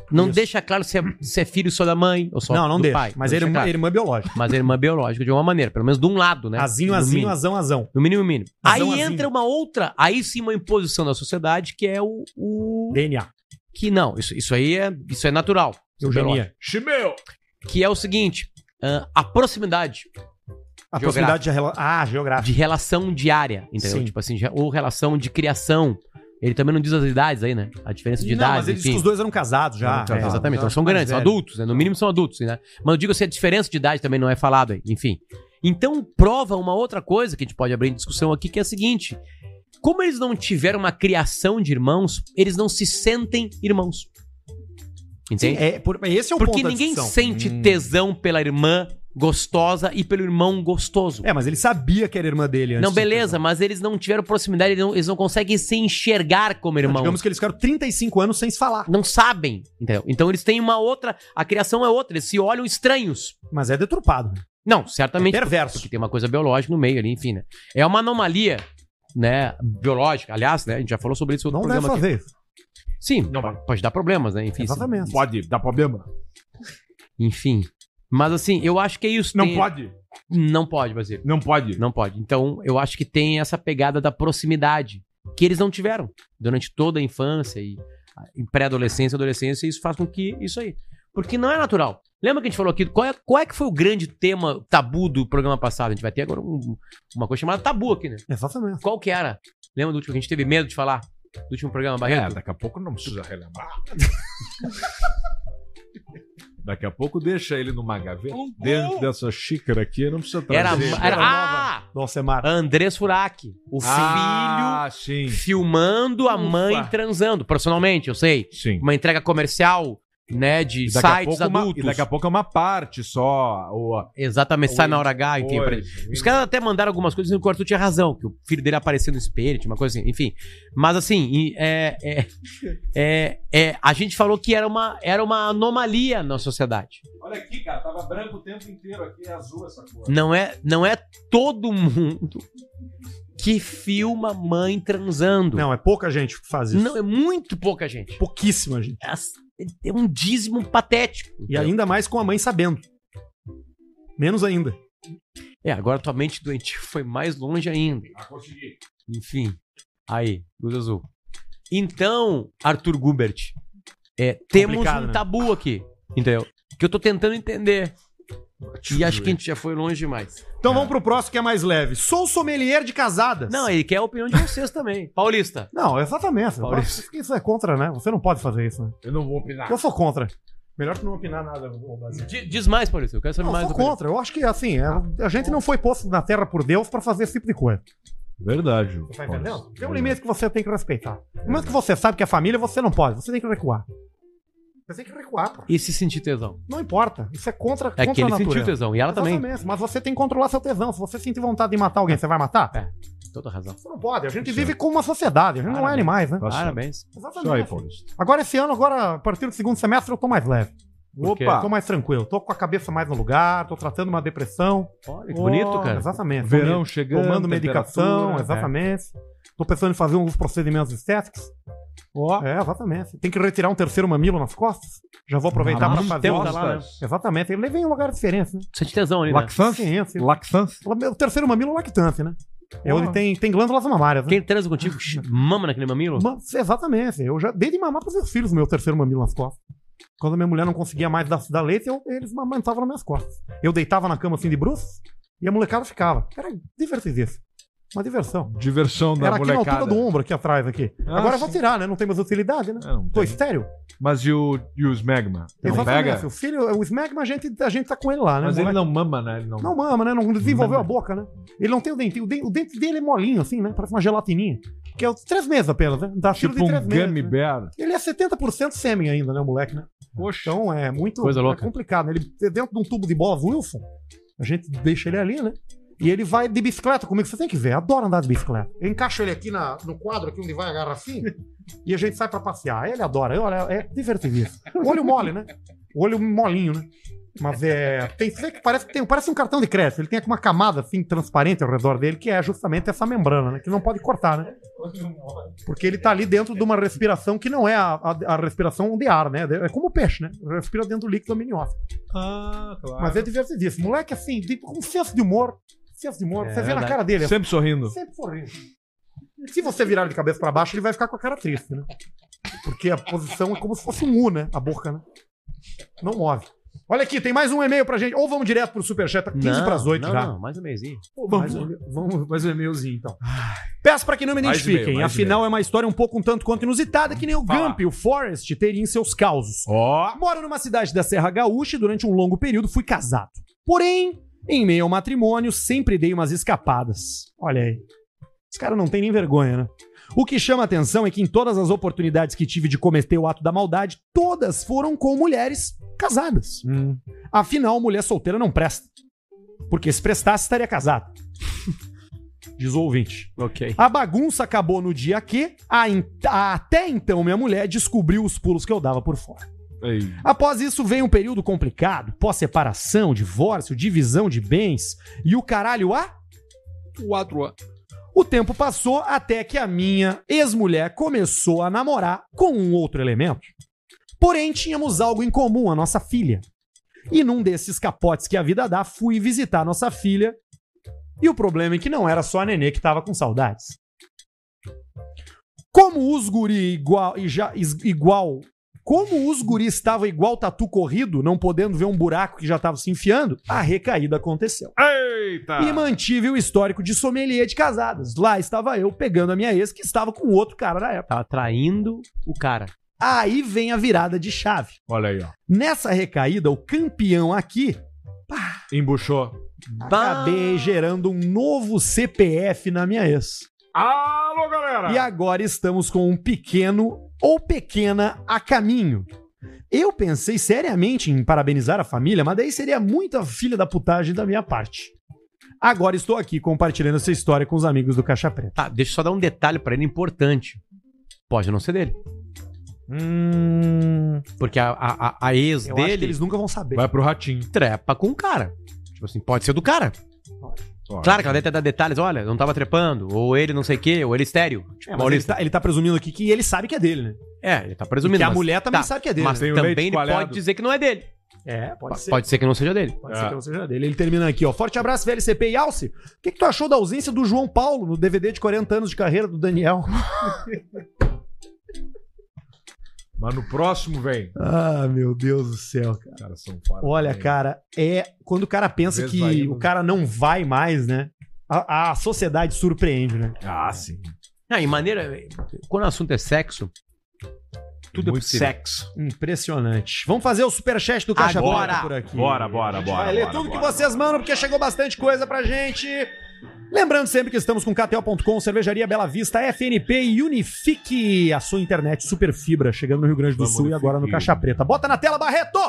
[SPEAKER 3] Não
[SPEAKER 1] Isso.
[SPEAKER 3] deixa claro se é, se é filho só da mãe ou só
[SPEAKER 1] não, não
[SPEAKER 3] do
[SPEAKER 1] deixa.
[SPEAKER 3] pai.
[SPEAKER 1] Mas
[SPEAKER 3] Não
[SPEAKER 1] ele é irmã,
[SPEAKER 3] claro.
[SPEAKER 1] irmã biológica.
[SPEAKER 3] Mas é irmã biológica de uma maneira, pelo menos de um lado, né?
[SPEAKER 1] Azinho,
[SPEAKER 3] No
[SPEAKER 1] azinho,
[SPEAKER 3] mínimo.
[SPEAKER 1] azão, azão.
[SPEAKER 3] No mínimo, mínimo.
[SPEAKER 1] Azão,
[SPEAKER 3] aí
[SPEAKER 1] azinho.
[SPEAKER 3] entra uma outra, aí sim uma imposição da sociedade que é o. o-
[SPEAKER 1] DNA.
[SPEAKER 3] Que não, isso, isso aí é, isso é natural. Isso é biológico.
[SPEAKER 1] Eugenia.
[SPEAKER 2] Chimeu.
[SPEAKER 3] Que é o seguinte: ah, a proximidade
[SPEAKER 1] A
[SPEAKER 3] Geográfico.
[SPEAKER 1] proximidade de rela... Ah, geográfica.
[SPEAKER 3] de relação diária, entendeu?
[SPEAKER 1] Sim.
[SPEAKER 3] Tipo assim, já- ou relação de criação. Ele também não diz as idades aí, né? A diferença de
[SPEAKER 1] Não,
[SPEAKER 3] idade,
[SPEAKER 1] mas ele disse
[SPEAKER 3] enfim.
[SPEAKER 1] que os dois eram casados já.
[SPEAKER 3] Eram casados,
[SPEAKER 1] É,
[SPEAKER 3] exatamente.
[SPEAKER 1] já
[SPEAKER 3] Então são
[SPEAKER 1] mais
[SPEAKER 3] grandes, são
[SPEAKER 1] velhos.
[SPEAKER 3] adultos, né? No mínimo são adultos, né? Mas eu digo assim, a diferença de idade também não é falada, aí, enfim. Então prova uma outra coisa que a gente pode abrir em discussão aqui, que é a seguinte. Como eles não tiveram uma criação de irmãos, eles não se sentem irmãos. Entende?
[SPEAKER 1] Sim, é, por- esse é o
[SPEAKER 3] Porque
[SPEAKER 1] ponto da
[SPEAKER 3] ninguém
[SPEAKER 1] discussão.
[SPEAKER 3] sente
[SPEAKER 2] Hum.
[SPEAKER 3] tesão pela irmã gostosa e pelo irmão gostoso.
[SPEAKER 1] É, mas ele sabia que era irmã dele antes.
[SPEAKER 3] Não,
[SPEAKER 1] de-
[SPEAKER 3] beleza, mas eles não tiveram proximidade, eles não, eles não conseguem se enxergar como irmãos.
[SPEAKER 1] Digamos que eles ficaram 35 anos sem se falar.
[SPEAKER 3] Não sabem, entendeu? Então eles têm uma outra, a criação é outra, eles se olham estranhos.
[SPEAKER 1] Mas é deturpado. né?
[SPEAKER 3] Não, certamente,
[SPEAKER 1] Perverso.
[SPEAKER 3] porque tem uma coisa biológica no meio ali, enfim, né? É uma anomalia, né, biológica. Aliás, né, a gente já falou sobre isso no
[SPEAKER 1] Não
[SPEAKER 3] outro
[SPEAKER 1] deve
[SPEAKER 3] programa aqui.
[SPEAKER 1] fazer.
[SPEAKER 3] Sim, pode, pode dar problemas, né? Enfim,
[SPEAKER 1] Exatamente.
[SPEAKER 2] Pode dar problema.
[SPEAKER 3] enfim. Mas assim, eu acho que é isso.
[SPEAKER 2] Não
[SPEAKER 3] tem-
[SPEAKER 2] pode.
[SPEAKER 3] Não pode, Basílio.
[SPEAKER 2] Não pode.
[SPEAKER 3] Não pode. Então, eu acho que tem essa pegada da proximidade que eles não tiveram durante toda a infância e ah, e pré-adolescência, adolescência, e isso faz com que isso aí. Porque não é natural. Lembra que a gente falou aqui, qual é, qual é que foi o grande tema tabu do programa passado? A gente vai ter agora um- uma coisa chamada tabu aqui, né?
[SPEAKER 1] Exatamente.
[SPEAKER 3] Qual que era? Lembra do último que a gente teve medo de falar? Do último programa,
[SPEAKER 2] É,
[SPEAKER 3] Barreto?
[SPEAKER 2] daqui a pouco não precisa relembrar. daqui a pouco deixa ele numa gaveta. Dentro dessa xícara aqui, não precisa trazer.
[SPEAKER 3] Um era, era- um
[SPEAKER 1] nova.
[SPEAKER 3] ah!
[SPEAKER 1] Nossa, é mar.
[SPEAKER 3] Andrés Furac. O
[SPEAKER 2] Ah, sim.
[SPEAKER 3] filho filmando a
[SPEAKER 2] Ufa.
[SPEAKER 3] mãe transando. Profissionalmente, eu sei.
[SPEAKER 2] Sim.
[SPEAKER 3] uma entrega comercial, né, de
[SPEAKER 2] E daqui, a
[SPEAKER 3] sites
[SPEAKER 2] pouco uma, e
[SPEAKER 3] adultos.
[SPEAKER 2] daqui a pouco é uma parte só. Ou a-
[SPEAKER 3] Exatamente, sai
[SPEAKER 2] Oi,
[SPEAKER 3] na hora H, enfim.
[SPEAKER 2] Pois,
[SPEAKER 3] pra- Ah, Os caras até mandaram algumas coisas dizendo que o Arthur tinha razão, que o filho dele apareceu no espelho, tinha uma coisa assim, enfim. Mas assim, e- é, é, é, é, a gente falou que era uma, era uma anomalia na sociedade.
[SPEAKER 2] Olha aqui, cara, tava branco o tempo inteiro aqui, é azul essa cor.
[SPEAKER 3] Não é, não é todo mundo que filma mãe transando. Não,
[SPEAKER 1] Não, é pouca gente que faz isso.
[SPEAKER 3] é muito pouca gente.
[SPEAKER 1] Pouquíssima gente.
[SPEAKER 3] As- É um dízimo patético.
[SPEAKER 1] E ainda mais com a mãe sabendo. Menos ainda.
[SPEAKER 3] É, agora tua mente doentia foi mais longe ainda.
[SPEAKER 2] Ah, consegui.
[SPEAKER 3] Enfim. Aí, luz azul. Então, Arthur Gubert, é, temos
[SPEAKER 1] Complicado,
[SPEAKER 3] um
[SPEAKER 1] né?
[SPEAKER 3] tabu aqui, entendeu? Que eu tô tentando entender. E acho que a gente já foi longe demais.
[SPEAKER 1] Então vamos pro próximo que é mais leve. Sou sommelier de casadas.
[SPEAKER 3] Não, é- ele quer a opinião de vocês também. Paulista.
[SPEAKER 1] Não, exatamente.
[SPEAKER 3] Maurício.
[SPEAKER 1] Isso é contra, né? Você não pode fazer isso, né?
[SPEAKER 2] Eu não vou opinar.
[SPEAKER 1] Eu sou contra. Melhor que não opinar nada, ô, Basílio.
[SPEAKER 3] Di- Diz mais, Paulista. Eu quero saber
[SPEAKER 1] Não,
[SPEAKER 3] mais
[SPEAKER 1] eu
[SPEAKER 3] do
[SPEAKER 1] sou contra. Eu acho que, assim, a, a gente não foi posto na terra por Deus pra fazer esse tipo de coisa.
[SPEAKER 2] Verdade.
[SPEAKER 1] Você tá entendendo? Tem um limite que você tem que respeitar. No momento que você sabe que é família, você não pode. Você tem que recuar. Você tem que recuar, pô.
[SPEAKER 3] E se sentir tesão?
[SPEAKER 1] Não importa. Isso é contra,
[SPEAKER 3] É
[SPEAKER 1] contra
[SPEAKER 3] que ele sentiu tesão. E ela também.
[SPEAKER 1] Exatamente. Mas você tem que controlar seu tesão. Se você sentir vontade de matar alguém, você vai matar?
[SPEAKER 3] É. Toda razão.
[SPEAKER 1] Você não pode. A gente vive como uma sociedade. A gente não é animais, né?
[SPEAKER 2] Tá certo.
[SPEAKER 3] Parabéns.
[SPEAKER 2] Isso aí,
[SPEAKER 1] Exatamente.
[SPEAKER 2] Paulista.
[SPEAKER 1] Agora esse ano, agora, a partir do segundo semestre, eu tô mais leve.
[SPEAKER 3] Por quê?
[SPEAKER 1] Eu tô mais tranquilo. Tô com a cabeça mais no lugar, tô tratando uma depressão.
[SPEAKER 3] Olha, que bonito,
[SPEAKER 1] Oh,
[SPEAKER 3] cara.
[SPEAKER 1] Exatamente.
[SPEAKER 2] Verão
[SPEAKER 1] Tô me-
[SPEAKER 2] chegando,
[SPEAKER 4] né?
[SPEAKER 1] Tomando medicação,
[SPEAKER 2] temperatura, né?
[SPEAKER 1] exatamente. Tô pensando em fazer uns procedimentos estéticos. É, exatamente. Tem que retirar um terceiro mamilo nas costas. Já vou aproveitar
[SPEAKER 2] Ah,
[SPEAKER 1] pra
[SPEAKER 2] nas
[SPEAKER 1] fazer outra lá, né?
[SPEAKER 2] costas.
[SPEAKER 1] Exatamente. Ele levei em um lugar diferente, né?
[SPEAKER 3] Sente tesão ali, né?
[SPEAKER 1] Lactante? Sim, sim.
[SPEAKER 2] Lactante?
[SPEAKER 1] O terceiro mamilo é o lactante, né? É onde tem, tem glândulas mamárias. Né?
[SPEAKER 3] Quem transa contigo mama naquele mamilo?
[SPEAKER 1] Ma- exatamente. Eu já dei de mamar pros meus filhos o meu terceiro mamilo nas costas. Quando a minha mulher não conseguia mais dar, dar leite, eu, eles amamentavam nas minhas costas. Eu deitava na cama assim de bruços e a molecada ficava. Era divertidíssimo. Uma diversão.
[SPEAKER 2] Diversão da
[SPEAKER 1] Era aqui na
[SPEAKER 2] molecada.
[SPEAKER 1] altura do um. ombro, aqui atrás, aqui.
[SPEAKER 2] Ah,
[SPEAKER 1] Agora eu vou
[SPEAKER 2] sim.
[SPEAKER 1] tirar, né? Não tem mais utilidade, né? Pô, estéreo.
[SPEAKER 2] É, Mas e, o, e os Magma? Não
[SPEAKER 1] Exatamente.
[SPEAKER 2] pega?
[SPEAKER 1] O filho, é o Smegma, a gente, a gente tá com ele lá, né?
[SPEAKER 2] Mas ele
[SPEAKER 1] moleque?
[SPEAKER 2] não mama, né? Ele não...
[SPEAKER 1] Não mama, né? Não desenvolveu a boca, né? Ele não tem o dentinho. O, den- o dente dele é molinho, assim, né? Parece uma gelatininha. Que é os três meses apenas, né? Dá tiro
[SPEAKER 2] tipo
[SPEAKER 1] de três
[SPEAKER 2] um
[SPEAKER 1] meses.
[SPEAKER 2] Gummy
[SPEAKER 1] né?
[SPEAKER 2] Bear.
[SPEAKER 1] Ele é 70% sêmen ainda, né, o moleque, né?
[SPEAKER 2] Poxa.
[SPEAKER 1] Então é muito
[SPEAKER 2] Coisa
[SPEAKER 1] é
[SPEAKER 2] louca.
[SPEAKER 1] complicado. né? Ele dentro de um tubo de bola Wilson, a gente deixa ele ali, né? E ele vai de bicicleta comigo, você tem que ver, adora andar de bicicleta. Eu encaixo ele aqui na, no quadro, aqui onde vai a garrafinha, e a gente sai pra passear. Ele adora, Eu, olha, é divertidíssimo. Olho mole, né? Olho molinho, né? Mas é. Tem, você vê que parece, que tem, parece um cartão de crédito. Ele tem aqui uma camada assim, transparente ao redor dele, que é justamente essa membrana, né? Que não pode cortar, né? Porque ele tá ali dentro de uma respiração que não é a, a- a respiração de ar, né? É como o peixe, né? Respira dentro do líquido amniótico.
[SPEAKER 2] Ah, claro.
[SPEAKER 1] Mas é divertidíssimo. Moleque, assim, tem um senso de humor. Senso de humor.
[SPEAKER 2] É
[SPEAKER 1] você vê na
[SPEAKER 2] verdade.
[SPEAKER 1] cara dele. assim,
[SPEAKER 2] Sempre sorrindo.
[SPEAKER 1] Sempre sorrindo. Se você virar ele de cabeça pra baixo, ele vai ficar com a cara triste, né? Porque a posição é como se fosse um U, né? A boca, né? Não move. Olha aqui, tem mais um e-mail pra gente. Ou vamos direto pro Superchat, tá 15
[SPEAKER 3] Não,
[SPEAKER 1] pras 8
[SPEAKER 3] não,
[SPEAKER 1] já.
[SPEAKER 3] Não, mais um mêsinho.
[SPEAKER 1] Pô, vamos,
[SPEAKER 3] Mais
[SPEAKER 1] vamos mais um e-mailzinho, então. Peço para que não me
[SPEAKER 3] Mais
[SPEAKER 1] identifiquem.
[SPEAKER 3] e-mail, mais
[SPEAKER 1] Afinal, é uma história um pouco um tanto quanto inusitada que nem o Gump e o Forrest teriam em seus causos. Moro numa cidade da Serra Gaúcha e durante um longo período fui casado. Porém, em meio ao matrimônio, sempre dei umas escapadas. Olha aí. Esse cara não tem nem vergonha, né? O que chama atenção é que em todas as oportunidades que tive de cometer o ato da maldade, todas foram com mulheres casadas.
[SPEAKER 3] Hum.
[SPEAKER 1] Afinal, mulher solteira não presta. Porque se prestasse, estaria casado. Diz o ouvinte.
[SPEAKER 3] Ok.
[SPEAKER 1] A bagunça acabou no dia que, a in- a- até então, minha mulher descobriu os pulos que eu dava por fora.
[SPEAKER 2] Ei.
[SPEAKER 1] Após isso, veio um período complicado, pós-separação, divórcio, divisão de bens e o caralho a...
[SPEAKER 20] Quatro.
[SPEAKER 1] O tempo passou até que a minha ex-mulher começou a namorar com um outro elemento. Porém, tínhamos algo em comum, a nossa filha. E num desses capotes que a vida dá, fui visitar nossa filha. E o problema é que não era só a nenê que tava com saudades. Como os guri igual e já is- igual, como os guri estava igual tatu corrido, não podendo ver um buraco que já estava se enfiando, a recaída aconteceu.
[SPEAKER 2] Eita!
[SPEAKER 1] E mantive o histórico de sommelier de casadas. Lá estava eu pegando a minha ex que estava com outro cara na época.
[SPEAKER 3] Tava traindo Tá o cara.
[SPEAKER 1] Aí vem a virada de chave.
[SPEAKER 2] Olha aí, ó.
[SPEAKER 1] Nessa recaída, o campeão aqui
[SPEAKER 2] Embuchou.
[SPEAKER 1] acabei gerando um novo CPF na minha ex.
[SPEAKER 2] Alô, galera!
[SPEAKER 1] E agora estamos com um pequeno ou pequena a caminho. Eu pensei seriamente em parabenizar a família, mas daí seria muita filha da putagem da minha parte. Agora estou aqui compartilhando essa história com os amigos do Caixa Preta.
[SPEAKER 3] Tá, deixa eu só dar um detalhe pra ele importante. Pode não ser dele. Porque a, a, a- a ex
[SPEAKER 1] Hum, Eu acho
[SPEAKER 3] dele.
[SPEAKER 1] que eles nunca vão saber.
[SPEAKER 2] Vai pro ratinho.
[SPEAKER 3] Trepa com o cara. Tipo assim, pode ser do cara.
[SPEAKER 2] Pode.
[SPEAKER 3] Claro que ela deve ter dado detalhes, olha, não tava trepando, ou ele não sei o quê, ou ele estéreo.
[SPEAKER 1] É,
[SPEAKER 3] Tipo,
[SPEAKER 1] mas ele,
[SPEAKER 3] Paulista.
[SPEAKER 1] tá, ele tá presumindo aqui que ele sabe que é dele, né?
[SPEAKER 3] É, ele tá
[SPEAKER 1] E
[SPEAKER 3] presumindo.
[SPEAKER 1] que a
[SPEAKER 3] mas-
[SPEAKER 1] mulher também
[SPEAKER 3] tá,
[SPEAKER 1] sabe que é dele.
[SPEAKER 3] Mas
[SPEAKER 1] né?
[SPEAKER 3] também ele pode dizer que não é dele.
[SPEAKER 1] É, pode ser.
[SPEAKER 3] Pode ser que não seja dele.
[SPEAKER 1] Pode ser que não seja dele. Ele termina aqui, ó. Forte abraço, VLCP e Alce. O que, que tu achou da ausência do João Paulo no DVD de 40 anos de carreira do Daniel?
[SPEAKER 2] Mas no próximo vem.
[SPEAKER 1] ah, meu Deus do céu, cara.
[SPEAKER 2] Cara, são foda.
[SPEAKER 1] Olha, cara, é quando o cara pensa
[SPEAKER 2] Às vezes
[SPEAKER 1] que
[SPEAKER 2] vai um- indo.
[SPEAKER 1] o cara não vai mais, né? A, a sociedade surpreende, né?
[SPEAKER 2] Ah, sim.
[SPEAKER 3] Ah, e maneira. Quando o assunto é sexo, tudo é possível.
[SPEAKER 1] sexo. Impressionante. Vamos fazer o superchat do Caixa
[SPEAKER 2] Agora.
[SPEAKER 1] Preta por aqui.
[SPEAKER 2] Bora, bora,
[SPEAKER 1] A gente
[SPEAKER 2] bora,
[SPEAKER 1] Vai ler
[SPEAKER 2] bora,
[SPEAKER 1] tudo que
[SPEAKER 2] bora.
[SPEAKER 1] vocês mandam, porque chegou bastante coisa pra gente. Lembrando sempre que estamos com KTO.com, Cervejaria Bela Vista, FNP e Unifique, a sua internet super fibra, chegando no Rio Grande do Sul e agora no Caixa Preta. Bota na tela, Barreto!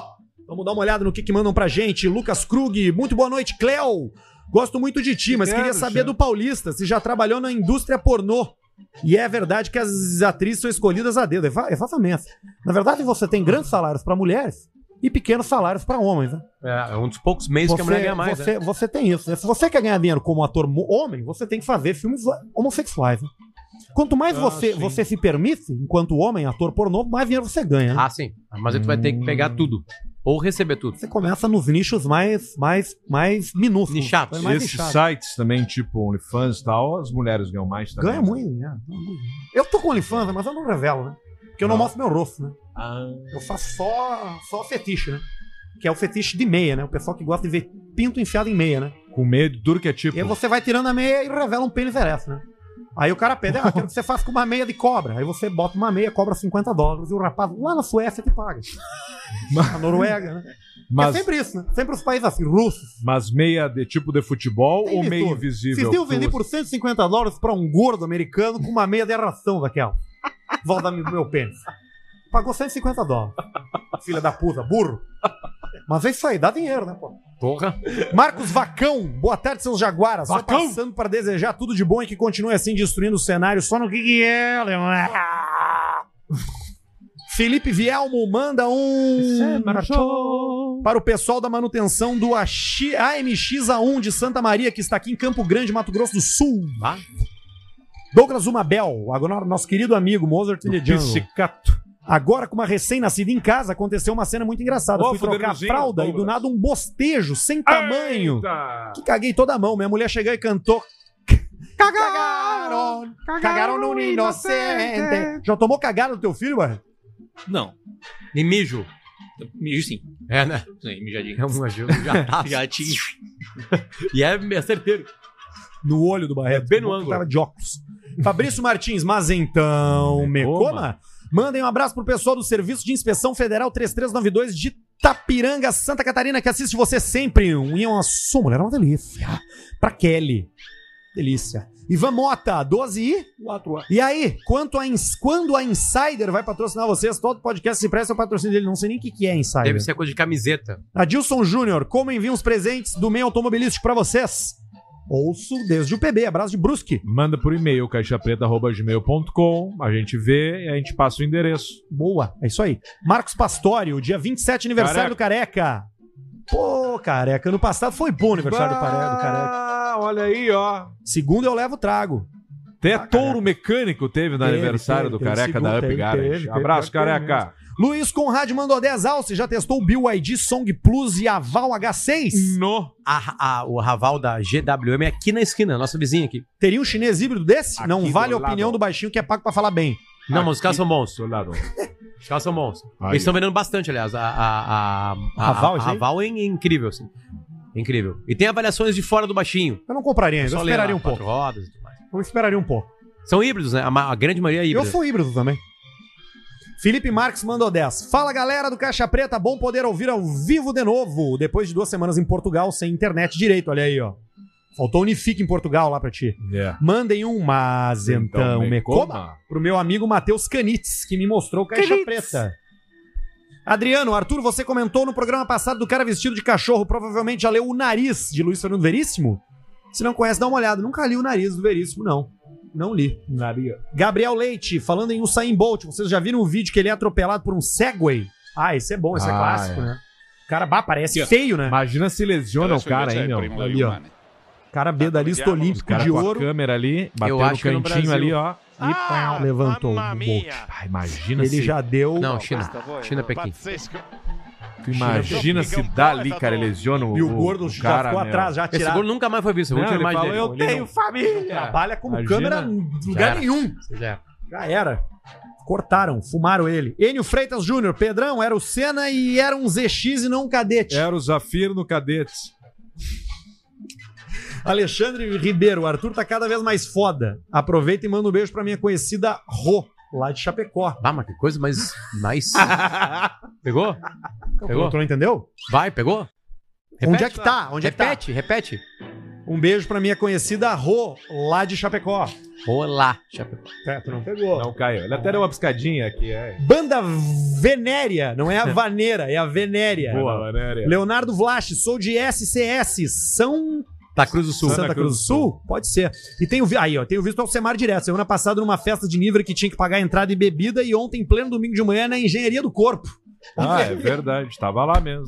[SPEAKER 1] Vamos dar uma olhada no que, que mandam pra gente. Lucas Krug, muito boa noite, Cleo. Gosto muito de ti, mas
[SPEAKER 2] Quero,
[SPEAKER 1] queria saber do Paulista se já trabalhou na indústria pornô. E é verdade que as atrizes são escolhidas a dedo. É Exa- Exatamente. Na verdade, você tem grandes salários pra mulheres e pequenos salários pra homens. Né?
[SPEAKER 3] É, é um dos poucos meses que a mulher ganha mais.
[SPEAKER 1] você,
[SPEAKER 3] né?
[SPEAKER 1] você tem isso. né? Se você quer ganhar dinheiro como ator mo- homem, você tem que fazer filmes homossexuais. né? Quanto mais
[SPEAKER 3] Ah,
[SPEAKER 1] você,
[SPEAKER 3] sim.
[SPEAKER 1] você se permite, enquanto homem, ator pornô, mais dinheiro você ganha.
[SPEAKER 3] Ah, sim. Mas aí tu vai ter que pegar tudo. Ou receber tudo.
[SPEAKER 1] Você começa nos nichos mais, mais, mais minúsculos.
[SPEAKER 3] Nichados.
[SPEAKER 1] Mais
[SPEAKER 2] Esses
[SPEAKER 1] nichados.
[SPEAKER 2] sites também, tipo OnlyFans e tal, as mulheres ganham mais também. né?
[SPEAKER 1] Ganha muito dinheiro. ganha muito dinheiro. Eu tô com OnlyFans, mas eu não revelo, né? Porque eu
[SPEAKER 2] Ah.
[SPEAKER 1] não, mostro meu rosto, né? Eu faço só, só fetiche, né? Que é o fetiche de meia, né? O pessoal que gosta de ver pinto enfiado em meia, né?
[SPEAKER 2] Com medo, duro que é tipo.
[SPEAKER 1] E aí você vai tirando a meia e revela um pênis ereto, né? Aí o cara pede, ah, quero que você faça com uma meia de cobra. Aí você bota uma meia, cobra 50 dólares e o rapaz lá na Suécia te paga. Na Noruega, né?
[SPEAKER 2] Mas-
[SPEAKER 1] É sempre isso, né? Sempre os países assim, russos.
[SPEAKER 2] Mas meia de tipo de futebol
[SPEAKER 1] Tem
[SPEAKER 2] ou
[SPEAKER 1] de
[SPEAKER 2] meia
[SPEAKER 1] tudo.
[SPEAKER 2] invisível?
[SPEAKER 1] Vocês iam vender
[SPEAKER 2] Tua-
[SPEAKER 1] por 150 dólares pra um gordo americano com uma meia de ração daquela. Volta meu- meu pênis. Pagou 150 dólares. Filha da puta, burro. Mas é isso aí, dá dinheiro, né, pô?
[SPEAKER 3] Porra.
[SPEAKER 1] Marcos Vacão, boa tarde, seus jaguaras. Só
[SPEAKER 3] Vacão?
[SPEAKER 1] passando pra desejar tudo de bom e que continue assim destruindo o cenário só no que, que é, Leonardo? Felipe Vielmo manda
[SPEAKER 4] é
[SPEAKER 1] um para o pessoal da manutenção do AX AMX A1 de Santa Maria, que está aqui em Campo Grande, Mato Grosso do Sul. Douglas Umabel, agora nosso querido amigo Mozart Psicato. Agora, com uma recém-nascida em casa, aconteceu uma cena muito engraçada.
[SPEAKER 2] Ô,
[SPEAKER 1] Fui trocar a
[SPEAKER 2] fudernuzinho,
[SPEAKER 1] fralda e do nada um bostejo sem tamanho. Que caguei toda a mão. Minha mulher chegou e cantou. Cagaram! Cagaram no inocente! Já tomou cagada do teu filho, mano?
[SPEAKER 20] Não.
[SPEAKER 3] E mijo.
[SPEAKER 20] Mijo sim.
[SPEAKER 3] É, né?
[SPEAKER 20] Sim, mijadinho.
[SPEAKER 3] É um mijo- um jataço.
[SPEAKER 20] Jatinho.
[SPEAKER 3] E é, é certeiro.
[SPEAKER 1] No olho do
[SPEAKER 2] É
[SPEAKER 1] Barreto. bem no ângulo. Tava de óculos. Fabrício Martins, mas então, me coma? Mandem um abraço pro pessoal do Serviço de Inspeção Federal 3392 de Tapiranga, Santa Catarina, que assiste você sempre. Um e uma sua mulher é uma delícia. Pra Kelly. Delícia. Ivan Mota, 12 e? 4 E aí, quanto a ins- quando a Insider vai patrocinar vocês? Todo podcast se presta ao patrocínio dele. Não sei nem o que, que é Insider.
[SPEAKER 3] Deve ser coisa de camiseta.
[SPEAKER 1] Adilson Júnior, como envia os presentes do meio automobilístico pra vocês? Ouço desde o PB, abraço de Brusque.
[SPEAKER 2] Manda por e-mail, caixapreta.gmail.com, a gente vê e a gente passa o endereço.
[SPEAKER 1] Boa, é isso aí. Marcos Pastório, dia 27, aniversário do Careca. Pô, Careca, ano passado foi bom o aniversário do, pare- do Careca.
[SPEAKER 2] Ah, olha aí, ó.
[SPEAKER 1] Segundo eu levo o trago.
[SPEAKER 2] Até touro mecânico teve no
[SPEAKER 1] Ah, Teve,
[SPEAKER 2] aniversário
[SPEAKER 1] teve,
[SPEAKER 2] do
[SPEAKER 1] teve,
[SPEAKER 2] Careca
[SPEAKER 1] segundo
[SPEAKER 2] da Up
[SPEAKER 1] teve,
[SPEAKER 2] Garage.
[SPEAKER 1] teve, teve,
[SPEAKER 2] Abraço,
[SPEAKER 1] pior que teve
[SPEAKER 2] Careca.
[SPEAKER 1] Luiz Conrad mandou 10 alces, já testou o BYD Song Plus e Aval H6?
[SPEAKER 2] No.
[SPEAKER 3] A, a- o Raval da GWM é aqui na esquina, nossa vizinha aqui.
[SPEAKER 1] Teria um chinês híbrido desse? Não
[SPEAKER 3] Aqui
[SPEAKER 1] vale a
[SPEAKER 3] do lado,
[SPEAKER 1] opinião
[SPEAKER 3] ó.
[SPEAKER 1] do baixinho que é pago pra falar bem.
[SPEAKER 3] Não, mas os caras são bons.
[SPEAKER 2] Olharam.
[SPEAKER 3] Os caras são bons.
[SPEAKER 2] Aí.
[SPEAKER 3] Eles estão vendendo bastante, aliás. A, a, a, a,
[SPEAKER 1] Raval,
[SPEAKER 3] a
[SPEAKER 1] isso aí?
[SPEAKER 3] Raval é in- incrível, assim. É Incrível. E tem avaliações de fora do baixinho.
[SPEAKER 1] Eu não compraria ainda,
[SPEAKER 3] Só
[SPEAKER 1] eu
[SPEAKER 3] ler
[SPEAKER 1] esperaria
[SPEAKER 3] lá,
[SPEAKER 1] um pouco.
[SPEAKER 3] quatro rodas e tudo mais.
[SPEAKER 1] Eu esperaria um pouco.
[SPEAKER 3] São híbridos, né? A, ma- a grande maioria é híbrida.
[SPEAKER 1] Eu sou híbrido também. Felipe Marques mandou 10. Fala galera do Caixa Preta, bom poder ouvir ao vivo de novo, depois de duas semanas em Portugal sem internet direito. Olha aí, ó. Faltou Unifique em Portugal lá pra ti.
[SPEAKER 2] Yeah.
[SPEAKER 1] Mandem um mas então,
[SPEAKER 2] É. Então,
[SPEAKER 1] me
[SPEAKER 2] me coma.
[SPEAKER 1] coma pro meu amigo Matheus Canitz, que me mostrou o Caixa
[SPEAKER 2] Canitz.
[SPEAKER 1] Preta. Adriano, Arthur, você comentou no programa passado do cara vestido de cachorro, provavelmente já leu O Nariz, de Luiz Fernando Veríssimo? Se não conhece, dá uma olhada. Nunca li O Nariz do Veríssimo, não. Não li. Gabriel Leite, falando em Usain Bolt, vocês já viram um vídeo que ele é atropelado por um Segway? Ah, esse é bom, esse é
[SPEAKER 2] Ah,
[SPEAKER 1] clássico,
[SPEAKER 2] é.
[SPEAKER 1] né? O cara, bah, parece
[SPEAKER 2] Yeah.
[SPEAKER 1] feio, né?
[SPEAKER 2] Imagina se lesiona o cara
[SPEAKER 3] é
[SPEAKER 2] aí, meu. Ali, ó.
[SPEAKER 1] Cara medalhista
[SPEAKER 2] Os
[SPEAKER 1] olímpico
[SPEAKER 2] caras
[SPEAKER 1] de
[SPEAKER 2] com a
[SPEAKER 1] ouro.
[SPEAKER 2] câmera Ah, ali, bateu
[SPEAKER 3] acho
[SPEAKER 2] no
[SPEAKER 3] que no
[SPEAKER 2] cantinho
[SPEAKER 3] Brasil.
[SPEAKER 2] ali, ó.
[SPEAKER 1] E pá, levantou o Bolt.
[SPEAKER 2] Ah, imagina
[SPEAKER 1] Ele
[SPEAKER 2] se...
[SPEAKER 1] já deu...
[SPEAKER 3] Não,
[SPEAKER 16] Ah,
[SPEAKER 3] China.
[SPEAKER 16] tá
[SPEAKER 3] China
[SPEAKER 16] então.
[SPEAKER 3] Pequim.
[SPEAKER 2] Tu imagina se dá ali, cara, ele lesiona o
[SPEAKER 1] E o gordo já ficou
[SPEAKER 2] meu.
[SPEAKER 1] atrás, já
[SPEAKER 3] Esse
[SPEAKER 1] tirado.
[SPEAKER 3] gol nunca mais foi visto. A
[SPEAKER 2] Não,
[SPEAKER 3] última
[SPEAKER 2] ele
[SPEAKER 3] imagem
[SPEAKER 2] falou,
[SPEAKER 3] dele.
[SPEAKER 2] eu
[SPEAKER 3] Ele não-
[SPEAKER 2] tenho família.
[SPEAKER 1] Trabalha como
[SPEAKER 2] Imagina.
[SPEAKER 1] câmera em
[SPEAKER 3] Já
[SPEAKER 1] lugar
[SPEAKER 3] era.
[SPEAKER 1] nenhum.
[SPEAKER 3] Já era.
[SPEAKER 1] Já era. Cortaram, fumaram ele. Enio Freitas Júnior, Pedrão, era o Senna e era um ZX e não um cadete.
[SPEAKER 2] Era o Zafiro no cadete.
[SPEAKER 1] Alexandre Ribeiro, o Arthur tá cada vez mais foda. Aproveita e manda um beijo pra minha conhecida Rô, lá de Chapecó.
[SPEAKER 3] Ah, mas que coisa mais. mais... pegou? Pegou?
[SPEAKER 1] Tu não entendeu?
[SPEAKER 3] Vai, pegou?
[SPEAKER 1] Onde é que tá? Onde
[SPEAKER 3] repete,
[SPEAKER 1] é que tá?
[SPEAKER 3] repete.
[SPEAKER 1] Um beijo pra minha conhecida Rô, lá de Chapecó.
[SPEAKER 3] Olá, Chapecó.
[SPEAKER 1] É, tu não pegou.
[SPEAKER 2] Não caiu. Ele até deu uma piscadinha aqui, é.
[SPEAKER 1] Banda Venéria, não é a Vaneira, é a Venéria.
[SPEAKER 2] Boa, né, Valéria.
[SPEAKER 1] Leonardo Vlach, sou de SCS, São
[SPEAKER 3] Santa Tá Cruz do Sul.
[SPEAKER 1] Santa Cruz do Sul? Pode ser. E tenho, vi- aí, ó, tenho visto o Alcemar direto. Semana passada, numa festa de nível que tinha que pagar entrada e bebida, e ontem, em pleno domingo de manhã, na Engenharia do Corpo.
[SPEAKER 2] Ah, é verdade. Tava lá mesmo.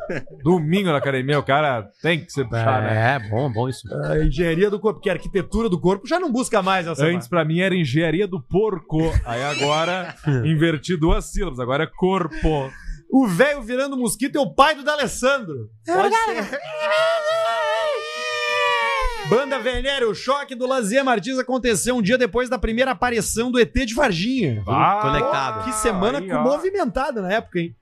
[SPEAKER 2] Domingo na academia, o cara tem que ser puxar, né?
[SPEAKER 3] É, bom, bom isso.
[SPEAKER 1] A engenharia do corpo, que é a arquitetura do corpo, já não busca mais essa.
[SPEAKER 2] Antes, pra mim, era engenharia do porco. Aí agora, inverti duas sílabas. Agora é corpo.
[SPEAKER 1] O velho virando mosquito é o pai do D'Alessandro. Pode ser. Banda Venéria, o choque do Lazier Martins aconteceu um dia depois da primeira aparição do ET de Varginha.
[SPEAKER 3] Ah,
[SPEAKER 1] Conectado. Que semana
[SPEAKER 3] aí,
[SPEAKER 1] com-
[SPEAKER 3] ó.
[SPEAKER 1] movimentada na época, hein?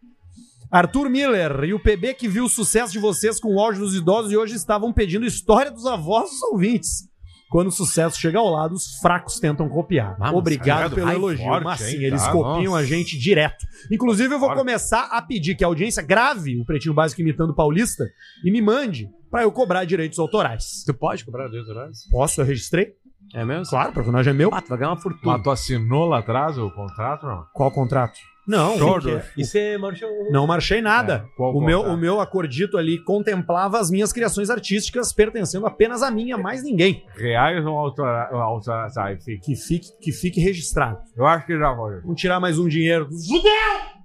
[SPEAKER 1] Arthur Miller e o PB que viu o sucesso de vocês com o auge dos idosos e hoje estavam pedindo história dos avós dos ouvintes. Quando o sucesso chega ao lado, os fracos tentam copiar.
[SPEAKER 3] Ah, mas
[SPEAKER 1] Obrigado
[SPEAKER 3] obrigado,
[SPEAKER 1] pelo
[SPEAKER 3] ai,
[SPEAKER 1] elogio.
[SPEAKER 3] forte,
[SPEAKER 1] mas sim,
[SPEAKER 3] hein,
[SPEAKER 1] eles
[SPEAKER 3] tá,
[SPEAKER 1] copiam
[SPEAKER 3] nossa.
[SPEAKER 1] a gente direto. Inclusive, eu vou começar a pedir que a audiência grave o Pretinho Básico imitando o Paulista e me mande pra eu cobrar direitos autorais.
[SPEAKER 3] Tu pode cobrar Deus horas?
[SPEAKER 1] Posso? Eu registrei?
[SPEAKER 3] É mesmo?
[SPEAKER 1] Claro, o personagem é meu.
[SPEAKER 3] Ah, tu vai ganhar uma fortuna.
[SPEAKER 2] Mas tu assinou lá atrás o contrato, não?
[SPEAKER 1] Qual contrato? Não,
[SPEAKER 2] Jordan.
[SPEAKER 1] porque-
[SPEAKER 3] E você marchou.
[SPEAKER 1] Não marchei nada.
[SPEAKER 2] É, qual
[SPEAKER 1] o, meu,
[SPEAKER 2] contrato?
[SPEAKER 1] o meu acordito ali contemplava as minhas criações artísticas pertencendo apenas a mim, a mais ninguém.
[SPEAKER 2] Reais ou autora- autora- sabe, fica.
[SPEAKER 1] Que fique, que fique registrado.
[SPEAKER 2] Eu acho que já vou.
[SPEAKER 1] Vamos tirar mais um dinheiro. Judeu!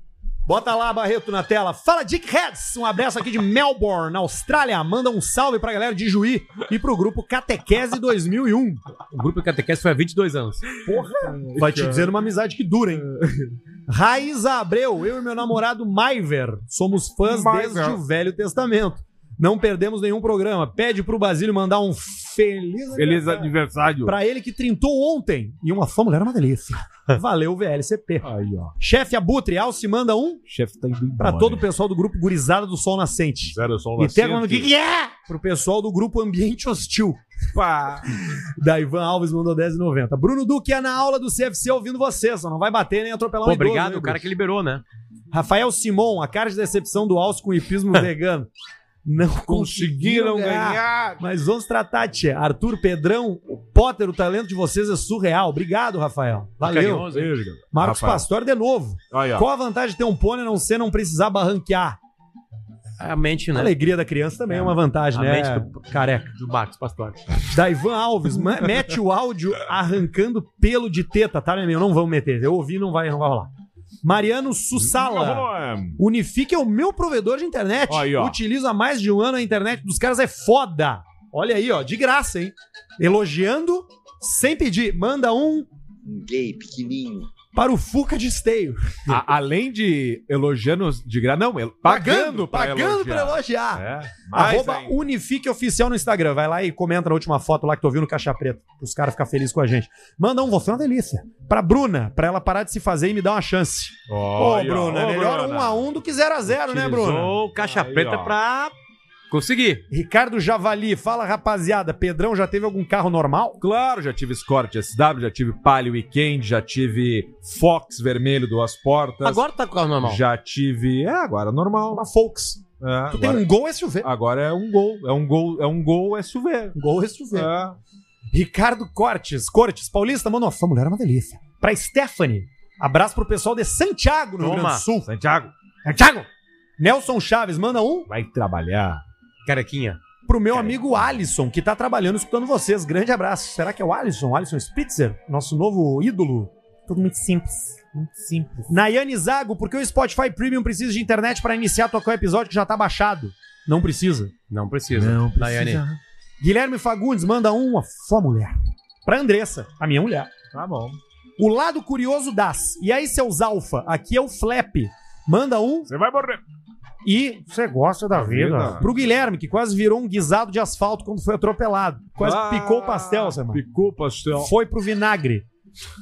[SPEAKER 1] Bota lá, Barreto, na tela. Fala, Dick Heads! Um abraço aqui de Melbourne, na Austrália. Manda um salve pra galera de Juí e pro grupo Catequese 2001.
[SPEAKER 3] O grupo Catequese foi há 22 anos.
[SPEAKER 1] Porra! Vai te dizer uma amizade que dura, hein? Raiza Abreu, eu e meu namorado Maiver, somos fãs
[SPEAKER 2] Maiver.
[SPEAKER 1] desde o Velho Testamento. Não perdemos nenhum programa. Pede pro Basílio mandar um feliz,
[SPEAKER 2] Feliz aniversário.
[SPEAKER 1] pra ele que trintou ontem. E uma fã mulher é uma delícia. Valeu, VLCP.
[SPEAKER 2] Aí, ó.
[SPEAKER 1] Chefe Abutre, Alce manda um
[SPEAKER 2] Chefe tá indo
[SPEAKER 1] pra
[SPEAKER 2] embora.
[SPEAKER 1] todo o pessoal do grupo Gurizada do Sol Nascente.
[SPEAKER 2] Zero sol
[SPEAKER 1] E tem uma
[SPEAKER 2] nascente.
[SPEAKER 1] que é pro pessoal do grupo Ambiente Hostil.
[SPEAKER 2] Pá.
[SPEAKER 1] Da Ivan Alves mandou 10,90. Bruno Duque é na aula do CFC ouvindo você, só não vai bater nem atropelar
[SPEAKER 3] Pô,
[SPEAKER 1] um idoso,
[SPEAKER 3] obrigado,
[SPEAKER 1] né,
[SPEAKER 3] o cara
[SPEAKER 1] Bruno?
[SPEAKER 3] que liberou, né?
[SPEAKER 1] Rafael Simon, a cara de decepção do Alce com o hipismo vegano. Não conseguiram ganhar. Mas vamos tratar, tia. Arthur Pedrão, o Potter, o talento de vocês é surreal. Obrigado, Rafael. Valeu.
[SPEAKER 3] Tá Carinhoso, hein?
[SPEAKER 1] Marcos
[SPEAKER 3] Rafael.
[SPEAKER 1] Pastor de novo.
[SPEAKER 2] Aí, ó.
[SPEAKER 1] Qual a vantagem de ter um pônei a não ser não precisar barranquear?
[SPEAKER 3] A mente,
[SPEAKER 1] A
[SPEAKER 3] né?
[SPEAKER 1] alegria da criança também é, uma vantagem,
[SPEAKER 3] A
[SPEAKER 1] né?
[SPEAKER 3] mente do-
[SPEAKER 1] Careca.
[SPEAKER 3] Do Marcos Pastor.
[SPEAKER 1] Da Ivan Alves, ma- mete o áudio arrancando pelo de teta, tá, meu? Não vamos meter. Eu ouvi, não vai, não vai rolar. Mariano Sussala. Unifique é o meu provedor de internet.
[SPEAKER 2] Aí, ó.
[SPEAKER 1] Utilizo há mais de um ano a internet dos caras, é foda. Olha aí, ó, de graça, hein? Elogiando, sem pedir. Manda um. Gay, pequenininho. Para o Fuca de Esteio.
[SPEAKER 2] A- além de elogiando de graça, não, el- pagando,
[SPEAKER 1] pagando pra elogiar.
[SPEAKER 2] É, mais
[SPEAKER 1] Arroba
[SPEAKER 2] ainda.
[SPEAKER 1] Unifique Oficial no Instagram. Vai lá e comenta na última foto lá que tu ouviu no Caixa Preta. Os caras ficam felizes com a gente. Manda um, você é uma delícia. Pra Bruna, pra ela parar de se fazer e me dar uma chance. Ô,
[SPEAKER 2] Olha,
[SPEAKER 1] Bruna,
[SPEAKER 2] ô,
[SPEAKER 1] melhor
[SPEAKER 2] Bruna.
[SPEAKER 1] um a um do que 0 a 0 né,
[SPEAKER 3] Utilizou
[SPEAKER 1] Bruna?
[SPEAKER 3] o caixa
[SPEAKER 2] Aí,
[SPEAKER 3] preta
[SPEAKER 2] ó.
[SPEAKER 3] pra conseguir.
[SPEAKER 1] Ricardo Javali, fala rapaziada, Pedrão já teve algum carro normal?
[SPEAKER 2] Claro, já tive Escort SW, já tive Palio Weekend, já tive Fox Vermelho Duas Portas.
[SPEAKER 3] Agora tá com o carro normal.
[SPEAKER 2] Já tive. É, agora normal.
[SPEAKER 1] Uma Fox.
[SPEAKER 2] É,
[SPEAKER 1] Tu
[SPEAKER 2] agora-
[SPEAKER 1] tem um gol SUV.
[SPEAKER 2] Agora é um gol. É um gol, é um gol SUV.
[SPEAKER 1] Gol SUV.
[SPEAKER 2] É.
[SPEAKER 1] Ricardo Cortes, Cortes, Paulista, mano, nossa, mulher é uma delícia. Pra Stephanie, abraço pro pessoal de Santiago, no Rio Grande
[SPEAKER 3] Toma.
[SPEAKER 1] do Sul.
[SPEAKER 2] Santiago,
[SPEAKER 1] Santiago! Nelson Chaves, manda um
[SPEAKER 2] vai trabalhar.
[SPEAKER 3] Carequinha.
[SPEAKER 1] pro meu amigo Alisson, que tá trabalhando escutando vocês. Grande abraço. Será que é o Alisson? Alisson Spitzer, nosso novo ídolo? Tudo muito simples.
[SPEAKER 4] Muito simples.
[SPEAKER 1] Nayane Zago, por que o Spotify Premium precisa de internet pra iniciar tocar o episódio que já tá baixado? Não precisa.
[SPEAKER 3] Não precisa. Não Daiane.
[SPEAKER 1] Guilherme Fagundes manda uma só mulher. Pra Andressa, a minha mulher.
[SPEAKER 2] Tá bom.
[SPEAKER 1] O lado curioso das. E aí, seus alfa, aqui é o Flap. Manda um
[SPEAKER 2] Você vai morrer.
[SPEAKER 1] e. Você gosta da
[SPEAKER 2] vida.
[SPEAKER 1] Pro Guilherme, que quase virou um guisado de asfalto quando foi atropelado. Quase
[SPEAKER 2] Ah,
[SPEAKER 1] picou o pastel, Samar.
[SPEAKER 2] Picou, pastel.
[SPEAKER 1] Foi pro vinagre.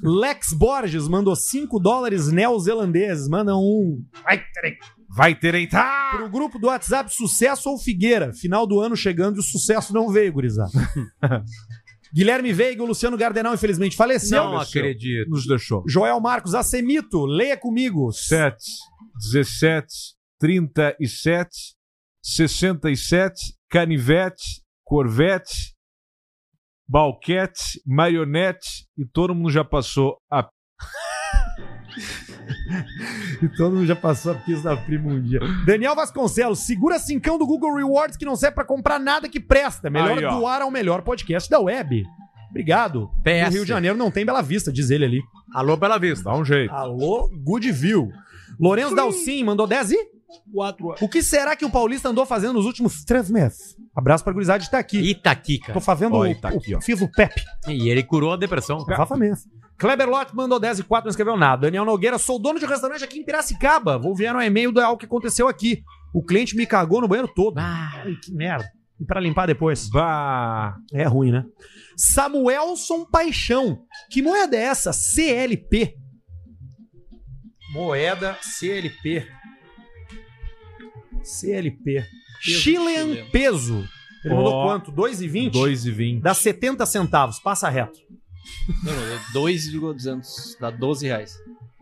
[SPEAKER 1] Lex Borges mandou 5 dólares neozelandeses. Manda um. Ai, peraí.
[SPEAKER 2] Vai tereitar!
[SPEAKER 1] Pro grupo do WhatsApp, sucesso ou Figueira? Final do ano chegando e o sucesso não veio, gurizada. Guilherme Veiga, o Luciano Gardenal, infelizmente, faleceu.
[SPEAKER 3] Não acredito.
[SPEAKER 2] Nos deixou.
[SPEAKER 1] Joel Marcos Acemito, leia comigo.
[SPEAKER 2] 7, 17, 37, 67, canivete, corvete, balquete, marionete e todo mundo já passou a.
[SPEAKER 1] E todo mundo já passou a pista da prima um dia. Daniel Vasconcelos, segura cincão do Google Rewards que não serve pra comprar nada que presta. Melhor
[SPEAKER 2] Aí, ó.
[SPEAKER 1] doar ao melhor podcast da web. Obrigado.
[SPEAKER 3] PS.
[SPEAKER 1] No Rio de Janeiro não tem Bela Vista, diz ele ali.
[SPEAKER 3] Alô, Bela Vista.
[SPEAKER 2] Dá um jeito.
[SPEAKER 1] Alô, Good View. Lourenço Dalcin mandou 10 e? 4. O que será que o Paulista andou fazendo nos últimos três meses? Abraço pra gurizada de Itaqui.
[SPEAKER 3] Itaqui, cara.
[SPEAKER 1] Tô fazendo
[SPEAKER 3] Ó,
[SPEAKER 1] o,
[SPEAKER 3] Itaqui, ó.
[SPEAKER 1] o, fiz o PEP.
[SPEAKER 3] E ele curou a depressão.
[SPEAKER 1] Exatamente. Kleber Lott mandou 10 e 4, não escreveu nada. Daniel Nogueira, sou dono de um restaurante aqui em Piracicaba. Vou enviar um e-mail do algo que aconteceu aqui. O cliente me cagou no banheiro todo. Ai, que merda. E pra limpar depois. É ruim, né? Samuelson Paixão. Que moeda é essa? CLP. Moeda CLP. CLP. Chilean peso. Ele
[SPEAKER 2] Ó.
[SPEAKER 1] mandou quanto? 2,20?
[SPEAKER 2] 2,20.
[SPEAKER 1] Dá Ah, 70 centavos. Passa reto.
[SPEAKER 20] Não, não, é 2,200. Dá 12 reais.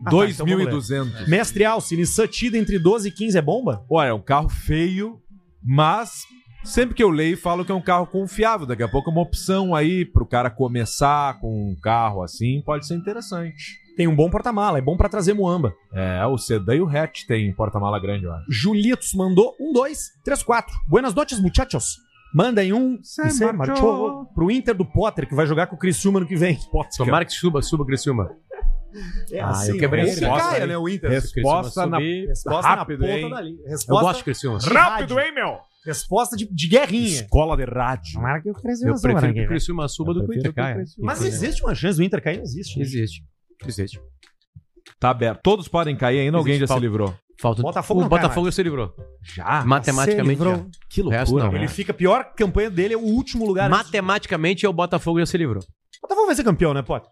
[SPEAKER 1] Ah, tá, então vamos ler. Mestre Alcine, Sutida entre 12 e 15 é bomba?
[SPEAKER 2] Olha, é um carro feio, mas sempre que eu leio falo que é um carro confiável. Daqui a pouco é uma opção aí pro cara começar com um carro assim, pode ser interessante.
[SPEAKER 1] Tem um bom porta-mala, é bom pra trazer muamba.
[SPEAKER 2] É, o sedã e o hatch tem porta-mala grande, eu acho.
[SPEAKER 1] Julitos mandou um, dois, três, quatro. Buenas noches, muchachos. Mandem um
[SPEAKER 2] Se
[SPEAKER 1] e se
[SPEAKER 2] marchou.
[SPEAKER 1] marchou pro Inter do Potter, que vai jogar com o Criciúma no que vem.
[SPEAKER 3] Tomara que suba, suba, Criciúma.
[SPEAKER 1] É,
[SPEAKER 3] Ah,
[SPEAKER 1] assim,
[SPEAKER 3] eu quebrei
[SPEAKER 1] né?
[SPEAKER 3] esse
[SPEAKER 1] Que
[SPEAKER 3] negócio
[SPEAKER 1] caia,
[SPEAKER 3] aí.
[SPEAKER 1] né, o Inter.
[SPEAKER 2] Resposta
[SPEAKER 1] Se o Criciúma
[SPEAKER 2] na-
[SPEAKER 1] resposta
[SPEAKER 2] rápido,
[SPEAKER 1] na ponta
[SPEAKER 2] hein?
[SPEAKER 1] da linha.
[SPEAKER 2] Eu
[SPEAKER 1] Resposta
[SPEAKER 2] gosto de Criciúma.
[SPEAKER 1] de
[SPEAKER 2] Rápido,
[SPEAKER 1] rádio.
[SPEAKER 2] hein, meu?
[SPEAKER 1] Resposta de, de guerrinha.
[SPEAKER 2] Escola de rádio.
[SPEAKER 1] Tomara que o
[SPEAKER 3] Eu
[SPEAKER 1] Criciúma suba, né,
[SPEAKER 3] prefiro que
[SPEAKER 1] Guilherme?
[SPEAKER 3] o Criciúma suba do né? que o Inter caia.
[SPEAKER 1] Mas existe uma chance do Inter cair? Existe. né?
[SPEAKER 3] Existe. Existe.
[SPEAKER 2] Tá aberto. Todos podem cair ainda, alguém
[SPEAKER 3] Existe
[SPEAKER 2] já se
[SPEAKER 3] falta.
[SPEAKER 2] livrou.
[SPEAKER 3] Falta
[SPEAKER 1] Botafogo
[SPEAKER 3] O
[SPEAKER 1] não cai
[SPEAKER 3] Botafogo se livrou.
[SPEAKER 2] Já?
[SPEAKER 3] Matematicamente
[SPEAKER 1] Se livrou.
[SPEAKER 3] já.
[SPEAKER 2] Ah, Que
[SPEAKER 3] O resto não.
[SPEAKER 1] Ele fica, a pior campanha dele é o último lugar.
[SPEAKER 3] Matematicamente é o Botafogo já se livrou.
[SPEAKER 1] Botafogo vai ser campeão, né, Potter?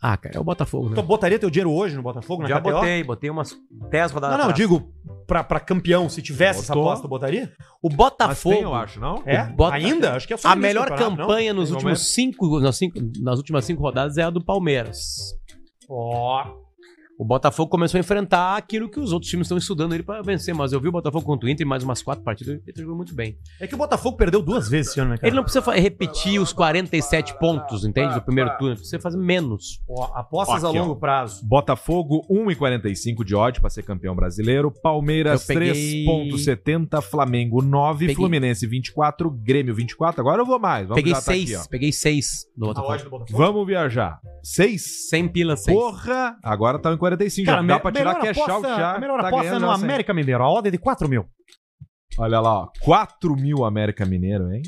[SPEAKER 3] Ah, cara, é o Botafogo, né?
[SPEAKER 1] Tu botaria teu dinheiro hoje no Botafogo, na
[SPEAKER 3] Já
[SPEAKER 1] KTO?
[SPEAKER 3] botei, botei umas 10 rodadas
[SPEAKER 1] Não, não,
[SPEAKER 3] atrás.
[SPEAKER 1] digo pra, pra campeão, se tivesse essa
[SPEAKER 3] Tá, Botou.
[SPEAKER 1] aposta, tu botaria?
[SPEAKER 3] O Botafogo.
[SPEAKER 2] tem, eu acho, não?
[SPEAKER 1] É?
[SPEAKER 3] o Bota-
[SPEAKER 1] Ainda? Acho que é só
[SPEAKER 3] A
[SPEAKER 1] no início
[SPEAKER 3] melhor
[SPEAKER 1] do campeonato,
[SPEAKER 3] campanha
[SPEAKER 1] não?
[SPEAKER 3] nos
[SPEAKER 1] Tem
[SPEAKER 3] últimos cinco, nas, cinco- nas últimas cinco rodadas é a do Palmeiras.
[SPEAKER 1] Ó.
[SPEAKER 3] O Botafogo começou a enfrentar aquilo que os outros times estão estudando ele pra vencer, mas eu vi o Botafogo contra o Inter em mais umas quatro partidas ele jogou muito bem.
[SPEAKER 1] É que o Botafogo perdeu duas vezes esse ano, né, cara?
[SPEAKER 3] Ele não precisa fa- repetir os 47 pontos, entende? Do primeiro turno, ele precisa fazer menos.
[SPEAKER 1] Ó, apostas
[SPEAKER 2] Aqui,
[SPEAKER 1] a longo
[SPEAKER 2] ó.
[SPEAKER 1] prazo.
[SPEAKER 2] Botafogo 1,45 de odd para ser campeão brasileiro. Palmeiras
[SPEAKER 3] Eu peguei-
[SPEAKER 2] 3,70. Flamengo 9.
[SPEAKER 3] Peguei.
[SPEAKER 2] Fluminense 24. Grêmio 24. Agora eu vou mais. Vamos
[SPEAKER 3] peguei
[SPEAKER 2] já tá
[SPEAKER 3] seis,
[SPEAKER 2] aqui, ó. Tá
[SPEAKER 3] peguei seis do Botafogo.
[SPEAKER 2] Vamos viajar. 6?
[SPEAKER 3] 100 pila, seis.
[SPEAKER 2] Porra! Agora tá em 45. já dá pra tirar cash out já.
[SPEAKER 1] A melhor
[SPEAKER 2] tá
[SPEAKER 1] aposta é
[SPEAKER 2] ganhando
[SPEAKER 1] no
[SPEAKER 2] nossa, hein?
[SPEAKER 1] América Mineiro, a ordem de 4 mil.
[SPEAKER 2] Olha lá, ó. 4 mil América Mineiro, hein?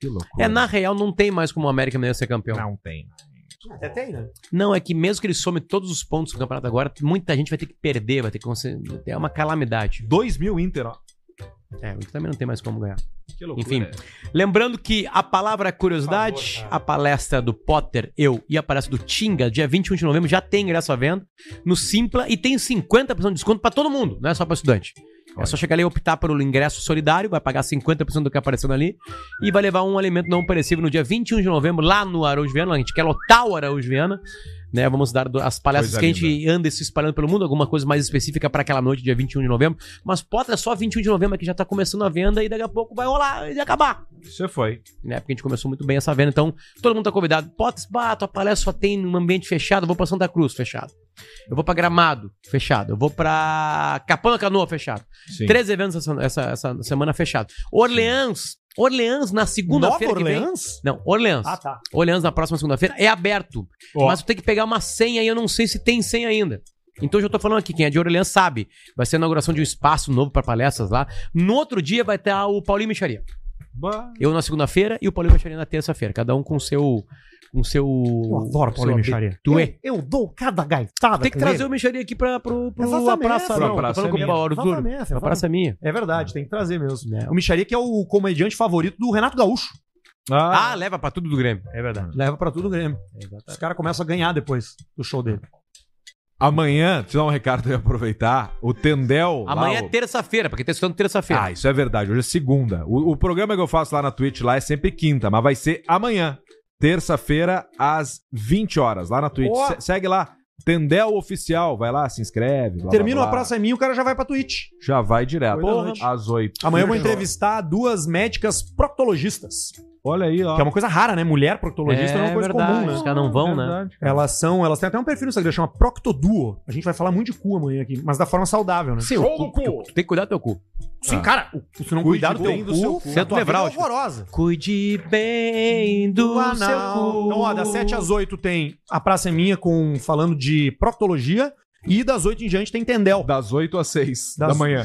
[SPEAKER 2] Que loucura.
[SPEAKER 3] É, na real, não tem mais como o América Mineiro ser campeão.
[SPEAKER 2] Não tem.
[SPEAKER 1] Até tem, né?
[SPEAKER 3] Não, é que mesmo que ele some todos os pontos do campeonato agora, muita gente vai ter que perder, vai ter que. conse- É uma calamidade.
[SPEAKER 2] 2 mil Inter, ó.
[SPEAKER 3] É, o Inter também não tem mais como ganhar.
[SPEAKER 2] Que loucura,
[SPEAKER 3] Enfim,
[SPEAKER 2] né?
[SPEAKER 3] lembrando que a palavra é curiosidade, a palestra do Potter, eu e a palestra do Tinga, dia 21 de novembro, já tem ingresso à venda no Simpla e tem 50% de desconto pra todo mundo, não é só pra estudante. É só chegar ali e optar pelo ingresso solidário, vai pagar 50% do que aparecendo ali e vai levar um alimento não perecível no dia 21 de novembro lá no Araújo Viana. A gente quer lotar o Araújo Viana, né? Vamos dar do- as palestras
[SPEAKER 2] Coisa
[SPEAKER 3] que a gente anda se espalhando pelo mundo, alguma coisa mais específica para aquela noite, dia 21 de novembro. Mas Potter é só 21 de novembro, que já tá começando a venda e daqui a pouco vai rolar e acabar.
[SPEAKER 2] Você foi.
[SPEAKER 3] Né? Porque a gente começou muito bem essa venda, então todo mundo tá convidado. Potter, bah, tua palestra só tem um ambiente fechado, eu vou pra Santa Cruz, fechado. Eu vou pra Gramado, fechado. Eu vou pra Capão da Canoa, fechado.
[SPEAKER 2] Sim.
[SPEAKER 3] Três eventos essa, essa- essa semana fechado. Orleans, Orleans na segunda-feira
[SPEAKER 1] Nova
[SPEAKER 3] que vem-
[SPEAKER 1] Orleans?
[SPEAKER 3] Não, Orleans.
[SPEAKER 1] Ah, tá.
[SPEAKER 3] Orleans na próxima segunda-feira é aberto.
[SPEAKER 1] Ó.
[SPEAKER 3] Mas tu tem que pegar uma senha e eu não sei se tem senha ainda. Então eu já tô falando aqui, quem é de Orleans sabe. Vai ser a inauguração de um espaço novo pra palestras lá. No outro dia vai estar o Paulinho Micharia.
[SPEAKER 2] Bah.
[SPEAKER 3] Eu na segunda-feira e o Paulinho Micharia na terça-feira. Cada um com seu. Com seu.
[SPEAKER 1] Eu adoro Paulinho Micharia.
[SPEAKER 3] Tu é.
[SPEAKER 1] Eu, eu dou cada gaitada.
[SPEAKER 3] Tem que
[SPEAKER 1] com
[SPEAKER 3] trazer
[SPEAKER 1] ele. É
[SPEAKER 3] o Micharia aqui pra, pro, pro,
[SPEAKER 1] Exatamente,
[SPEAKER 3] a
[SPEAKER 2] né?
[SPEAKER 3] praça,
[SPEAKER 1] pra
[SPEAKER 3] não.
[SPEAKER 1] praça é
[SPEAKER 3] Tô
[SPEAKER 2] é
[SPEAKER 3] falando com
[SPEAKER 1] minha.
[SPEAKER 3] o Paulo Arturo.
[SPEAKER 1] Exatamente,
[SPEAKER 3] A
[SPEAKER 1] exatamente.
[SPEAKER 3] praça é minha.
[SPEAKER 1] É verdade, tem que trazer mesmo.
[SPEAKER 3] É.
[SPEAKER 1] O Micharia que é o comediante favorito do Renato Gaúcho.
[SPEAKER 3] Ah, leva pra tudo do Grêmio. É verdade.
[SPEAKER 1] Uhum. Leva pra tudo o Grêmio. Os caras começam a ganhar depois do show dele.
[SPEAKER 2] Amanhã, deixa eu dar um recado e aproveitar. O Tendel. lá,
[SPEAKER 3] Amanhã
[SPEAKER 2] o-
[SPEAKER 3] é terça-feira, porque tá estudando terça-feira.
[SPEAKER 2] Ah, isso é verdade. Hoje é segunda. O, o programa que eu faço lá na Twitch lá é sempre quinta, mas vai ser amanhã, terça-feira, às 20 horas, lá na Twitch.
[SPEAKER 1] Ó.
[SPEAKER 2] Se- segue lá. Tendel Oficial. Vai lá, se inscreve. blá,
[SPEAKER 1] Termina
[SPEAKER 2] blá,
[SPEAKER 1] a
[SPEAKER 2] blá.
[SPEAKER 1] Praça é Minha, o cara já vai pra Twitch.
[SPEAKER 2] Já vai direto.
[SPEAKER 1] Boa noite.
[SPEAKER 2] Às 8.
[SPEAKER 1] Amanhã eu vou entrevistar duas médicas proctologistas.
[SPEAKER 2] Olha aí, ó.
[SPEAKER 1] Que é uma coisa rara, né? Mulher proctologista é, uma coisa comum, né?
[SPEAKER 3] Os caras não vão, né?
[SPEAKER 2] Verdade.
[SPEAKER 1] Elas são, elas têm até um perfil no Instagram, chama Proctoduo. A gente vai falar muito de cu amanhã aqui, mas da forma saudável, né?
[SPEAKER 3] Sim, o cu, tu, tu tem que cuidar do teu cu. Ah.
[SPEAKER 1] Sim, cara, o- se não cuidar do teu
[SPEAKER 2] bem do
[SPEAKER 1] cu,
[SPEAKER 2] seu cu.
[SPEAKER 1] a
[SPEAKER 3] Centro
[SPEAKER 1] tua vida é
[SPEAKER 3] nevrálgico.
[SPEAKER 1] horrorosa.
[SPEAKER 3] Cuide bem
[SPEAKER 1] Hum,
[SPEAKER 3] do
[SPEAKER 1] ah,
[SPEAKER 3] seu
[SPEAKER 1] Então, ó, das 7 às 8 tem A Praça é Minha com, falando de proctologia E das 8 em diante tem Tendel.
[SPEAKER 2] Das 8 às 6
[SPEAKER 1] Das-
[SPEAKER 2] da manhã.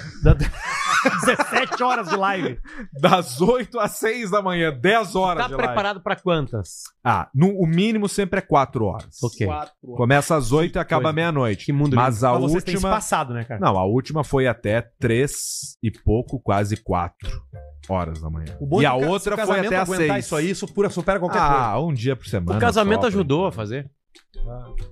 [SPEAKER 1] 17 horas de live.
[SPEAKER 2] Das 8 às 6 da manhã, 10 horas
[SPEAKER 3] Tá
[SPEAKER 2] de live.
[SPEAKER 3] preparado pra quantas?
[SPEAKER 2] Ah, no, o mínimo sempre é 4 horas.
[SPEAKER 3] Ok.
[SPEAKER 2] Começa às 8 e acaba meia-noite. Que mundo Mas a
[SPEAKER 1] Mas vocês têm
[SPEAKER 2] última.
[SPEAKER 1] espaçado, né, cara?
[SPEAKER 2] É. Não, a última foi até 3 e pouco, quase 4 horas da manhã.
[SPEAKER 1] O bom
[SPEAKER 2] E
[SPEAKER 1] é
[SPEAKER 2] a
[SPEAKER 1] que o ca-
[SPEAKER 2] outra
[SPEAKER 1] se o
[SPEAKER 2] foi
[SPEAKER 1] casamento
[SPEAKER 2] até às
[SPEAKER 1] aguentar
[SPEAKER 2] 6.
[SPEAKER 1] Isso aí, isso pura, supera qualquer coisa.
[SPEAKER 2] Ah, um dia por semana.
[SPEAKER 3] o casamento
[SPEAKER 2] só,
[SPEAKER 3] ajudou a fazer.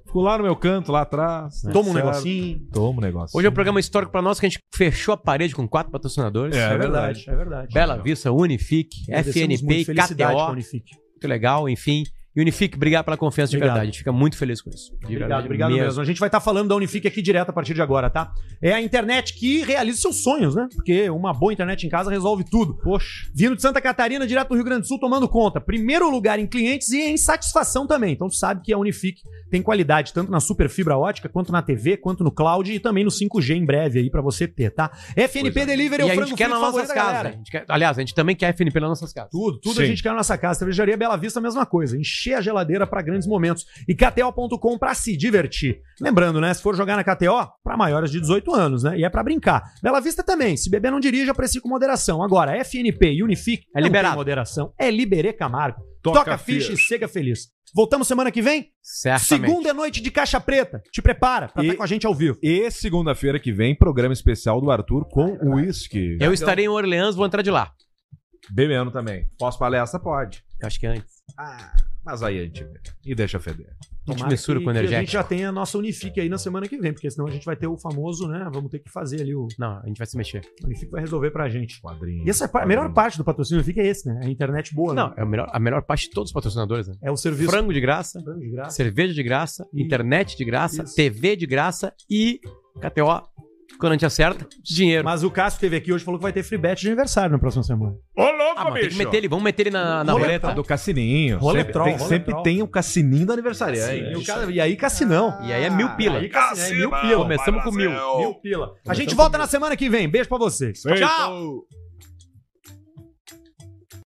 [SPEAKER 2] Fico lá no meu canto, lá atrás. né,
[SPEAKER 1] é
[SPEAKER 3] Toma um
[SPEAKER 2] certo?
[SPEAKER 3] negocinho.
[SPEAKER 2] Toma um negócio.
[SPEAKER 3] Hoje é um programa histórico pra nós que a gente fechou a parede com quatro patrocinadores.
[SPEAKER 2] É, é verdade,
[SPEAKER 1] é verdade.
[SPEAKER 3] Bela Vista, Unifique,
[SPEAKER 1] Agradecemos
[SPEAKER 3] FNP,
[SPEAKER 1] muito,
[SPEAKER 3] e
[SPEAKER 1] felicidade
[SPEAKER 3] KTO.
[SPEAKER 1] com a Unifique.
[SPEAKER 3] Muito legal, enfim. E Unifique, obrigado pela confiança de verdade. A gente fica muito feliz com isso. De
[SPEAKER 1] Obrigado,
[SPEAKER 3] verdade
[SPEAKER 1] obrigado mesmo. A gente vai estar falando da Unifique aqui direto a partir de agora, tá? É a internet que realiza seus sonhos, né? Porque uma boa internet em casa resolve tudo. Poxa. Vindo de Santa Catarina, direto do Rio Grande do Sul, tomando conta. Primeiro lugar em clientes e em satisfação também. Então tu sabe que a Unifique tem qualidade tanto na super fibra ótica, quanto na TV, quanto no cloud e também no 5G em breve aí pra você ter, tá? FNP Delivery é
[SPEAKER 3] E
[SPEAKER 1] o
[SPEAKER 3] a gente
[SPEAKER 1] frango
[SPEAKER 3] quer
[SPEAKER 1] frito
[SPEAKER 3] nas
[SPEAKER 1] favorito
[SPEAKER 3] nossas
[SPEAKER 1] da
[SPEAKER 3] casas.
[SPEAKER 1] galera.
[SPEAKER 3] A gente quer- Aliás, a gente também quer FNP nas nossas casas.
[SPEAKER 1] Tudo, tudo a
[SPEAKER 3] Sim.
[SPEAKER 1] gente quer na nossa casa. Cervejaria Bela Vista, a mesma coisa. Encher a geladeira pra grandes momentos. E KTO.com pra se divertir. Lembrando, né? Se for jogar na KTO, pra maiores de 18 anos, né? E é pra brincar. Bela Vista também. Se beber não dirige, aprecie com moderação. Agora, FNP e Unifique é
[SPEAKER 3] liberado.
[SPEAKER 1] moderação. É Liberê Camargo.
[SPEAKER 3] Toca
[SPEAKER 1] Toca,
[SPEAKER 3] a
[SPEAKER 1] a ficha
[SPEAKER 3] ficha.
[SPEAKER 1] e seja feliz. Voltamos semana que vem?
[SPEAKER 3] Certamente.
[SPEAKER 1] Segunda é noite de Caixa Preta. Te prepara pra estar com a gente ao vivo.
[SPEAKER 2] E segunda-feira que vem, programa especial do Arthur com o uísque.
[SPEAKER 3] Eu estarei em Orleans, vou entrar de lá.
[SPEAKER 2] Bebendo também. Posso palestra? Pode. Ah,
[SPEAKER 3] Eu acho que é antes.
[SPEAKER 2] Mas aí a gente vê. E deixa feder.
[SPEAKER 3] A gente
[SPEAKER 1] Tomara
[SPEAKER 3] mistura
[SPEAKER 1] que-
[SPEAKER 3] com
[SPEAKER 1] que A
[SPEAKER 3] energético.
[SPEAKER 1] gente já tem a nossa Unifique aí na semana que vem, porque senão a gente vai ter o famoso, né? Vamos ter que fazer ali o.
[SPEAKER 3] Não, a gente vai se mexer.
[SPEAKER 1] O Unifique vai resolver pra gente.
[SPEAKER 2] Quadrinho.
[SPEAKER 1] E essa é a par- a melhor parte do patrocínio fica é esse, né? A internet boa,
[SPEAKER 3] Não,
[SPEAKER 1] né?
[SPEAKER 3] é a melhor, a melhor parte de todos os patrocinadores, né?
[SPEAKER 1] É o serviço.
[SPEAKER 3] Frango de graça,
[SPEAKER 1] Frango de graça.
[SPEAKER 3] cerveja de graça,
[SPEAKER 1] E-
[SPEAKER 3] internet de graça, TV de graça e KTO, quando a gente acerta, dinheiro.
[SPEAKER 1] Mas o Cássio teve aqui hoje e falou que vai ter free bet de aniversário na próxima semana.
[SPEAKER 3] Ô, louco, ah, mas tem que
[SPEAKER 2] bicho.
[SPEAKER 3] meter ele, vamos meter ele na, na
[SPEAKER 2] Roleta.
[SPEAKER 3] roleta.
[SPEAKER 2] Do cassininho.
[SPEAKER 1] Roletrol,
[SPEAKER 2] sempre tem, sempre
[SPEAKER 1] roletrol.
[SPEAKER 2] tem o cassininho do aniversariante.
[SPEAKER 1] É, E, o cara- e aí, Cassinão.
[SPEAKER 3] E aí é mil pila.
[SPEAKER 1] Ah, Aí, Cassinão, é mil pila.
[SPEAKER 3] Começamos com mil.
[SPEAKER 1] Mil pila. A gente volta na semana que vem. Beijo pra vocês.
[SPEAKER 2] Feito.
[SPEAKER 1] Tchau.